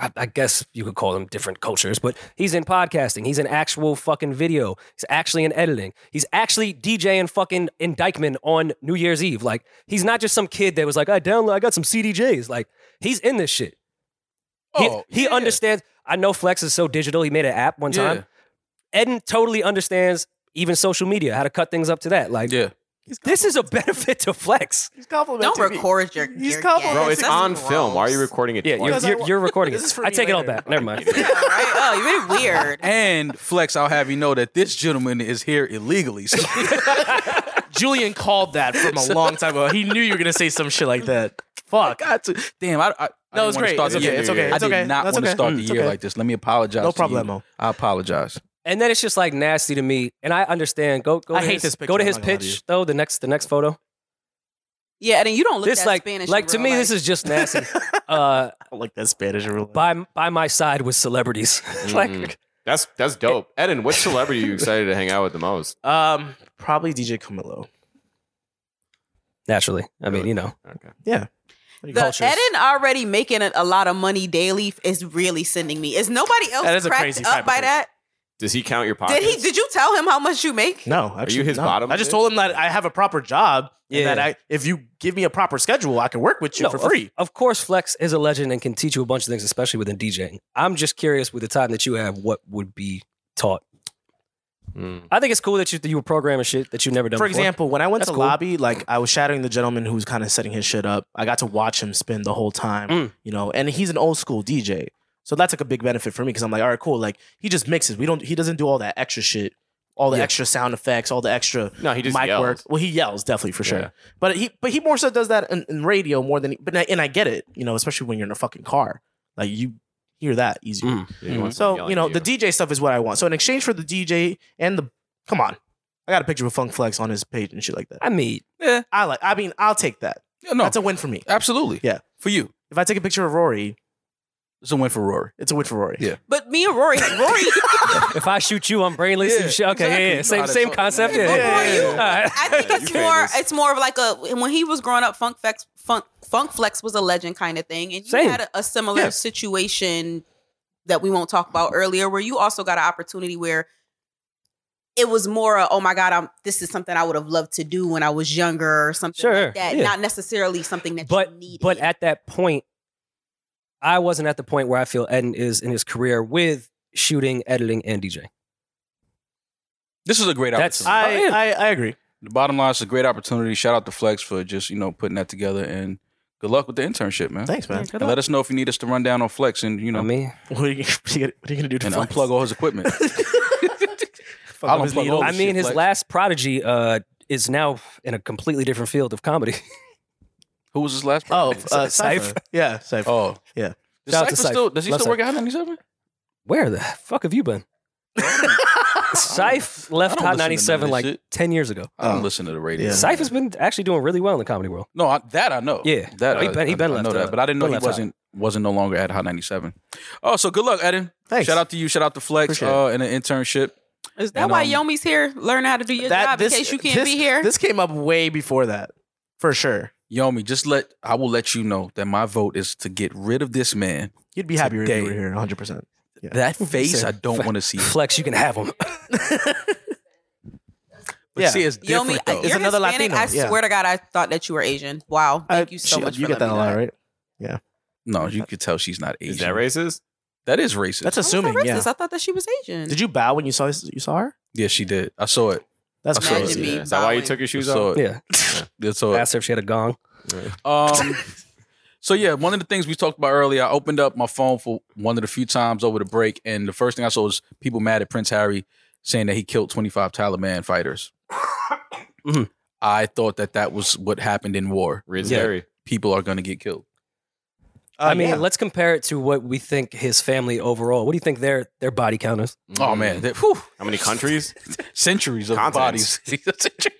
[SPEAKER 2] I I guess you could call them different cultures, but he's in podcasting. He's in actual fucking video. He's actually in editing. He's actually DJing fucking in Dykeman on New Year's Eve. Like he's not just some kid that was like, I download, I got some CDJs. Like he's in this shit. He-
[SPEAKER 3] Oh,
[SPEAKER 2] he
[SPEAKER 3] yeah.
[SPEAKER 2] understands. I know Flex is so digital. He made an app one
[SPEAKER 3] Yeah.
[SPEAKER 2] time. Eden totally understands even social media, how to cut things up to that. Like
[SPEAKER 3] Yeah,
[SPEAKER 2] this is a benefit to Flex.
[SPEAKER 4] He's complimenting
[SPEAKER 5] Don't record your.
[SPEAKER 4] He's
[SPEAKER 5] your gags.
[SPEAKER 4] complimenting
[SPEAKER 1] Bro, it's
[SPEAKER 5] That's
[SPEAKER 1] on
[SPEAKER 5] gross.
[SPEAKER 1] film. Why are you recording it?
[SPEAKER 2] Yeah,
[SPEAKER 1] twice?
[SPEAKER 2] you're,
[SPEAKER 4] Because I
[SPEAKER 2] you're,
[SPEAKER 4] wa-
[SPEAKER 2] you're recording
[SPEAKER 4] This is
[SPEAKER 2] it.
[SPEAKER 4] for
[SPEAKER 2] I
[SPEAKER 4] me
[SPEAKER 2] take it all
[SPEAKER 4] later.
[SPEAKER 2] back. Never mind.
[SPEAKER 5] Yeah, right? Oh, you're really weird.
[SPEAKER 3] and Flex, I'll have you know that this gentleman is here illegally. So
[SPEAKER 4] Julian called that from a long time ago. He knew you were gonna say some shit like that. Fuck.
[SPEAKER 3] God, t- damn, I, I, I
[SPEAKER 4] No,
[SPEAKER 3] didn't
[SPEAKER 4] it's
[SPEAKER 3] wanna
[SPEAKER 4] great.
[SPEAKER 3] Start
[SPEAKER 4] It's
[SPEAKER 3] the
[SPEAKER 4] okay.
[SPEAKER 3] year.
[SPEAKER 4] It's okay.
[SPEAKER 3] I
[SPEAKER 4] It's
[SPEAKER 3] did
[SPEAKER 4] okay.
[SPEAKER 3] not
[SPEAKER 4] That's
[SPEAKER 3] want to
[SPEAKER 4] okay.
[SPEAKER 3] start
[SPEAKER 4] Mm,
[SPEAKER 3] the
[SPEAKER 4] it's
[SPEAKER 3] year
[SPEAKER 4] okay.
[SPEAKER 3] like this. Let me apologize.
[SPEAKER 4] No
[SPEAKER 3] to you.
[SPEAKER 4] problemo.
[SPEAKER 3] I apologize.
[SPEAKER 2] And then it's just like nasty to me. And I understand. Go go
[SPEAKER 4] I
[SPEAKER 2] to
[SPEAKER 4] hate
[SPEAKER 2] his,
[SPEAKER 4] this picture,
[SPEAKER 2] go to
[SPEAKER 4] I'm
[SPEAKER 2] his
[SPEAKER 4] not gonna lie to you.
[SPEAKER 2] pitch though, the next the next photo.
[SPEAKER 5] Yeah, and then you don't look
[SPEAKER 2] this
[SPEAKER 5] that
[SPEAKER 2] like
[SPEAKER 5] Spanish.
[SPEAKER 2] like
[SPEAKER 5] in
[SPEAKER 2] to
[SPEAKER 5] real
[SPEAKER 2] me
[SPEAKER 5] life.
[SPEAKER 2] this is just nasty. uh
[SPEAKER 4] I like that Spanish rule.
[SPEAKER 2] by by my side was celebrities.
[SPEAKER 1] Mhm.
[SPEAKER 2] like
[SPEAKER 1] That's that's dope. Eden, what celebrity are you excited to hang out with the most?
[SPEAKER 4] Um, probably DJ Camilo.
[SPEAKER 2] naturally. I mean, you know.
[SPEAKER 1] Okay.
[SPEAKER 5] the Eden already making a, a lot of money daily is really sending me. Is nobody else
[SPEAKER 4] That is a
[SPEAKER 5] cracked
[SPEAKER 4] crazy
[SPEAKER 5] up by
[SPEAKER 4] fabric.
[SPEAKER 5] that?
[SPEAKER 1] Does he count your pockets?
[SPEAKER 5] Did he? Did you tell him how much you make?
[SPEAKER 4] No, actually,
[SPEAKER 1] his
[SPEAKER 4] no.
[SPEAKER 1] bottom
[SPEAKER 4] I just
[SPEAKER 1] bitch?
[SPEAKER 4] told him that I have a proper job
[SPEAKER 2] Yeah.
[SPEAKER 4] and that I, if you give me a proper schedule, I can work with you
[SPEAKER 2] No,
[SPEAKER 4] for
[SPEAKER 2] of-
[SPEAKER 4] free.
[SPEAKER 2] Of, course Flex is a legend and can teach you a bunch of things, especially within DJing. I'm just curious with the time that you have, what would be taught.
[SPEAKER 1] Mm.
[SPEAKER 2] I think it's cool that you that you were programming shit that you've never done
[SPEAKER 4] For
[SPEAKER 2] before.
[SPEAKER 4] example, when I went
[SPEAKER 2] That's
[SPEAKER 4] to
[SPEAKER 2] cool.
[SPEAKER 4] lobby, like I was shadowing the gentleman who was kind of setting his shit up. I got to watch him spin the whole time,
[SPEAKER 2] Mm.
[SPEAKER 4] you know. And he's an old school DJ, so that's like a big benefit for me because I'm like, all right, cool. Like he just mixes. We don't. He doesn't do all that extra shit, all the
[SPEAKER 2] Yeah.
[SPEAKER 4] extra sound effects, all the extra
[SPEAKER 1] No, he just
[SPEAKER 4] mic
[SPEAKER 1] yells.
[SPEAKER 4] work. Well, he yells definitely for sure.
[SPEAKER 1] Yeah.
[SPEAKER 4] But he but he more so does that in, in radio more than. But I- and I get it, you know, especially when you're in a fucking car, like you hear that easier.
[SPEAKER 3] Mm-hmm.
[SPEAKER 2] Mm.
[SPEAKER 1] Yeah, you want someone
[SPEAKER 4] Hmm. So
[SPEAKER 1] yelling
[SPEAKER 4] you know
[SPEAKER 1] at
[SPEAKER 4] the DJ stuff is what I want. So in exchange for the DJ and the come on, I got a picture of Funk Flex on his page and shit like that.
[SPEAKER 2] I mean,
[SPEAKER 4] I like. I mean, I'll take that.
[SPEAKER 3] Yeah, no,
[SPEAKER 4] That's a win for me.
[SPEAKER 3] absolutely.
[SPEAKER 4] Yeah.
[SPEAKER 3] for you,
[SPEAKER 4] If I take a picture of Rory,
[SPEAKER 3] it's a win for Rory.
[SPEAKER 4] it's a win for Rory.
[SPEAKER 3] Yeah.
[SPEAKER 5] But me and Rory, Rory,
[SPEAKER 2] if I shoot you, I'm brainless.
[SPEAKER 3] Yeah,
[SPEAKER 2] and shit. Okay, yeah, yeah,
[SPEAKER 3] exactly.
[SPEAKER 2] same
[SPEAKER 3] Not a
[SPEAKER 2] same
[SPEAKER 3] fucking
[SPEAKER 2] concept. Yeah,
[SPEAKER 3] man.
[SPEAKER 2] yeah,
[SPEAKER 5] Before
[SPEAKER 2] yeah,
[SPEAKER 5] you-
[SPEAKER 2] yeah. All right.
[SPEAKER 5] I think it's
[SPEAKER 1] You
[SPEAKER 5] more.
[SPEAKER 1] famous.
[SPEAKER 5] It's more of like a when he was growing up, Funk Flex, Funk Funk Flex was a legend kind of thing, and you
[SPEAKER 2] Same.
[SPEAKER 5] had a, a similar
[SPEAKER 4] Yeah.
[SPEAKER 5] situation that we won't talk about earlier, where you also got an opportunity where it was more, a, oh my god, I'm this is something I would have loved to do when I was younger or something
[SPEAKER 2] Sure,
[SPEAKER 5] like that,
[SPEAKER 2] yeah.
[SPEAKER 5] not necessarily something that
[SPEAKER 2] But
[SPEAKER 5] you needed.
[SPEAKER 2] but at that point, I wasn't at the point where I feel Eden is in his career with shooting, editing, and DJing.
[SPEAKER 3] This is a great
[SPEAKER 2] That's-
[SPEAKER 3] opportunity.
[SPEAKER 4] I,
[SPEAKER 2] Oh, yeah.
[SPEAKER 4] I I agree.
[SPEAKER 3] the bottom line is a great opportunity. Shout out to Flex for just you know putting that together and Good luck with the internship, man.
[SPEAKER 4] Thanks, man.
[SPEAKER 3] And let us know if you need us to run down on Flex and you know
[SPEAKER 2] mean,
[SPEAKER 4] What are you, what are you gonna do to
[SPEAKER 3] and
[SPEAKER 4] flex?
[SPEAKER 3] unplug all his equipment.
[SPEAKER 4] Fuck up
[SPEAKER 3] I'll
[SPEAKER 4] his
[SPEAKER 3] unplug
[SPEAKER 4] needle.
[SPEAKER 3] all
[SPEAKER 2] I
[SPEAKER 3] this
[SPEAKER 2] mean,
[SPEAKER 3] shit,
[SPEAKER 2] his
[SPEAKER 3] Flex.
[SPEAKER 2] last prodigy uh, is now in a completely different field of comedy.
[SPEAKER 3] Who was his last?
[SPEAKER 4] Oh,
[SPEAKER 2] Cypher.
[SPEAKER 4] uh, Cypher. Yeah, Cypher.
[SPEAKER 3] oh
[SPEAKER 4] yeah.
[SPEAKER 3] Does
[SPEAKER 2] Shout out
[SPEAKER 3] Cypher
[SPEAKER 2] to Cypher.
[SPEAKER 3] still? Does he
[SPEAKER 2] Love
[SPEAKER 3] still work at Hot 97?
[SPEAKER 2] Where the fuck have you been? Syph left
[SPEAKER 3] don't listen
[SPEAKER 2] Hot
[SPEAKER 3] to
[SPEAKER 2] 97
[SPEAKER 3] none of
[SPEAKER 2] like
[SPEAKER 3] this shit.
[SPEAKER 2] 10 years ago.
[SPEAKER 3] I don't listen to the radio.
[SPEAKER 4] Yeah.
[SPEAKER 2] Syph has been actually doing really well in the comedy world.
[SPEAKER 3] No, I, that I know.
[SPEAKER 2] Yeah.
[SPEAKER 3] that
[SPEAKER 2] No, he
[SPEAKER 3] I-
[SPEAKER 2] been- he
[SPEAKER 3] I-
[SPEAKER 2] been
[SPEAKER 3] I
[SPEAKER 2] left
[SPEAKER 3] know
[SPEAKER 2] out.
[SPEAKER 3] that, but I didn't know
[SPEAKER 2] Been
[SPEAKER 3] he
[SPEAKER 2] left out.
[SPEAKER 3] wasn't wasn't no longer at Hot 97. Oh, so good luck, Eden.
[SPEAKER 4] Thanks.
[SPEAKER 3] Shout out to you. Shout out to Flex
[SPEAKER 4] Appreciate it.
[SPEAKER 3] uh, and an internship.
[SPEAKER 5] Is that
[SPEAKER 3] And,
[SPEAKER 5] why
[SPEAKER 3] um,
[SPEAKER 5] Yomi's here? Learn how to do your job in case you can't
[SPEAKER 4] this-
[SPEAKER 5] be here.
[SPEAKER 4] This came up way before that, for sure.
[SPEAKER 3] Yomi, just let I will let you know that my vote is to get rid of this man.
[SPEAKER 4] You'd be happier if
[SPEAKER 3] Today.
[SPEAKER 4] you were here, 100. percent
[SPEAKER 3] That face
[SPEAKER 2] said
[SPEAKER 3] I don't
[SPEAKER 2] fa-
[SPEAKER 3] want to see.
[SPEAKER 2] Flex, you can have him.
[SPEAKER 3] But
[SPEAKER 4] Yeah.
[SPEAKER 3] see, it's different
[SPEAKER 5] Yomi, I-
[SPEAKER 3] though.
[SPEAKER 5] you're
[SPEAKER 4] another
[SPEAKER 5] Hispanic. I
[SPEAKER 4] Latino, yeah.
[SPEAKER 5] swear to God, I thought that you were Asian. Wow. Thank you so much for
[SPEAKER 4] You get that
[SPEAKER 5] letting
[SPEAKER 4] a
[SPEAKER 5] me know
[SPEAKER 4] lot, right?
[SPEAKER 3] no, you could tell she's not Asian.
[SPEAKER 1] Is that racist?
[SPEAKER 3] That is racist.
[SPEAKER 4] That's
[SPEAKER 5] I was so
[SPEAKER 4] assuming. Yeah.
[SPEAKER 5] racist. I thought that she was Asian.
[SPEAKER 4] Did you bow when you saw you saw her?
[SPEAKER 3] yeah, she did. I saw it.
[SPEAKER 4] That's
[SPEAKER 3] I saw it,
[SPEAKER 4] crazy.
[SPEAKER 5] me.
[SPEAKER 1] Is that why you
[SPEAKER 5] Bowing.
[SPEAKER 1] took your
[SPEAKER 3] I
[SPEAKER 1] shoes
[SPEAKER 3] saw
[SPEAKER 1] off?
[SPEAKER 3] it.
[SPEAKER 2] Yeah.
[SPEAKER 3] I saw it.
[SPEAKER 2] Asked her if she had a gong.
[SPEAKER 3] Um, so yeah, one of the things we talked about earlier, I opened up my phone for one of the few times over the break, and the first thing I saw was people mad at Prince Harry saying that he killed 25 Taliban fighters.
[SPEAKER 2] Mhm.
[SPEAKER 3] I thought that that was what happened in war.
[SPEAKER 1] Reads
[SPEAKER 2] Yeah.
[SPEAKER 1] Harry.
[SPEAKER 3] People are going to get killed. Uh,
[SPEAKER 2] I mean, let's compare it to what we think his family overall. What do you think their their body count is?
[SPEAKER 3] Oh man, that- whew,
[SPEAKER 1] How many countries?
[SPEAKER 3] centuries of
[SPEAKER 1] Continents.
[SPEAKER 3] bodies, centuries,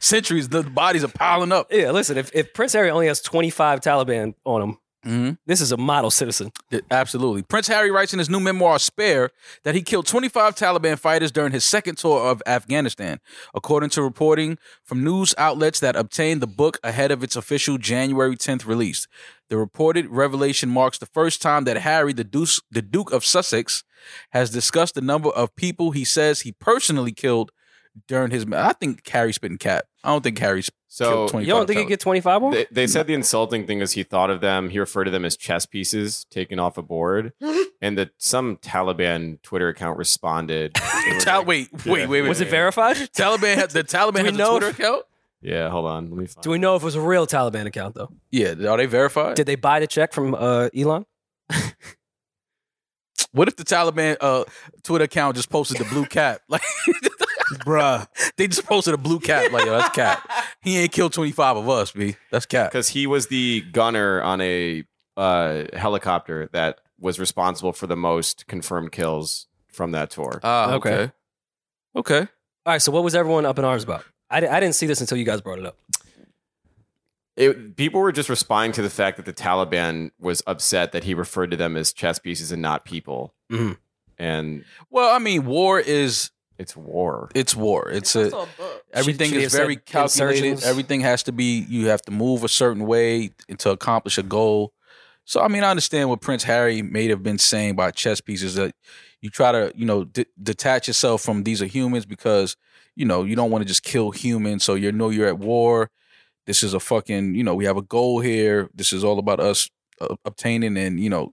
[SPEAKER 3] centuries. The bodies are piling up.
[SPEAKER 2] Yeah, listen, if, if Prince Harry only has 25 Taliban on him,
[SPEAKER 3] Mhm.
[SPEAKER 2] this is a model citizen.
[SPEAKER 3] Yeah, Absolutely. Prince Harry writes in his new memoir, Spare, that he killed 25 Taliban fighters during his second tour of Afghanistan, according to reporting from news outlets that obtained the book ahead of its official January 10th release. The reported revelation marks the first time that Harry, the Duke, the Duke of Sussex, has discussed the number of people he says he personally killed during his. I think Harry's spitting cap. I don't think Harry's
[SPEAKER 1] So
[SPEAKER 3] killed 25.
[SPEAKER 2] You don't think
[SPEAKER 3] Taliban.
[SPEAKER 2] he'd get 25 on?
[SPEAKER 1] They, they said the insulting thing is he thought of them. He referred to them as chess pieces taken off a board, and that some Taliban Twitter account responded. It was
[SPEAKER 3] Tal-
[SPEAKER 1] like-
[SPEAKER 3] wait, wait,
[SPEAKER 1] Yeah.
[SPEAKER 3] wait, wait.
[SPEAKER 2] Was it verified?
[SPEAKER 3] Taliban had the Taliban
[SPEAKER 2] we
[SPEAKER 3] has a
[SPEAKER 2] know
[SPEAKER 3] Twitter
[SPEAKER 2] if-
[SPEAKER 3] account.
[SPEAKER 1] Yeah, hold on. Let me. Find
[SPEAKER 2] Do we know if it was a real Taliban account, though?
[SPEAKER 3] Yeah, are they verified?
[SPEAKER 2] Did they buy the check from uh, Elon?
[SPEAKER 3] What if the Taliban uh, Twitter account just posted the blue cap? Like,
[SPEAKER 4] Bruh.
[SPEAKER 3] they just posted a blue cap. Like, yo, that's cap. He ain't killed 25 of us, B. That's cap.
[SPEAKER 1] because he was the gunner on a uh, helicopter that was responsible for the most confirmed kills from that tour.
[SPEAKER 3] Ah,
[SPEAKER 2] Okay.
[SPEAKER 3] okay. Okay.
[SPEAKER 2] All right, so what was everyone up in arms about? I, di- I didn't see this until you guys brought it up.
[SPEAKER 1] It, people were just responding to the fact that the Taliban was upset that he referred to them as chess pieces and not people,
[SPEAKER 2] Mhm.
[SPEAKER 1] and
[SPEAKER 3] Well, I mean, war is
[SPEAKER 1] it's war.
[SPEAKER 3] it's war. It's a everything
[SPEAKER 2] Should- should
[SPEAKER 3] is
[SPEAKER 2] they have
[SPEAKER 3] very
[SPEAKER 2] said
[SPEAKER 3] calculated.
[SPEAKER 2] insurgents?
[SPEAKER 3] Everything has to be. You have to move a certain way to accomplish a goal. So I mean, I understand what Prince Harry may have been saying by chess pieces that you try to you know d- detach yourself from these are humans because you know you don't want to just kill humans. So you know you're at war. This is a fucking you know we have a goal here. This is all about us uh, obtaining and you know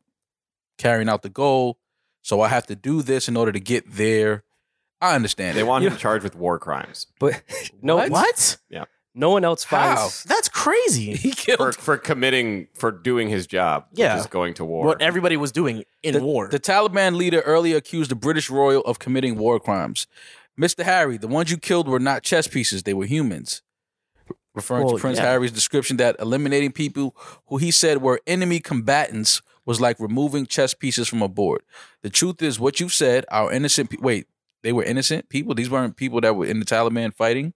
[SPEAKER 3] carrying out the goal. So I have to do this in order to get there. I understand.
[SPEAKER 1] They
[SPEAKER 3] it.
[SPEAKER 1] want
[SPEAKER 2] You
[SPEAKER 1] him charged with war crimes
[SPEAKER 2] But no,
[SPEAKER 4] What?
[SPEAKER 2] no one else finds.
[SPEAKER 3] How?
[SPEAKER 4] That's crazy.
[SPEAKER 3] he killed
[SPEAKER 1] for, for committing for doing his job. which
[SPEAKER 4] Yeah.
[SPEAKER 1] is going to war.
[SPEAKER 4] What everybody was doing in
[SPEAKER 3] the,
[SPEAKER 4] war.
[SPEAKER 3] The Taliban leader earlier accused the British royal of committing war crimes. Mr. Harry, the ones you killed were not chess pieces, they were humans. Referring
[SPEAKER 4] Well,
[SPEAKER 3] to Prince
[SPEAKER 4] yeah.
[SPEAKER 3] Harry's description that eliminating people who he said were enemy combatants was like removing chess pieces from a board. The truth is, what you said, our innocent pe- wait, they were innocent people? These weren't people that were in the Taliban fighting?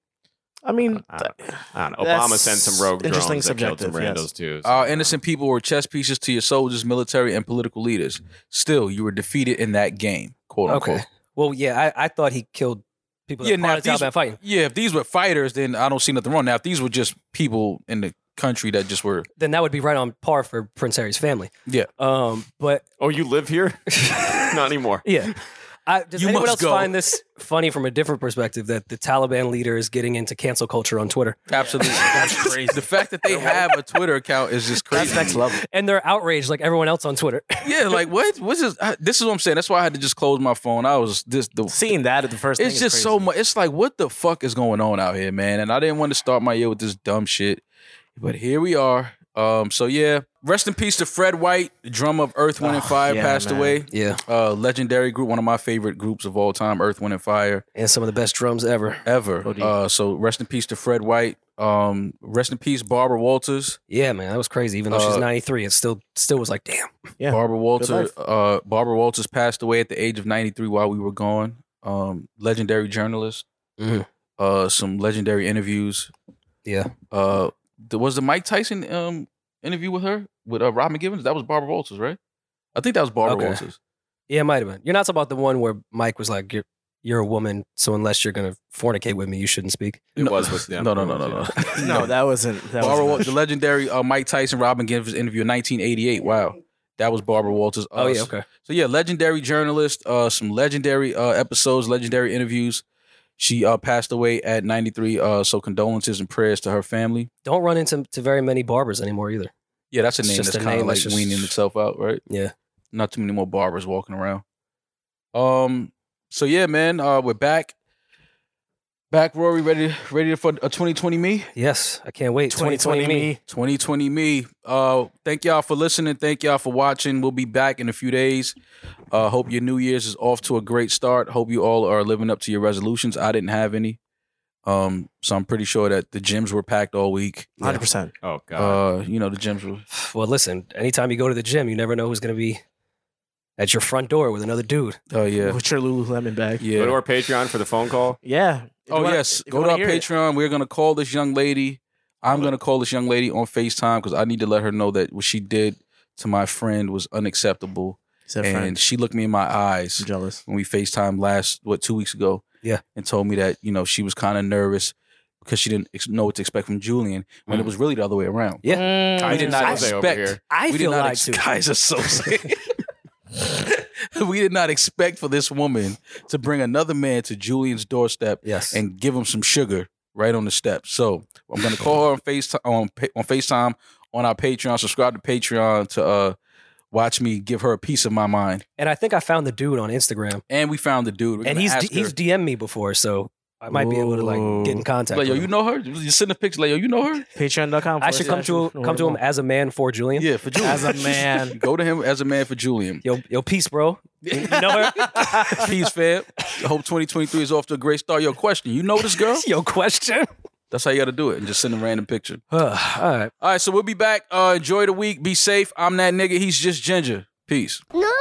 [SPEAKER 4] I mean,
[SPEAKER 1] I don't, I don't know.
[SPEAKER 4] That's
[SPEAKER 1] Obama sent some rogue drones
[SPEAKER 4] interesting
[SPEAKER 1] that killed some randos
[SPEAKER 4] subjective, yes.
[SPEAKER 1] too. so-
[SPEAKER 3] Our innocent people were chess pieces to your soldiers, military, and political leaders. Still, you were defeated in that game, quote unquote.
[SPEAKER 2] Okay. Well, yeah, I, I thought he killed people that
[SPEAKER 3] Yeah,
[SPEAKER 2] yeah,
[SPEAKER 3] now
[SPEAKER 2] part of the
[SPEAKER 3] these-
[SPEAKER 2] Taliban fighting.
[SPEAKER 3] Yeah, if these were fighters, then I don't see nothing wrong. Now, if these were just people in the country that just were,
[SPEAKER 2] Then that would be right on par for Prince Harry's family.
[SPEAKER 3] Yeah.
[SPEAKER 2] Um, but
[SPEAKER 1] oh, you live here? Not anymore.
[SPEAKER 2] yeah. I, does
[SPEAKER 3] You
[SPEAKER 2] anyone
[SPEAKER 3] must
[SPEAKER 2] else
[SPEAKER 3] go.
[SPEAKER 2] find this funny from a different perspective that the Taliban leader is getting into cancel culture on Twitter?
[SPEAKER 3] absolutely crazy. The fact that they have a Twitter account is just crazy.
[SPEAKER 4] that's next level.
[SPEAKER 2] And they're outraged like everyone else on Twitter.
[SPEAKER 3] Yeah, like what? What's this? I, this is what I'm saying. That's why I had to just close my phone. I was this the.
[SPEAKER 4] Seeing that at the first.
[SPEAKER 3] It's just so much. It's like what the fuck is going on out here, man? And I didn't want to start my year with this dumb shit, but here we are. Um, so yeah, rest in peace to Fred White, the drummer of Earth, Wind, and
[SPEAKER 4] Oh,
[SPEAKER 3] Fire,
[SPEAKER 4] yeah,
[SPEAKER 3] passed
[SPEAKER 4] man.
[SPEAKER 3] away.
[SPEAKER 2] Yeah.
[SPEAKER 3] Uh, legendary group, one of my favorite groups of all time, Earth, Wind, and Fire
[SPEAKER 2] And some of the best drums ever.
[SPEAKER 3] ever.
[SPEAKER 4] Oh, dear.
[SPEAKER 3] Uh, so rest in peace to Fred White. Um, rest in peace, Barbara Walters.
[SPEAKER 2] Yeah, man, that was crazy. Even though she's
[SPEAKER 3] Uh,
[SPEAKER 2] 93, it still still was like, damn.
[SPEAKER 4] Yeah,
[SPEAKER 3] Barbara Walters.
[SPEAKER 4] life.
[SPEAKER 3] Uh, Barbara Walters passed away at the age of 93 while we were gone. Um, legendary journalist.
[SPEAKER 4] Mm-hmm.
[SPEAKER 2] Mhm.
[SPEAKER 3] Uh, some legendary interviews.
[SPEAKER 2] Yeah.
[SPEAKER 3] Uh, there was the Mike Tyson um interview with her with uh, Rob McGivens. That was Barbara Walters, right? I think that was Barbara
[SPEAKER 2] Okay.
[SPEAKER 3] Walters.
[SPEAKER 2] Yeah, it might have been. You're not talking about the one where Mike was like, you're, you're a woman, so unless you're going to fornicate with me, you shouldn't speak.
[SPEAKER 1] It
[SPEAKER 3] No.
[SPEAKER 1] was with them.
[SPEAKER 3] No, no, no, no, no.
[SPEAKER 4] No, that wasn't. That
[SPEAKER 3] Barbara, Wa-
[SPEAKER 4] wasn't
[SPEAKER 3] the legendary uh, Mike Tyson, Robin Givens interview in 1988. Wow, that was Barbara Walters. Uh,
[SPEAKER 2] Oh, yeah,
[SPEAKER 3] Us.
[SPEAKER 2] okay.
[SPEAKER 3] So yeah, legendary journalist. Uh, some legendary uh, episodes, legendary interviews. She uh, passed away at 93. Uh, so condolences and prayers to her family.
[SPEAKER 2] Don't run into to very many barbers anymore either.
[SPEAKER 3] Yeah, that's a
[SPEAKER 2] It's
[SPEAKER 3] name
[SPEAKER 2] just
[SPEAKER 3] that's
[SPEAKER 2] a
[SPEAKER 3] kind of
[SPEAKER 2] name
[SPEAKER 3] like
[SPEAKER 2] that's just-
[SPEAKER 3] weaning itself out, right?
[SPEAKER 2] Yeah.
[SPEAKER 3] Not too many more barbers walking around. Um. So yeah, man, uh, we're back. Back, Rory, ready, ready for a 2020 me.
[SPEAKER 2] Yes, I can't wait. 2020,
[SPEAKER 4] 2020
[SPEAKER 2] me.
[SPEAKER 4] me.
[SPEAKER 3] 2020 me. Uh, thank y'all for listening. Thank y'all for watching. We'll be back in a few days. Uh, hope your New Year's is off to a great start. Hope you all are living up to your resolutions. I didn't have any, um, so I'm pretty sure that the gyms were packed all week.
[SPEAKER 4] Hundred percent.
[SPEAKER 1] Oh god.
[SPEAKER 3] Uh, you know the gyms were.
[SPEAKER 2] Well, listen, anytime you go to the gym, you never know who's going to be at your front door with another dude.
[SPEAKER 3] Oh yeah,
[SPEAKER 4] With your Lululemon bag. Yeah.
[SPEAKER 1] Go to
[SPEAKER 3] yeah.
[SPEAKER 1] our Patreon for the phone call.
[SPEAKER 4] If you
[SPEAKER 3] Oh
[SPEAKER 4] wanna-
[SPEAKER 3] yes,
[SPEAKER 4] if you
[SPEAKER 3] go to
[SPEAKER 4] wanna
[SPEAKER 3] our
[SPEAKER 4] hear it.
[SPEAKER 3] Patreon. We're gonna call this young lady. I'm gonna call this young lady on Facetime because I need to let her know that what she did to my friend was unacceptable,
[SPEAKER 4] Said
[SPEAKER 3] and
[SPEAKER 4] friend.
[SPEAKER 3] she looked me in my eyes.
[SPEAKER 4] I'm jealous.
[SPEAKER 3] when we FaceTime last, what, two weeks ago.
[SPEAKER 2] Yeah.
[SPEAKER 3] And told me that, you know, she was kind of nervous because she didn't ex- know what to expect from Julian when it was really the other way around.
[SPEAKER 2] Mm. Yeah.
[SPEAKER 1] I did not
[SPEAKER 3] I
[SPEAKER 1] Jose over
[SPEAKER 3] expect-
[SPEAKER 1] here.
[SPEAKER 2] I
[SPEAKER 3] we
[SPEAKER 2] feel
[SPEAKER 3] did not
[SPEAKER 2] lied
[SPEAKER 3] ex-
[SPEAKER 2] to.
[SPEAKER 3] Guys are so sick. we did not expect for this woman to bring another man to Julian's doorstep
[SPEAKER 2] Yes.
[SPEAKER 3] and give him some sugar right on the step. So I'm gonna call her on FaceTime on, Pa- on FaceTime on our Patreon. Subscribe to Patreon to uh, watch me give her a piece of my mind.
[SPEAKER 2] And I think I found the dude on Instagram,
[SPEAKER 3] And we found the dude. We're
[SPEAKER 2] and
[SPEAKER 3] gonna
[SPEAKER 2] he's
[SPEAKER 3] ask
[SPEAKER 2] d- he's
[SPEAKER 3] her.
[SPEAKER 2] DM'd me before, so I might be able to like get in
[SPEAKER 4] Ooh.
[SPEAKER 2] contact.
[SPEAKER 3] Like, yo,
[SPEAKER 2] with
[SPEAKER 3] you
[SPEAKER 2] him.
[SPEAKER 3] know her? You send a picture. Like, yo, you know her?
[SPEAKER 4] Patreon.com.
[SPEAKER 2] I should come to come to him as a man for Julian.
[SPEAKER 3] Yeah, for Julian.
[SPEAKER 4] As a man.
[SPEAKER 3] Go to him as a man for Julian.
[SPEAKER 2] Yo, yo, peace, bro. You know her?
[SPEAKER 3] Peace, fam. Hope 2023 is off to a great start. Yo, question. You know this girl?
[SPEAKER 2] yo, question.
[SPEAKER 3] That's how you got to do it. And just send a random picture.
[SPEAKER 2] All right.
[SPEAKER 3] All right, so we'll be back. Uh, enjoy the week. Be safe. I'm that nigga. He's just Ginger. Peace.
[SPEAKER 6] No,